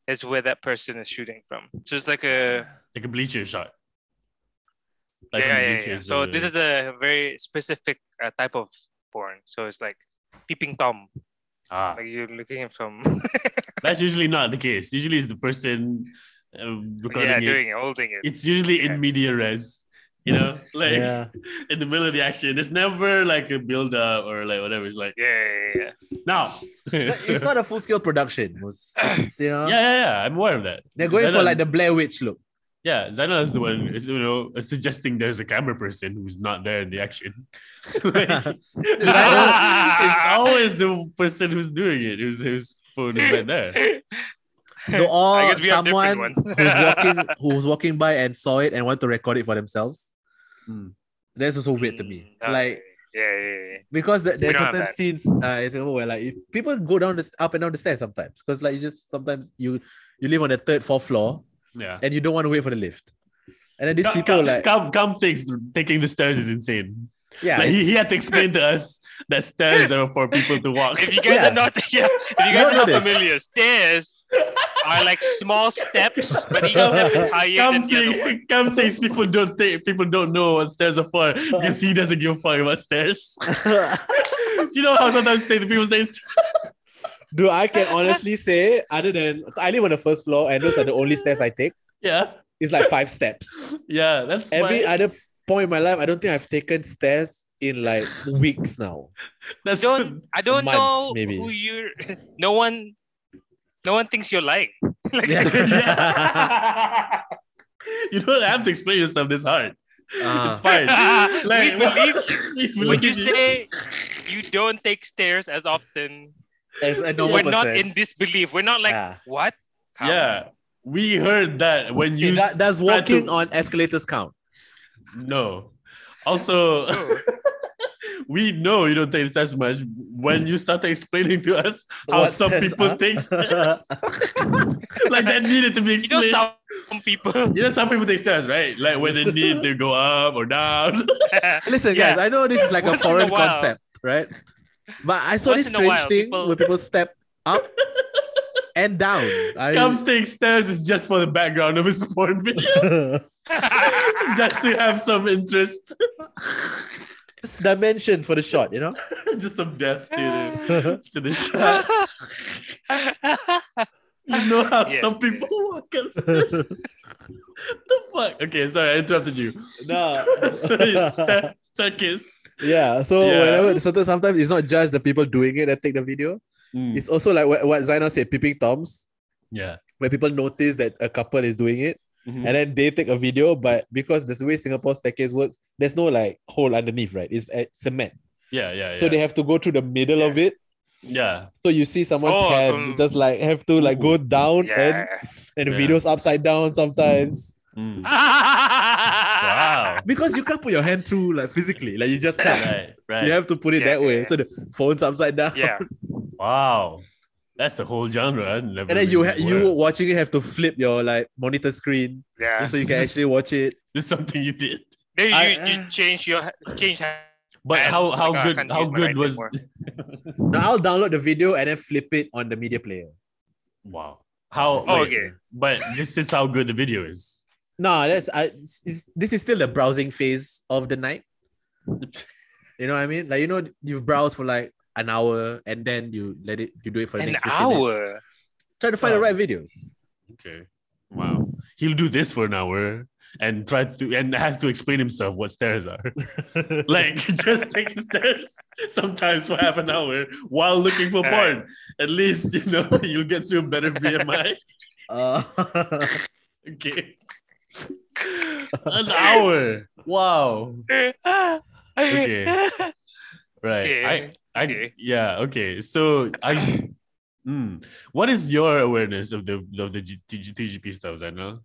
Speaker 3: it's where that person is shooting from. So it's like a
Speaker 2: like a bleacher shot?
Speaker 3: yeah, yeah, yeah. So this is a very specific uh, type of porn. So it's like peeping tom.
Speaker 2: ah,
Speaker 3: Like you're looking from
Speaker 2: that's usually not the case. Usually, it's the person um, recording
Speaker 3: yeah,
Speaker 2: it.
Speaker 3: doing it, holding it.
Speaker 2: It's usually
Speaker 3: Yeah.
Speaker 2: in media res, you
Speaker 1: *laughs*
Speaker 2: know, like *laughs* in the middle of the action. There's never like a build up or like whatever. It's like
Speaker 3: Yeah, yeah, yeah, yeah.
Speaker 1: *laughs*
Speaker 2: now.
Speaker 1: It's not a full scale production. It's, it's, you know,
Speaker 2: *laughs* yeah, yeah, yeah. I'm aware of that.
Speaker 1: they're going for
Speaker 2: Zana-
Speaker 1: like the Blair Witch
Speaker 3: *laughs*
Speaker 1: look.
Speaker 2: yeah. Zana is the one is, you know suggesting there's a camera person who's not there in the
Speaker 1: *laughs*
Speaker 2: action. Like, it's, *laughs* always, it's always the person who's doing it who's whose phone is right
Speaker 3: *laughs*
Speaker 2: there.
Speaker 1: No,
Speaker 3: I
Speaker 1: or
Speaker 3: guess we have different
Speaker 1: someone
Speaker 3: ones.
Speaker 1: who's walking who's walking by and saw it and want to record it for themselves.
Speaker 2: Hmm.
Speaker 1: That's also weird to me.
Speaker 3: Mm,
Speaker 1: Like
Speaker 3: yeah, yeah,
Speaker 1: *laughs*
Speaker 3: yeah.
Speaker 1: because th- there's
Speaker 3: don't have
Speaker 1: certain
Speaker 3: that.
Speaker 1: scenes uh, in Singapore where like if people go down the s- up and down the stairs sometimes because like you just sometimes you you live on the third fourth floor
Speaker 2: Yeah.
Speaker 1: and you don't want to wait for the lift. And
Speaker 3: *laughs*
Speaker 1: then these
Speaker 2: Come-
Speaker 1: people
Speaker 2: come,
Speaker 1: like
Speaker 2: come, come thinks taking the stairs is insane.
Speaker 1: yeah,
Speaker 2: like, he, he
Speaker 1: it's-
Speaker 2: had to explain to us that stairs are for people to walk.
Speaker 3: If you guys
Speaker 1: Yeah.
Speaker 3: are not, *laughs* yeah, if you guys
Speaker 1: Don't
Speaker 3: are not
Speaker 1: do this.
Speaker 3: familiar, stairs are like small steps, but each step is
Speaker 2: *laughs*
Speaker 3: higher than
Speaker 2: Come
Speaker 3: the other one.
Speaker 2: think, come thinks people don't think people don't know what stairs are for because he doesn't give a fuck about stairs. *laughs* you know how sometimes they- the people say
Speaker 1: *laughs* Dude, I can honestly say, other than 'cause I live on the first floor, and those are the only stairs I take.
Speaker 2: yeah,
Speaker 1: It's like five
Speaker 2: *laughs*
Speaker 1: steps.
Speaker 2: yeah, that's
Speaker 1: Every
Speaker 2: why,
Speaker 1: other point in my life, I don't think I've taken stairs in like weeks now.
Speaker 2: that's
Speaker 3: Don't I don't
Speaker 1: Months,
Speaker 3: know
Speaker 1: maybe.
Speaker 3: who you're. *laughs* No one, no one thinks you're lying. Like,
Speaker 2: yeah. you don't have to explain yourself this hard.
Speaker 1: *laughs* Uh.
Speaker 2: It's fine.
Speaker 3: *laughs* we
Speaker 2: *laughs*
Speaker 3: believe
Speaker 2: we believe
Speaker 3: when you say you don't take stairs as often.
Speaker 1: As a normal
Speaker 3: We're not
Speaker 1: person.
Speaker 3: in disbelief. We're not like
Speaker 1: Yeah.
Speaker 3: what? How?
Speaker 2: Yeah, we heard that when
Speaker 1: Okay,
Speaker 2: you
Speaker 1: that- does
Speaker 2: try to-
Speaker 1: walking on escalators count?
Speaker 2: no. Also, *laughs*
Speaker 3: No.
Speaker 2: we know you don't take this as much when you start explaining to us how
Speaker 1: What
Speaker 2: some
Speaker 1: stairs *laughs*
Speaker 2: people
Speaker 1: are?
Speaker 2: think like that needed to be
Speaker 3: You know,
Speaker 2: explained.
Speaker 3: some some
Speaker 2: *laughs*
Speaker 3: people.
Speaker 2: You know, some people take steps, right? Like when they need to go up or down.
Speaker 1: Listen,
Speaker 3: Yeah.
Speaker 1: guys, I know this is like a
Speaker 3: Once in a
Speaker 1: foreign
Speaker 3: while.
Speaker 1: concept, right? But I saw
Speaker 3: Once
Speaker 1: this
Speaker 3: in a
Speaker 1: strange
Speaker 3: while,
Speaker 1: thing
Speaker 3: people-
Speaker 1: where people step up and down. *laughs* I- *laughs*
Speaker 2: Come take stairs is just for the background of a sport video, *laughs* just to have some interest, *laughs*
Speaker 1: just dimension for the shot, you know?
Speaker 2: *laughs* just some depth to the,
Speaker 1: *laughs*
Speaker 2: to the shot.
Speaker 3: yeah,
Speaker 2: You know how
Speaker 3: Yes,
Speaker 2: some people walk up stairs. what *laughs* the fuck? Okay, sorry, I interrupted you. *laughs* so it's sta-
Speaker 1: *laughs*
Speaker 2: staircase.
Speaker 1: yeah. So
Speaker 2: Yeah.
Speaker 1: whenever sometimes, sometimes it's not just the people doing it that take the video.
Speaker 2: Mm.
Speaker 1: It's also like what, what Zainal said, peeping toms,
Speaker 2: Yeah.
Speaker 1: where people notice that a couple is doing it
Speaker 2: Mhm.
Speaker 1: and then they take a video, but because that's the way Singapore staircase works, there's no like hole underneath, right? It's uh, cement.
Speaker 2: yeah, yeah, yeah.
Speaker 1: So they have to go through the middle of it.
Speaker 2: yeah.
Speaker 1: So you see someone's
Speaker 3: Oh,
Speaker 1: hand
Speaker 3: um,
Speaker 1: just like have to like go down and and the
Speaker 2: Yeah.
Speaker 1: videos upside down sometimes.
Speaker 2: *laughs* Mm.
Speaker 3: wow.
Speaker 2: Wow.
Speaker 1: Because you can't put your hand through like physically, like you just can't.
Speaker 2: right, right.
Speaker 1: You have to put it
Speaker 3: Yeah,
Speaker 1: that way.
Speaker 3: yeah.
Speaker 1: So the phone's upside down.
Speaker 3: Yeah.
Speaker 2: Wow. That's the whole genre. I never
Speaker 1: And then you ha-
Speaker 2: really
Speaker 1: you
Speaker 2: were.
Speaker 1: watching it have to flip your like monitor screen
Speaker 3: Yeah.
Speaker 1: so you can actually watch it.
Speaker 2: This is something you
Speaker 3: *laughs*
Speaker 2: did.
Speaker 3: Then you,
Speaker 1: I-
Speaker 3: you change your change hands.
Speaker 2: But how how
Speaker 3: Like, oh, I
Speaker 2: good
Speaker 3: can't
Speaker 2: how
Speaker 3: use my
Speaker 2: good
Speaker 3: right
Speaker 2: was
Speaker 3: anymore.
Speaker 1: Now I'll download the video and then flip it on the media player.
Speaker 2: *laughs* wow how
Speaker 1: That's
Speaker 3: Oh,
Speaker 2: wait,
Speaker 1: nice.
Speaker 3: okay.
Speaker 2: but this is how good the video
Speaker 3: *laughs*
Speaker 2: is.
Speaker 1: No, that's I. it's- it's- this is still the browsing phase of the night. You know what I mean? Like you know, you browse for like an hour and then you let it. You do it for the
Speaker 3: An
Speaker 1: next 15 minutes.
Speaker 3: hour.
Speaker 1: Try to find the
Speaker 2: Oh.
Speaker 1: right videos.
Speaker 2: Okay. Wow. He'll do this for an hour and try to and have to explain himself what stairs
Speaker 3: *laughs*
Speaker 2: are. like *laughs* just take stairs sometimes for half an hour while looking for
Speaker 3: Alright.
Speaker 2: porn. At least you know *laughs* you'll get to a better BMI.
Speaker 1: Uh, *laughs*
Speaker 3: *laughs*
Speaker 2: Okay. An hour. Wow.
Speaker 3: *laughs*
Speaker 2: Okay. Right. I, I
Speaker 3: Okay.
Speaker 2: yeah, okay. So I mm, what is your awareness of the of the G, T, TGP stuff, I know?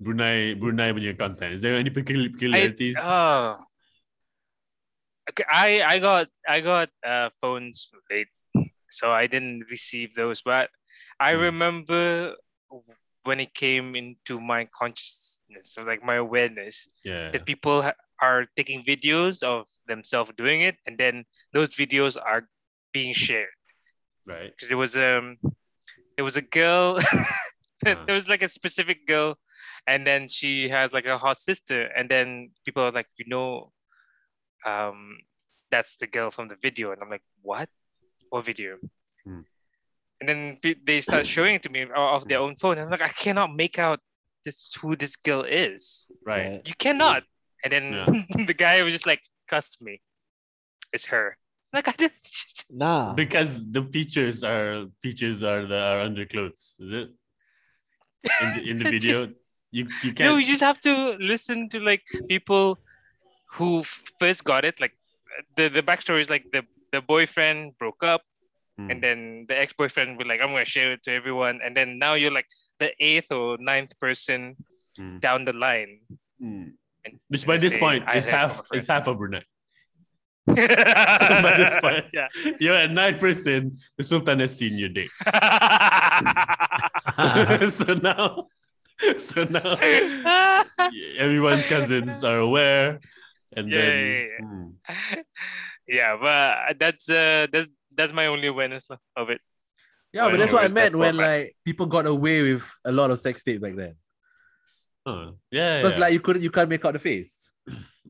Speaker 2: Brunei Brunei punya content. Is there any pecul- peculiarities?
Speaker 3: Oh. Okay, I I got I got uh phones late, so I didn't receive those. But I
Speaker 1: Hmm.
Speaker 2: Mm.
Speaker 3: remember when it came into my consciousness, so like my awareness
Speaker 2: yeah.
Speaker 3: that people ha- are taking videos of themselves doing it, and then those videos are being shared.
Speaker 2: Right.
Speaker 3: Because there was um there was a girl, *laughs*
Speaker 2: Uh-huh.
Speaker 3: there was like a specific girl, and then she has like a hot sister, and then people are like, you know, um, that's the girl from the video, and I'm like, what? What video?
Speaker 2: Hmm.
Speaker 3: And then pe- they start showing it to me o- off their own phone. and I'm like, I cannot make out this who this girl is.
Speaker 2: Right.
Speaker 3: You cannot. And then *laughs* the guy was just like, trust me, it's her. Like *laughs* I didn't.
Speaker 1: nah.
Speaker 2: Because the features are features are the are under clothes, is it? In the,
Speaker 3: *laughs*
Speaker 2: in the video. You you can't
Speaker 3: No, you just have to listen to like people who f- first got it. Like the the backstory is like the the boyfriend broke up,
Speaker 2: Hmm.
Speaker 3: and then the ex boyfriend was like, "I'm gonna share it to everyone," and then now you're like the eighth or ninth person
Speaker 2: Hmm.
Speaker 3: down the
Speaker 2: *laughs*
Speaker 3: line.
Speaker 2: Mm.
Speaker 3: And-
Speaker 2: Which
Speaker 3: and
Speaker 2: by
Speaker 3: I
Speaker 2: this
Speaker 3: say,
Speaker 2: point
Speaker 3: I
Speaker 2: is
Speaker 3: have
Speaker 2: half
Speaker 3: covered.
Speaker 2: is half of Brunei.
Speaker 3: by
Speaker 2: this point.
Speaker 3: *laughs*
Speaker 2: *laughs*
Speaker 3: yeah.
Speaker 2: You're at nine percent. The Sultan has seen your
Speaker 3: *laughs*
Speaker 2: dick. *laughs* so now, so now,
Speaker 3: *laughs*
Speaker 2: everyone's cousins are aware, and
Speaker 3: Yeah,
Speaker 2: then
Speaker 3: yeah, yeah.
Speaker 2: Mm.
Speaker 3: yeah, but that's uh that's that's my only awareness lah of it.
Speaker 1: Yeah, but
Speaker 3: When
Speaker 1: that's
Speaker 3: you
Speaker 1: what I
Speaker 3: raise that
Speaker 1: meant when
Speaker 3: format.
Speaker 1: like people got away with a lot of sex tape back then.
Speaker 2: Huh. yeah,
Speaker 1: Because
Speaker 2: yeah.
Speaker 1: like you couldn't, you can't make out the face.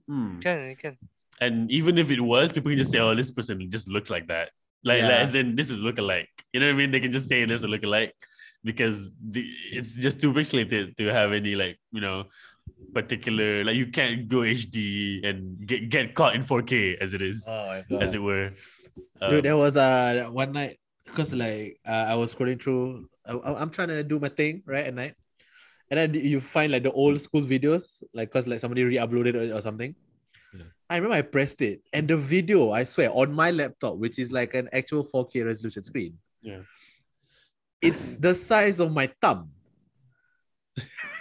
Speaker 2: Mm.
Speaker 3: Can you can.
Speaker 2: and even if it was, people can just say, "Oh, this person just looks like that." Like,
Speaker 1: Yeah.
Speaker 2: like, as in this is look-alike. You know what I mean? They can just say there's a look-alike because the, it's just too pixelated to have any like you know particular like you can't go HD and get get caught in 4K as it is
Speaker 1: Oh my
Speaker 2: as it were.
Speaker 1: Dude,
Speaker 2: Um,
Speaker 1: there was uh one night because like uh, I was scrolling through. I, I- I'm trying to do my thing right at night, and then you find like the old school videos, like because like somebody re-uploaded it or something.
Speaker 2: Yeah.
Speaker 1: I remember I pressed it, and the video, I swear, on my laptop, which is like an actual 4K resolution screen.
Speaker 2: Yeah.
Speaker 1: It's the size of my
Speaker 2: *laughs*
Speaker 1: thumb.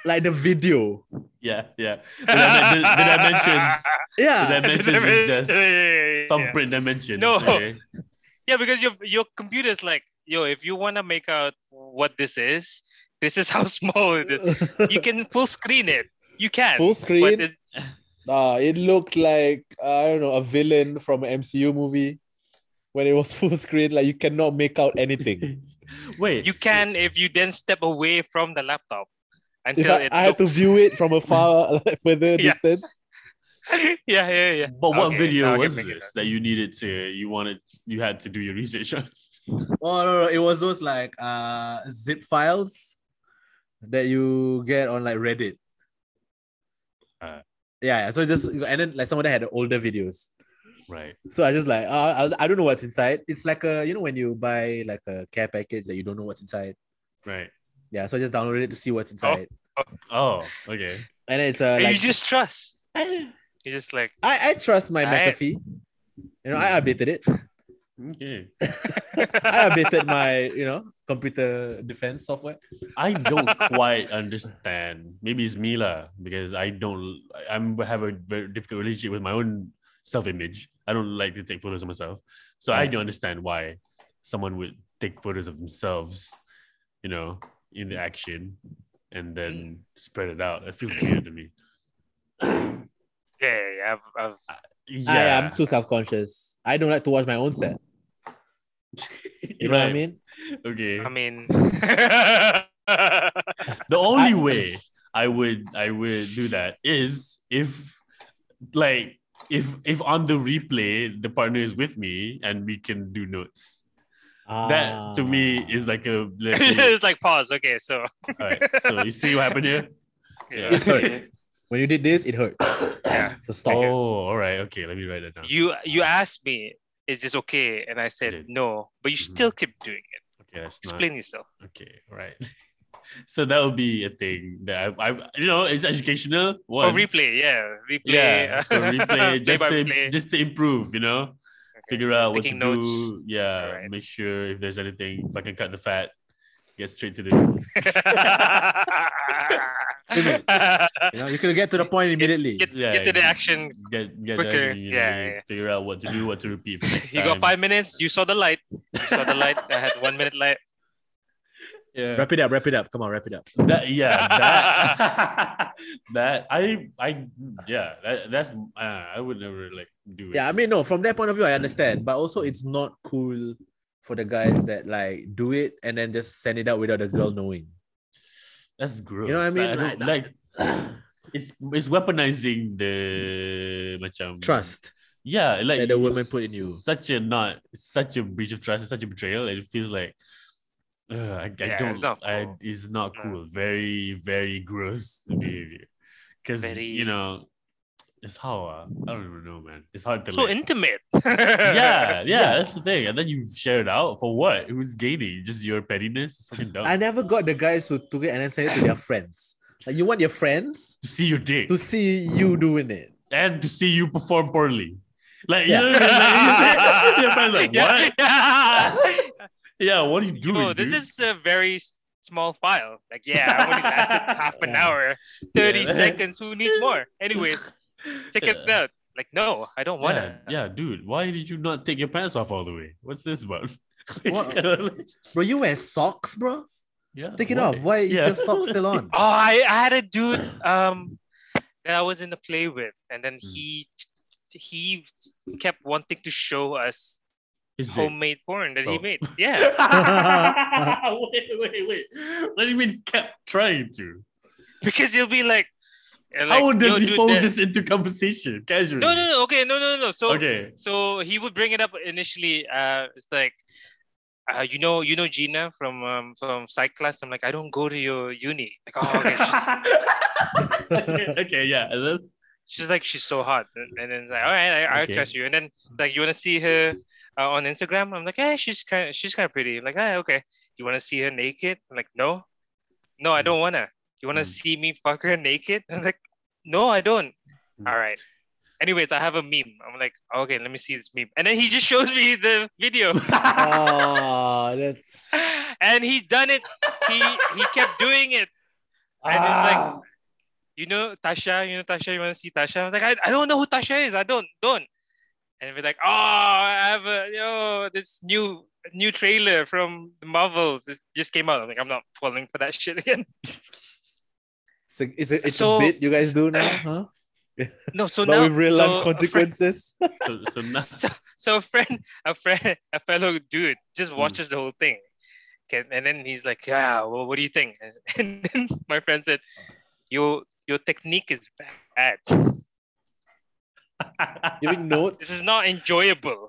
Speaker 1: like the video.
Speaker 2: yeah,
Speaker 3: *laughs*
Speaker 2: yeah. The, dimen- the- the dimensions, the
Speaker 1: Yeah.
Speaker 2: dimensions is just
Speaker 3: Yeah, yeah, yeah, yeah.
Speaker 2: thumbprint dimensions.
Speaker 3: No.
Speaker 2: okay?
Speaker 3: Yeah, because your your computer's like, yo, if you wanna make out what this is, This is *laughs* how small it
Speaker 1: *laughs*
Speaker 3: is. You can full screen it. You can.
Speaker 4: Full
Speaker 3: but
Speaker 4: screen.
Speaker 3: it-
Speaker 4: Ah, it looked like I don't know a villain from an MCU movie when it was *laughs* full screen. Like you cannot make out anything.
Speaker 3: *laughs*
Speaker 2: Wait,
Speaker 3: you can if you then step away from the laptop
Speaker 4: If
Speaker 3: until
Speaker 4: I,
Speaker 3: it
Speaker 4: I had to
Speaker 3: looks-
Speaker 4: view it from a far *laughs* like, further
Speaker 3: Yeah.
Speaker 4: distance,
Speaker 3: *laughs* yeah, yeah, yeah.
Speaker 2: but what
Speaker 3: Okay,
Speaker 2: video
Speaker 3: okay,
Speaker 2: was
Speaker 3: make it
Speaker 2: this that you needed to, you wanted, you had to do your research on? *laughs*
Speaker 1: Oh no, no, it was those like uh zip files that you get on like Reddit.
Speaker 2: Ah.
Speaker 1: Yeah, yeah, so just and then like some of them had the older videos.
Speaker 2: Right.
Speaker 1: So I just like uh, I, I don't know what's inside. It's like a you know when you buy like a care package that you don't know what's inside.
Speaker 2: Right.
Speaker 1: Yeah, so I just downloaded it to see what's inside.
Speaker 2: Oh, okay.
Speaker 1: And then it's uh, like
Speaker 3: And you just trust.
Speaker 1: I,
Speaker 3: You just like *laughs*
Speaker 1: I I trust my
Speaker 3: I-
Speaker 1: McAfee. You know, I updated it.
Speaker 3: Hmm.
Speaker 2: Okay.
Speaker 1: I updated my, you know, computer defense software.
Speaker 2: I don't quite understand. Maybe it's me lah, because I don't. I am have a very difficult relationship with my own self-image. I don't like to take photos of myself, so I
Speaker 1: Yeah.
Speaker 2: don't understand why someone would take photos of themselves, you know, in the action, and then spread it out. It feels weird to me.
Speaker 3: yeah, yeah, yeah, I've, I've,
Speaker 1: I
Speaker 2: Yeah,
Speaker 1: am
Speaker 2: *laughs*
Speaker 1: too self-conscious. I don't like to watch my own set. You know what I
Speaker 2: Right.
Speaker 1: mean?
Speaker 2: Okay.
Speaker 3: I
Speaker 2: *laughs*
Speaker 3: mean, *laughs*
Speaker 2: The only
Speaker 1: I-
Speaker 2: way I would I would do that is if like if if on the replay the partner is with me and we can do notes. That to me
Speaker 1: Ah.
Speaker 2: is like
Speaker 3: *laughs*
Speaker 2: a like a-
Speaker 3: it's like pause. Okay, so
Speaker 2: all right. So you see what happened here? *laughs* Yeah.
Speaker 1: It's hurt. Ah. *laughs* when you did this, it hurts.
Speaker 3: *laughs* Yeah.
Speaker 1: So stop.
Speaker 2: Oh, all right. Okay, let me write that down.
Speaker 3: you you asked me, is this okay? And I said
Speaker 2: Did.
Speaker 3: no, but you
Speaker 2: Mhm.
Speaker 3: still keep doing it.
Speaker 2: okay, that's not
Speaker 3: Explain yourself.
Speaker 2: okay. All right. *laughs* So that would be a thing that I, I you know it's educational. One.
Speaker 3: Or Oh, replay, yeah, replay. *laughs*
Speaker 2: yeah, so replay just
Speaker 3: by
Speaker 2: to,
Speaker 3: play.
Speaker 2: just to improve, you know.
Speaker 3: Okay. *laughs*
Speaker 2: figure *laughs* out what to
Speaker 3: Taking notes.
Speaker 2: do. Yeah,
Speaker 3: Alright.
Speaker 2: make sure if there's anything, if I can cut the fat, get straight to the.
Speaker 1: You, know, you could get to the point immediately.
Speaker 3: Get,
Speaker 2: Yeah,
Speaker 3: get to the action.
Speaker 2: Get, get quicker.
Speaker 3: Quicker,
Speaker 2: You know,
Speaker 3: yeah,
Speaker 2: you
Speaker 3: yeah.
Speaker 2: Figure out what to do, what to repeat.
Speaker 3: *laughs*
Speaker 2: For next
Speaker 3: You got
Speaker 2: time.
Speaker 3: five minutes. You saw the light. You saw the light. I had one minute light.
Speaker 2: Yeah,
Speaker 1: Wrap it up, wrap it up. Come on, wrap it up.
Speaker 2: that, yeah, that,
Speaker 3: *laughs*
Speaker 2: *laughs* that I, I, yeah, that, that's uh, I would never like do it.
Speaker 1: Yeah, I mean, no, from that point of view, I understand. But also it's not cool for the guys that like do it and then just send it out without the girl knowing.
Speaker 2: that's gross.
Speaker 1: You know what I mean?
Speaker 2: Like, don't- like, *clears throat* it's it's weaponizing the macam
Speaker 1: Trust.
Speaker 2: Yeah, like
Speaker 1: that the
Speaker 2: it was
Speaker 1: woman put in you.
Speaker 2: Such a not such a breach of trust, such a betrayal. and It feels like ugh, I, I
Speaker 3: Yeah,
Speaker 2: don't.
Speaker 3: it's
Speaker 2: I,
Speaker 3: not cool. Mm.
Speaker 2: it's not
Speaker 3: No.
Speaker 2: cool. Very very gross *laughs* behavior. Because
Speaker 3: Very-
Speaker 2: you know, it's how uh, I don't even know, man. It's hard to.
Speaker 3: So *laughs*
Speaker 2: like-
Speaker 3: intimate. *laughs*
Speaker 2: yeah, *laughs* yeah,
Speaker 1: Yeah.
Speaker 2: that's the thing. And then you share it out for what? Who's gaining? Just your pettiness. It's fucking dumb.
Speaker 1: I never got the guys who took it and then sent it to their friends. Like you want your friends
Speaker 2: to see your dick
Speaker 1: to see you doing it.
Speaker 2: and to see you perform poorly. Like,
Speaker 1: Yeah.
Speaker 2: you know what I
Speaker 3: *laughs*
Speaker 2: mean? Like, you see- your friend's like,
Speaker 3: Yeah,
Speaker 2: what? Yeah, what are you *laughs* doing?
Speaker 3: No, Oh, this
Speaker 2: dude?
Speaker 3: is a very s- small file. Like, yeah, I
Speaker 2: *laughs*
Speaker 3: only lasted half an
Speaker 1: Yeah.
Speaker 3: hour, 30
Speaker 2: Yeah.
Speaker 3: seconds. Who needs more?
Speaker 2: *laughs*
Speaker 3: Anyways, check it out. Like, no, I don't want
Speaker 2: yeah,
Speaker 3: to.
Speaker 2: yeah, dude. Why did you not take your pants off all the way? What's this about? *laughs*
Speaker 1: What- Bro, you wear socks, bro?
Speaker 2: yeah.
Speaker 1: Take it off. Why is
Speaker 2: Yeah.
Speaker 1: your sock still
Speaker 3: *laughs*
Speaker 1: on?
Speaker 3: Oh, I, I had a dude um that I was in the play with, and then
Speaker 2: Mm.
Speaker 3: he he kept wanting to show us
Speaker 2: His dick. *laughs*
Speaker 3: homemade porn that he
Speaker 2: Oh. *laughs*
Speaker 3: made. Yeah.
Speaker 2: wait, wait, wait. What do you mean kept trying to?
Speaker 3: because he'll be like, and
Speaker 2: How
Speaker 3: like,
Speaker 2: does
Speaker 3: "Yo,
Speaker 2: he
Speaker 3: dude,
Speaker 2: fold
Speaker 3: that-
Speaker 2: this into conversation casually?
Speaker 3: No, no, no. Okay, no, no, no. So
Speaker 2: Okay.
Speaker 3: so he would bring it up initially. Uh, it's like, uh, you know, you know Gina from um, from psych class. I'm like, I don't go to your uni. Like, oh,
Speaker 2: *laughs*
Speaker 3: okay. She's,
Speaker 2: okay, okay, yeah. And then-
Speaker 3: she's like, she's so hot. And, and then it's like, all right, I, I
Speaker 2: Okay.
Speaker 3: trust you. And then like, you want to see her uh, on Instagram? I'm like, hey, she's kind, of, she's kind of pretty. like, ah, okay. You want to see her naked? I'm like, no, no, I don't wanna. You wanna
Speaker 2: Mm.
Speaker 3: see me fuck her naked? *laughs* I'm like, no, I don't.
Speaker 2: Mm.
Speaker 3: All right. Anyways, I have a meme. I'm like, okay, let me see this meme. And then he just shows me the video.
Speaker 1: oh, that's
Speaker 3: and he done it. He he kept doing it. *laughs* And it's
Speaker 4: Ah.
Speaker 3: like, you know, Tasha, you know, Tasha, you want to see Tasha? I was like, I, I don't know who Tasha is. I don't, don't. And we're like, oh, I have a, yo, this new new trailer from the Marvel just- just came out. I'm like, I'm not falling for that shit again. *laughs*
Speaker 4: It's a, it's a, it's
Speaker 3: So-
Speaker 4: a bit you guys do
Speaker 3: *coughs*
Speaker 4: now, huh?
Speaker 3: No, so
Speaker 4: but
Speaker 3: now
Speaker 4: with real
Speaker 3: so
Speaker 4: life
Speaker 3: a friend-
Speaker 4: consequences.
Speaker 2: *laughs*
Speaker 3: *laughs*
Speaker 2: So, so now, *laughs*
Speaker 3: so a friend, a friend, a fellow dude just watches the whole thing. Okay, and then he's like, "Yeah, well, what do you think?" *laughs* And then my friend said, "Your your technique is bad.
Speaker 4: Giving
Speaker 3: This
Speaker 4: notes.
Speaker 3: is not enjoyable."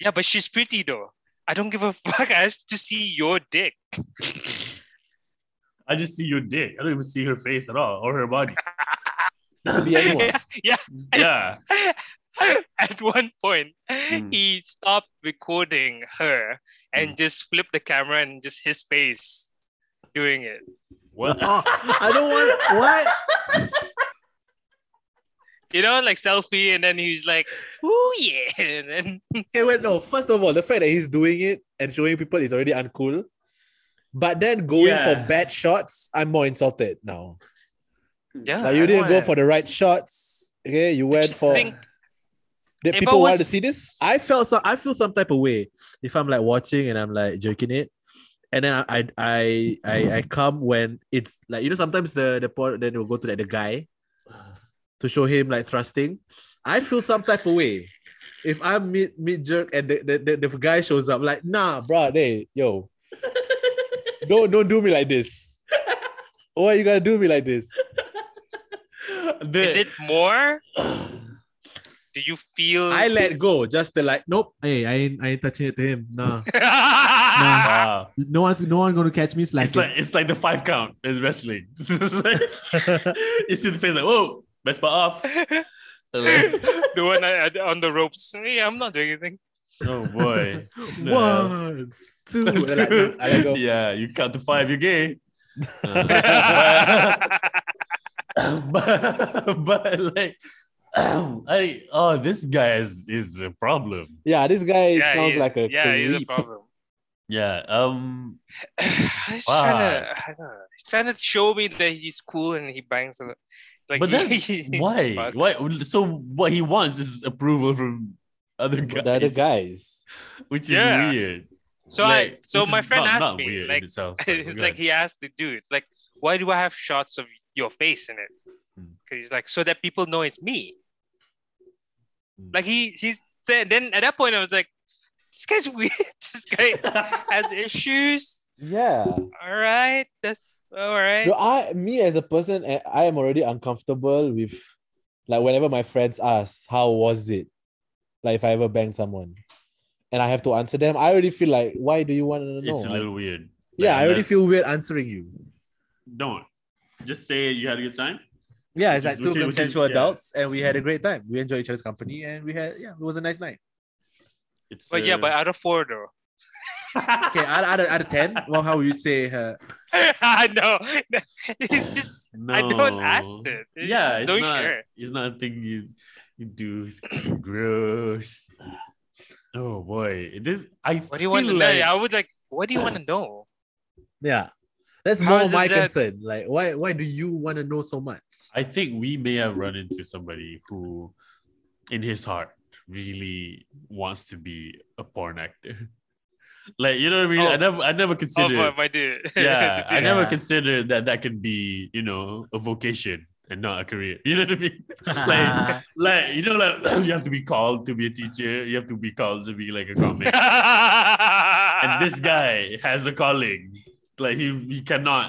Speaker 3: yeah, but she's pretty though. I don't give a *laughs* fuck. I have to see your dick.
Speaker 2: I just see your dick. I don't even see her face at all or her body.
Speaker 4: Could be
Speaker 3: *laughs*
Speaker 4: anyone.
Speaker 2: Yeah.
Speaker 3: At one point,
Speaker 2: Mm.
Speaker 3: he stopped recording her and just flipped the camera and just his face doing it.
Speaker 2: What?
Speaker 1: Oh, I don't want what?
Speaker 3: You know, like selfie, and then he's like, "Oh yeah," *laughs* and then
Speaker 4: Okay, well, no. First of all, the fact that he's doing it and showing people is already uncool. But then going
Speaker 2: Yeah.
Speaker 4: for bad shots, I'm more insulted now.
Speaker 3: yeah,
Speaker 4: Like you didn't go for the right shots. Okay, you went for.
Speaker 3: think-
Speaker 4: Did
Speaker 3: if I
Speaker 4: people want to
Speaker 3: was-
Speaker 4: see this?
Speaker 1: I felt some I feel some type of way if I'm like watching and I'm like joking it. And then I I I, I come when it's like you know sometimes the the porn then will go to like the guy to show him like thrusting. I feel some type of way. If I'm mid mid jerk and the, the, the, the guy shows up like nah
Speaker 4: bro,
Speaker 1: bro
Speaker 4: hey,
Speaker 3: *laughs*
Speaker 4: yo, don't don't do me like this. Why you gotta do me like this?
Speaker 2: The-
Speaker 3: Is
Speaker 2: *laughs*
Speaker 3: it more? Do you feel? *laughs*
Speaker 1: I let go just to like nope hey I ain't I ain't touching it to him nah
Speaker 2: Wow.
Speaker 1: no one's no one gonna catch me
Speaker 2: It's like it's like the five count in wrestling. *laughs*
Speaker 4: *laughs*
Speaker 2: It's like, you see the face like, whoa, best part off.
Speaker 3: the one I, I- on the ropes. Yeah, I'm not doing anything.
Speaker 2: Oh boy.
Speaker 4: *laughs*
Speaker 1: one *laughs* two and like, nah.
Speaker 4: I let go.
Speaker 2: yeah, you count to five, you're
Speaker 4: *laughs*
Speaker 2: gay. *laughs* but, but like I oh this guy is is a problem.
Speaker 4: Yeah, this guy
Speaker 3: yeah,
Speaker 4: sounds
Speaker 3: he-
Speaker 4: like a
Speaker 3: yeah. He's a
Speaker 4: creep.
Speaker 3: problem. *sighs*
Speaker 2: Yeah. Um
Speaker 3: he's trying to, I don't know, he's trying to show me that he's cool and he bangs a lot. Like,
Speaker 2: But
Speaker 3: *laughs* he,
Speaker 2: why?
Speaker 3: bugs.
Speaker 2: Why so what he wants is approval from other
Speaker 4: But
Speaker 2: guys.
Speaker 4: The other guys.
Speaker 2: Which is
Speaker 3: Yeah.
Speaker 2: weird.
Speaker 3: So I,
Speaker 2: Like,
Speaker 3: so
Speaker 2: which
Speaker 3: my
Speaker 2: is
Speaker 3: friend
Speaker 2: not-
Speaker 3: asked
Speaker 2: not
Speaker 3: me,
Speaker 2: weird in
Speaker 3: like,
Speaker 2: itself,
Speaker 3: *laughs*
Speaker 2: but go
Speaker 3: it's like
Speaker 2: ahead.
Speaker 3: he asked the dude, like, why do I have shots of your face in it?
Speaker 2: Hmm.
Speaker 3: Because he's like, so that people know it's me.
Speaker 2: Hmm.
Speaker 3: Like he, he's then then at that point I was like, this guy's *laughs* weird. this *laughs* guy has issues.
Speaker 4: Yeah.
Speaker 3: All right, that's all right.
Speaker 4: No, I me as a person, I I am already uncomfortable with like whenever my friends ask, how was it? Like if I ever banged someone and I have to answer them, I already feel like, why do you want to know?
Speaker 2: it's a little weird.
Speaker 1: yeah
Speaker 2: Like,
Speaker 1: I already
Speaker 2: let's-
Speaker 1: feel weird answering you
Speaker 2: don't. Just say you had a good time.
Speaker 1: yeah it's
Speaker 2: Which
Speaker 1: like
Speaker 2: is-
Speaker 1: two
Speaker 2: which is- which is-
Speaker 1: consensual
Speaker 2: yeah. Mm.
Speaker 1: adults and we had a great time we enjoyed each other's company and we had yeah it was a nice night
Speaker 2: It's uh,
Speaker 3: but yeah, but out of four though. *laughs*
Speaker 1: *laughs* okay out, out, of, out of 10 well how would you say uh,
Speaker 3: *laughs* no, it's just I don't ask
Speaker 2: No.
Speaker 3: it. It's
Speaker 2: yeah,
Speaker 3: just
Speaker 2: it's
Speaker 3: don't
Speaker 2: not,
Speaker 3: share.
Speaker 2: It's not a thing you you do. It's gross. Oh boy, this I.
Speaker 3: What do you want to
Speaker 2: feel
Speaker 3: know?
Speaker 2: like,
Speaker 3: I would like. What do you want to know?
Speaker 1: yeah that's
Speaker 3: How
Speaker 1: more
Speaker 3: is
Speaker 1: my
Speaker 3: that-
Speaker 1: concern like why why do you want to know so
Speaker 2: *laughs*
Speaker 1: much
Speaker 2: I think we may have run into somebody who, in his heart, really wants to be a porn actor. *laughs* Like you know what I mean? I
Speaker 3: Oh.
Speaker 2: never, I never
Speaker 3: Oh
Speaker 2: considered.
Speaker 3: my, my dude. *laughs*
Speaker 2: yeah, I never
Speaker 1: Yeah.
Speaker 2: considered that that could be you know a vocation and not a career. *laughs* You know what I
Speaker 3: *laughs*
Speaker 2: mean? like, like you know, like *clears throat* you have to be called to be a teacher. You have to be called to be like a
Speaker 3: *laughs*
Speaker 2: comic. and
Speaker 3: and
Speaker 2: this guy has a calling. Like he he cannot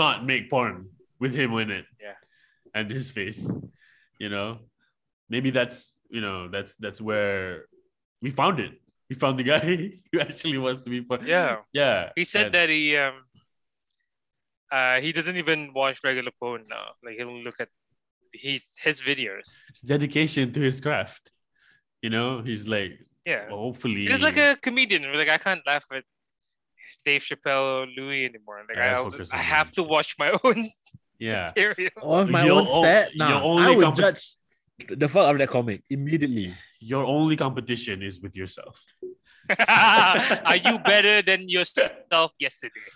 Speaker 2: not make porn with him in it.
Speaker 3: Yeah.
Speaker 2: And his face. You know? Maybe that's you know, that's that's where we found it. We found the guy *laughs* who actually wants to be porn.
Speaker 3: Yeah.
Speaker 2: Yeah.
Speaker 3: He said
Speaker 2: and-
Speaker 3: that he um uh he doesn't even watch regular porn now. Like he'll look at his his videos.
Speaker 2: it's dedication to his craft. You know, he's like
Speaker 3: Yeah.
Speaker 2: well, hopefully
Speaker 3: He's like a comedian. Like I can't laugh at Dave Chappelle or Louis anymore. Like
Speaker 2: Yeah,
Speaker 3: I
Speaker 2: I
Speaker 3: also,
Speaker 2: focus
Speaker 3: I
Speaker 2: on
Speaker 3: have
Speaker 2: Louis.
Speaker 3: to watch my *laughs* own
Speaker 2: yeah.
Speaker 3: material.
Speaker 1: on my
Speaker 2: Your
Speaker 1: own
Speaker 2: own-
Speaker 1: set
Speaker 2: your
Speaker 1: nah,
Speaker 2: only
Speaker 1: I would
Speaker 2: compet-
Speaker 1: judge the fuck of that comic immediately
Speaker 2: Your only competition is with yourself.
Speaker 3: *laughs* Are you better than yourself yesterday?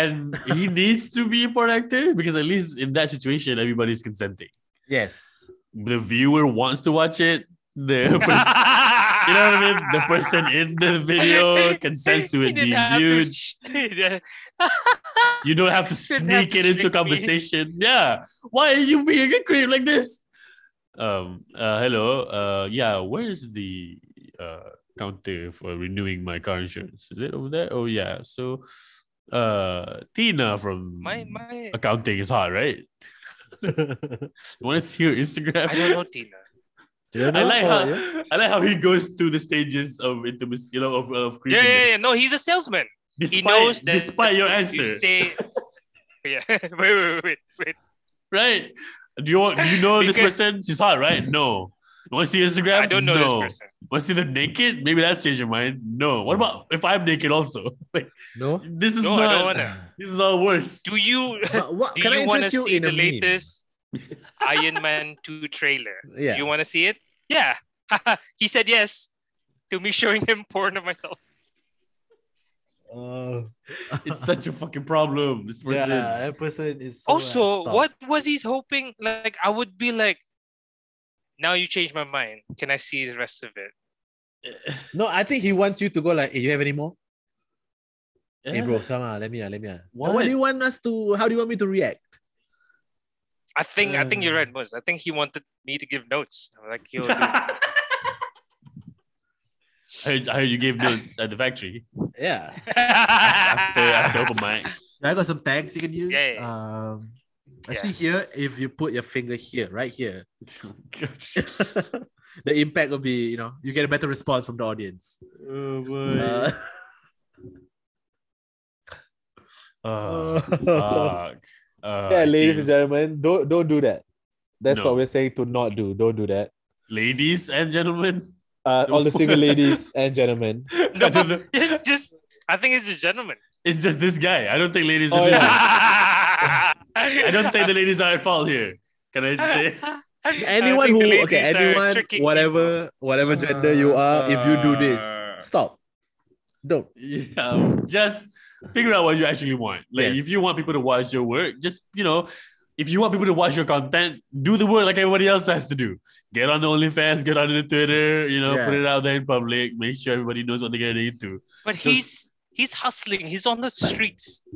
Speaker 2: And
Speaker 3: *laughs*
Speaker 2: he needs to be a porn actor because at least in that situation everybody's consenting.
Speaker 1: yes
Speaker 3: *laughs*
Speaker 2: the viewer wants to watch it. The You know what I mean? The person in the video consents to
Speaker 3: *laughs* He
Speaker 2: it
Speaker 3: didn't
Speaker 2: being
Speaker 3: have to
Speaker 2: viewed.
Speaker 3: sh- *laughs* he didn't-
Speaker 2: You don't
Speaker 3: *laughs*
Speaker 2: have to
Speaker 3: Didn't have
Speaker 2: sneak
Speaker 3: to
Speaker 2: it into
Speaker 3: trick me.
Speaker 2: conversation. Yeah. Why are you being a creep like this? Um. Uh, hello. Uh. Yeah. Where's the uh counter for renewing my car insurance? Is it over there? Oh yeah. So, uh, Tina from
Speaker 3: my my.
Speaker 2: accounting is hot, right? *laughs* you want to see her Instagram?
Speaker 3: I don't know Tina.
Speaker 1: You
Speaker 2: *laughs* I
Speaker 1: know?
Speaker 2: like
Speaker 1: Oh,
Speaker 2: how
Speaker 1: yeah.
Speaker 2: I like how he goes through the stages of intimacy, you know, of of
Speaker 3: Yeah,
Speaker 2: creepiness.
Speaker 3: yeah, yeah. No, he's a salesman.
Speaker 2: Despite,
Speaker 3: he knows that
Speaker 2: despite your answer,
Speaker 3: You say, *laughs* yeah. *laughs* wait, wait, wait, wait.
Speaker 2: right? Do you want do you know this
Speaker 3: Because-
Speaker 2: person? She's hot, right? No. You want to see Instagram?
Speaker 3: I don't know
Speaker 2: No.
Speaker 3: this person.
Speaker 2: Want to see them naked? Maybe that changed your mind. No. What about if I'm naked also? *laughs* Like *clears throat*
Speaker 1: No.
Speaker 2: this is
Speaker 3: No,
Speaker 2: not.
Speaker 3: I don't wanna.
Speaker 2: This is all worse.
Speaker 3: Do you *laughs*
Speaker 1: But what,
Speaker 3: do
Speaker 1: can I
Speaker 3: you want to
Speaker 1: interest you
Speaker 3: see
Speaker 1: in
Speaker 3: the
Speaker 1: a meme? *laughs*
Speaker 3: latest Iron Man 2 trailer?
Speaker 1: Yeah.
Speaker 3: Do you want to see it? Yeah. *laughs* he said yes to me showing him porn of myself.
Speaker 2: It's such a fucking problem. This person.
Speaker 1: Oh, yeah, that person is so uh,
Speaker 3: also,
Speaker 1: messed up.
Speaker 3: what was he hoping? Like, I would be like, now you changed my mind. Can I see the rest of it?
Speaker 4: No, I think he wants you to go like, hey, you have any more? Hey,
Speaker 2: Yeah.
Speaker 4: bro, sama, let me, ah, let me. ah.
Speaker 2: What?
Speaker 4: Eh? What? do you want us to? How do you want me to react?
Speaker 3: I think I think you're right, Moz. I think he wanted me to give notes. I'm like,
Speaker 2: *laughs*
Speaker 3: *laughs* yo, dude,
Speaker 2: I, heard, I heard you gave notes at the factory
Speaker 4: Yeah.
Speaker 2: after, after open mic.
Speaker 1: I got some tags you can use.
Speaker 3: Yeah, yeah, yeah.
Speaker 1: Um, actually, here, if you put your finger here, right here, *laughs*
Speaker 3: *laughs*
Speaker 1: the impact will be, you know, you get a better response from the audience.
Speaker 2: oh boy.
Speaker 4: *laughs*
Speaker 1: Uh,
Speaker 2: oh,
Speaker 4: Ah,
Speaker 2: fuck. Oh,
Speaker 4: *laughs* yeah, ladies and
Speaker 2: dude.
Speaker 4: gentlemen, don't don't do that. That's
Speaker 2: No.
Speaker 4: what we're saying to not do. Don't do that.
Speaker 2: ladies and
Speaker 3: *laughs*
Speaker 2: gentlemen.
Speaker 4: Uh, *laughs* all the
Speaker 2: Don't-
Speaker 4: single ladies and *laughs* gentlemen.
Speaker 2: I don't know.
Speaker 3: it's just. I think it's a gentleman.
Speaker 2: It's just this guy. I don't think ladies.
Speaker 4: Oh,
Speaker 2: and
Speaker 4: yeah.
Speaker 2: gentlemen.
Speaker 3: I
Speaker 2: *laughs* I don't
Speaker 3: *laughs*
Speaker 2: think the ladies are at fault here. Can
Speaker 1: *laughs*
Speaker 2: I just say?
Speaker 4: anyone who okay, anyone, whatever, whatever gender you are, if you do this,
Speaker 2: Uh,
Speaker 4: stop. Don't.
Speaker 2: Yeah, um, just figure out what you actually want. Like,
Speaker 1: Yes.
Speaker 2: if you want people to watch your work, just you know, if you want people to watch your content, do the work like everybody else has to do. Get on the OnlyFans, get on the Twitter, you know,
Speaker 1: Yeah.
Speaker 2: put it out there in public. Make sure everybody knows what they're getting
Speaker 1: *laughs*
Speaker 2: into.
Speaker 3: But he's he's hustling. He's on the streets.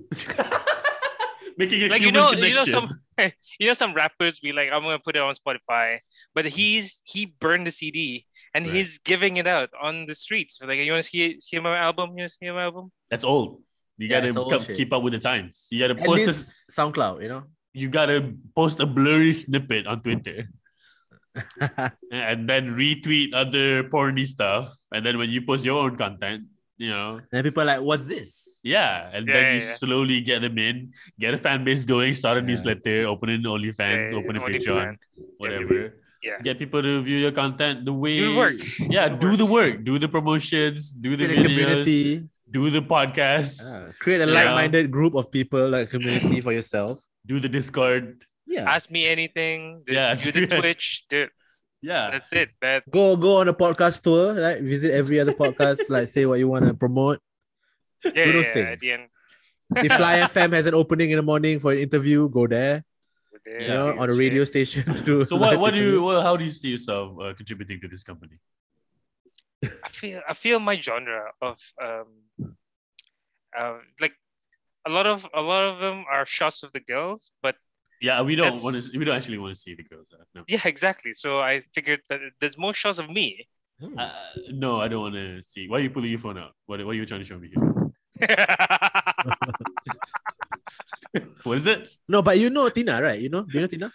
Speaker 2: Making a
Speaker 3: Like you
Speaker 2: human
Speaker 3: know,
Speaker 2: connection.
Speaker 3: you know some you know some rappers be like, I'm gonna put it on Spotify. But he's he burned the CD and
Speaker 1: Right.
Speaker 3: he's giving it out on the streets. Like you want to hear, hear my album? You want to hear my album?
Speaker 2: That's old. You
Speaker 1: Yeah,
Speaker 2: gotta
Speaker 1: it's old
Speaker 2: come-
Speaker 1: shit.
Speaker 2: keep up with the times. You gotta
Speaker 1: at
Speaker 2: post.
Speaker 1: least
Speaker 2: A,
Speaker 1: SoundCloud, *laughs* you know.
Speaker 2: you gotta post a blurry snippet on Twitter. and then retweet other porny stuff. And then when you post your own content, you know,
Speaker 1: And people are like, what's this?
Speaker 2: Yeah, and
Speaker 3: Yeah,
Speaker 2: then
Speaker 3: yeah,
Speaker 2: you
Speaker 3: yeah.
Speaker 2: slowly get them in, get a fan base going, start a
Speaker 1: Yeah.
Speaker 2: newsletter, open an OnlyFans,
Speaker 3: Yeah,
Speaker 2: open a
Speaker 3: only
Speaker 2: Patreon,
Speaker 3: fan.
Speaker 2: whatever.
Speaker 3: Yeah.
Speaker 2: Get people to view your content the way.
Speaker 3: Do the work.
Speaker 2: Yeah,
Speaker 3: Do the
Speaker 2: do the work. Do the promotions. Do the
Speaker 1: Create a
Speaker 2: videos.
Speaker 1: community.
Speaker 2: Do the podcast.
Speaker 1: Yeah, create a
Speaker 2: Yeah.
Speaker 1: like-minded group of people, like community for yourself.
Speaker 2: Do the Discord.
Speaker 1: Yeah.
Speaker 3: Ask me anything. Do,
Speaker 2: Yeah,
Speaker 3: do
Speaker 2: *laughs*
Speaker 3: the
Speaker 2: yeah.
Speaker 3: Twitch. Dude,
Speaker 2: Yeah,
Speaker 3: that's it, man.
Speaker 1: Go go on a podcast tour, like visit every other podcast, *laughs* like say what you want to promote.
Speaker 3: Yeah,
Speaker 1: Do those
Speaker 3: yeah, At
Speaker 1: things.
Speaker 3: the end,
Speaker 1: If Fly FM has an opening in the morning for an interview, go there.
Speaker 3: yeah,
Speaker 1: you know, on a radio station *laughs* to do.
Speaker 2: So what?
Speaker 1: live
Speaker 2: What do
Speaker 1: interview.
Speaker 2: you? Well, how do you see yourself uh, contributing to this company?
Speaker 3: I feel I feel my genre of um, uh, like a lot of a lot of them are shots of the girls, but *laughs*
Speaker 2: Yeah, we don't
Speaker 3: That's-
Speaker 2: want to. We don't actually want to see the girls. Uh, no.
Speaker 3: yeah, exactly. So I figured that there's more shots of me. *laughs*
Speaker 2: Uh, no, I don't want to see. Why are you pulling your phone out? What, what are you trying to show me? Here? What is it?
Speaker 1: *laughs* No, but you know Tina, right? You know, do you know Tina?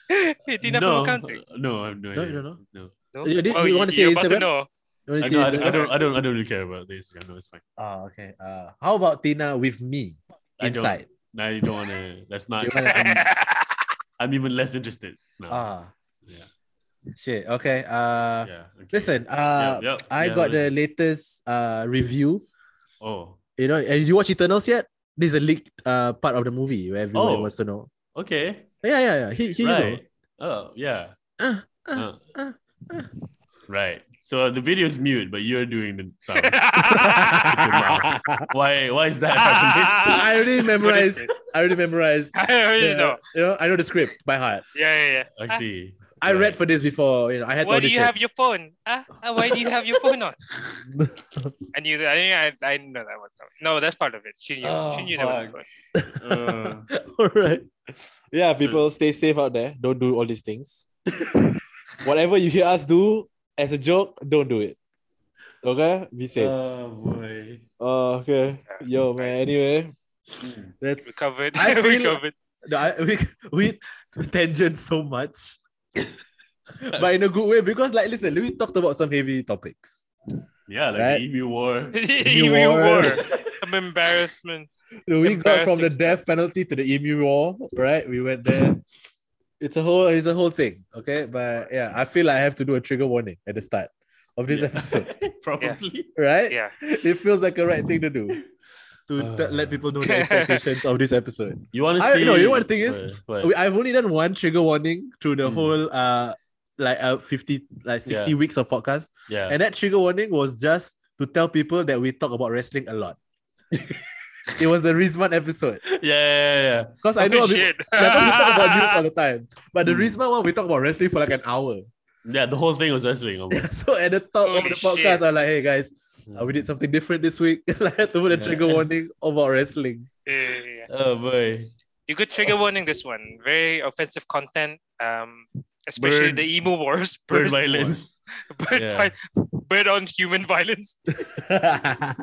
Speaker 3: Tina
Speaker 2: no,
Speaker 3: from accounting.
Speaker 2: uh, No, I have no,
Speaker 1: No,
Speaker 2: idea.
Speaker 1: you don't know?
Speaker 2: No,
Speaker 3: No?
Speaker 1: You did- you
Speaker 3: y-
Speaker 1: wanna say
Speaker 3: you're about to
Speaker 1: Instagram?
Speaker 3: know.
Speaker 1: You wanna
Speaker 2: I,
Speaker 1: see
Speaker 2: no I,
Speaker 1: his
Speaker 2: I
Speaker 1: Instagram?
Speaker 2: don't. I don't. I don't really care about the Instagram. No, it's fine.
Speaker 1: Oh, okay. Uh, how about Tina with me
Speaker 2: I don't-
Speaker 1: inside?
Speaker 2: No, you don't want to. That's not.
Speaker 1: You wanna-
Speaker 3: *laughs*
Speaker 1: *laughs*
Speaker 2: I'm even less interested. No.
Speaker 1: Ah,
Speaker 2: Yeah.
Speaker 1: shit. Okay. Uh,
Speaker 2: yeah. Okay.
Speaker 1: listen.
Speaker 2: Yeah,
Speaker 1: Uh,
Speaker 2: yeah,
Speaker 1: I
Speaker 2: yeah,
Speaker 1: got
Speaker 2: what is
Speaker 1: the
Speaker 2: it?
Speaker 1: latest uh review.
Speaker 2: Oh.
Speaker 1: You know, and you watch Eternals yet? This is a leaked uh part of the movie where everyone
Speaker 2: Oh.
Speaker 1: wants to know.
Speaker 2: Okay.
Speaker 1: Yeah, yeah, yeah. Here, here you
Speaker 2: right. Oh yeah.
Speaker 1: Uh,
Speaker 2: Uh.
Speaker 1: uh, uh.
Speaker 2: Right. So the video's mute, but you're doing the
Speaker 1: *laughs*
Speaker 2: sound.
Speaker 3: I
Speaker 2: why? Why is that happening? *laughs*
Speaker 1: go. I already
Speaker 3: *laughs*
Speaker 1: memorized. I already memorized.
Speaker 3: already
Speaker 1: the-
Speaker 3: know.
Speaker 1: You know, I know the script by heart.
Speaker 3: Yeah, yeah, yeah.
Speaker 2: I see.
Speaker 4: I read
Speaker 2: Right.
Speaker 4: for this before. You know, I had to
Speaker 3: why do you
Speaker 4: audition.
Speaker 1: *laughs*
Speaker 3: have your phone? Ah, ah, why do you have your phone on? I knew that. I, I, I knew that was coming. No, that's part of it. She knew.
Speaker 2: Oh,
Speaker 3: she knew that was a
Speaker 2: fuck.
Speaker 3: phone.
Speaker 2: Uh,
Speaker 4: all right. Yeah,
Speaker 2: Hmm.
Speaker 4: people, stay safe out there. Don't do all these
Speaker 1: *laughs*
Speaker 4: things. Whatever you hear us do as a joke, don't do it. Okay, be safe.
Speaker 2: oh boy.
Speaker 4: Oh, okay. Yo, man. Anyway,
Speaker 2: Hmm.
Speaker 4: that's
Speaker 3: We covered.
Speaker 1: I
Speaker 3: *laughs* we
Speaker 1: feel-
Speaker 3: covered.
Speaker 1: No, I, we we tangent so much, but in a good way because like listen, we talked about some heavy topics.
Speaker 2: Yeah, like
Speaker 1: Right?
Speaker 2: the
Speaker 1: *laughs*
Speaker 2: EMU
Speaker 3: *laughs*
Speaker 2: war.
Speaker 3: you, you
Speaker 1: war.
Speaker 3: were *laughs* some embarrassment.
Speaker 1: We
Speaker 4: got from the
Speaker 3: Embarrassing
Speaker 4: death penalty to the immune war, right? We went there. It's a whole, it's a whole thing, okay? But yeah, I feel like I have to do a trigger warning at the start of this
Speaker 2: Yeah.
Speaker 4: episode, *laughs*
Speaker 2: Probably.
Speaker 4: right?
Speaker 3: Yeah. Uh.
Speaker 4: It feels like a right thing to do to t- let people know the expectations of this episode.
Speaker 2: You want to
Speaker 1: I-
Speaker 2: see?
Speaker 1: no, you know what the thing is?
Speaker 2: What?
Speaker 1: We- I've only done one trigger warning through the
Speaker 2: Mm.
Speaker 1: whole uh like uh 50 like 60
Speaker 2: Yeah.
Speaker 1: weeks of podcast.
Speaker 2: yeah.
Speaker 1: And that trigger warning was just to tell people that we talk about wrestling a
Speaker 2: *laughs*
Speaker 1: lot. it was the Rizman episode.
Speaker 2: yeah, yeah, yeah,
Speaker 1: Because I know a bit-
Speaker 3: Shit.
Speaker 1: yeah, 'cause we talk
Speaker 3: *laughs*
Speaker 1: about news all the time. But the
Speaker 2: Mm.
Speaker 1: Rizman one, we talk about wrestling for like an hour. *laughs*
Speaker 2: yeah. Yeah, the whole thing was wrestling. oh Almost.
Speaker 1: so at the top of
Speaker 3: Holy
Speaker 1: the podcast,
Speaker 3: shit.
Speaker 1: I'm like, hey guys, uh, we did something different this week. *laughs* like, I had to put a
Speaker 2: Hmm. Yeah.
Speaker 1: trigger warning about wrestling. *laughs*
Speaker 3: Yeah, yeah, yeah.
Speaker 2: *laughs* Oh boy.
Speaker 3: You could trigger warning this one. Very offensive content. Um, especially
Speaker 2: Bird-
Speaker 3: the emu
Speaker 2: *laughs*
Speaker 3: wars.
Speaker 2: Bird
Speaker 3: Bird- *laughs*
Speaker 2: violence.
Speaker 3: Bird,
Speaker 2: Yeah.
Speaker 3: vi- bird on human violence.
Speaker 2: Uh,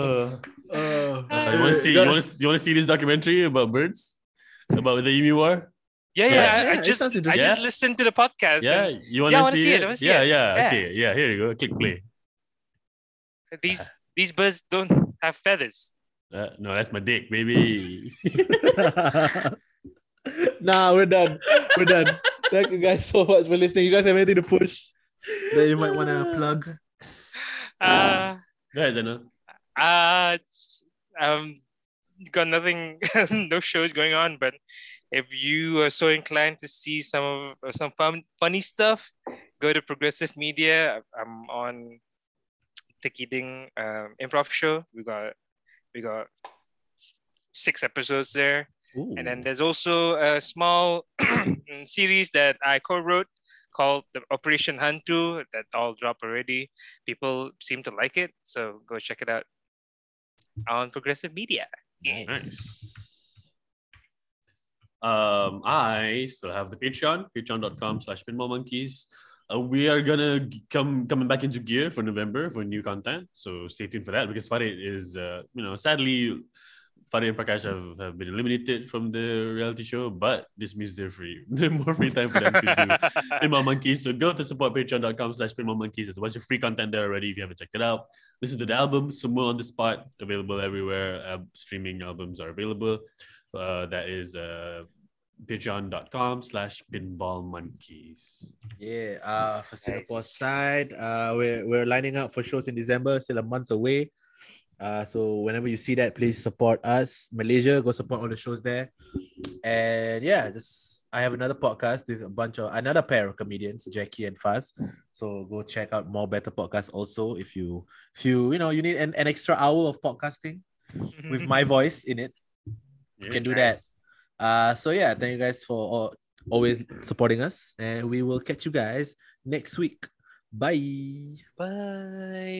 Speaker 1: Oh.
Speaker 2: uh, you want to see? You want to? You want to see this documentary about birds? About the EMU war?
Speaker 3: Yeah,
Speaker 1: *laughs*
Speaker 3: yeah.
Speaker 1: Yeah,
Speaker 3: I, I
Speaker 1: yeah, it
Speaker 3: just
Speaker 1: sounds
Speaker 3: I just
Speaker 2: interesting.
Speaker 3: listened to the podcast.
Speaker 2: Yeah,
Speaker 3: and
Speaker 2: you want
Speaker 3: Yeah, I
Speaker 2: to
Speaker 3: wanna
Speaker 2: see,
Speaker 3: see
Speaker 2: it?
Speaker 3: it, I wanna see
Speaker 2: yeah,
Speaker 3: it.
Speaker 2: yeah,
Speaker 3: Yeah.
Speaker 2: Okay, yeah. Here you go. Click play.
Speaker 3: These these birds don't have feathers.
Speaker 2: Uh, no, that's my dick, baby. *laughs*
Speaker 4: nah, we're done. We're done. Thank you guys so much for listening. You guys have anything to push?
Speaker 1: that you might want to plug.
Speaker 3: Uh,
Speaker 2: Go ahead, Zeno.
Speaker 3: uh um got nothing *laughs* no shows going on but if you are so inclined to see some of uh, some fun, funny stuff go to progressive media i'm on Tikiding um, improv show we got we got s- six episodes there and
Speaker 2: Mm.
Speaker 3: then there's also a small *clears throat* mm, series that I co-wrote called the Operation Hantu that all dropped already. People seem to like it, so go check it out on Progressive Media.
Speaker 2: *laughs* Nice. Um, I still have the Patreon, patreon.com slash pinballmonkeys. Uh, we are gonna g- come coming back into gear for November for new content. So stay tuned for that because Farid is uh, you know, sadly Farid and Prakash have, have been eliminated from the reality show, but this means they're free. *laughs* They're more free time for them to do Pinball Monkeys. So go to support patreon.com slash Pinball Monkeys. There's a bunch of free content there already if you haven't checked it out. Listen to the album, Sumo on the Spot, available everywhere. Uh, streaming albums are available. Uh, that is uh, patreon.com slash pinball monkeys.
Speaker 1: Yeah, uh, for Singapore
Speaker 3: Nice.
Speaker 1: side, uh, we're, we're lining up for shows in December, still a month away. Uh, so whenever you see that, please support us. Malaysia, go support all the shows there. And yeah, just I have another podcast with a bunch of another pair of comedians, Jackie and Faz. So go check out more better podcasts also if you if you you know you need an, an extra hour of podcasting with
Speaker 3: Mm-hmm.
Speaker 1: my voice in it. You can do that. Uh, so yeah, thank you guys for all, always supporting us, and we will catch you guys next week. Bye.
Speaker 3: Bye.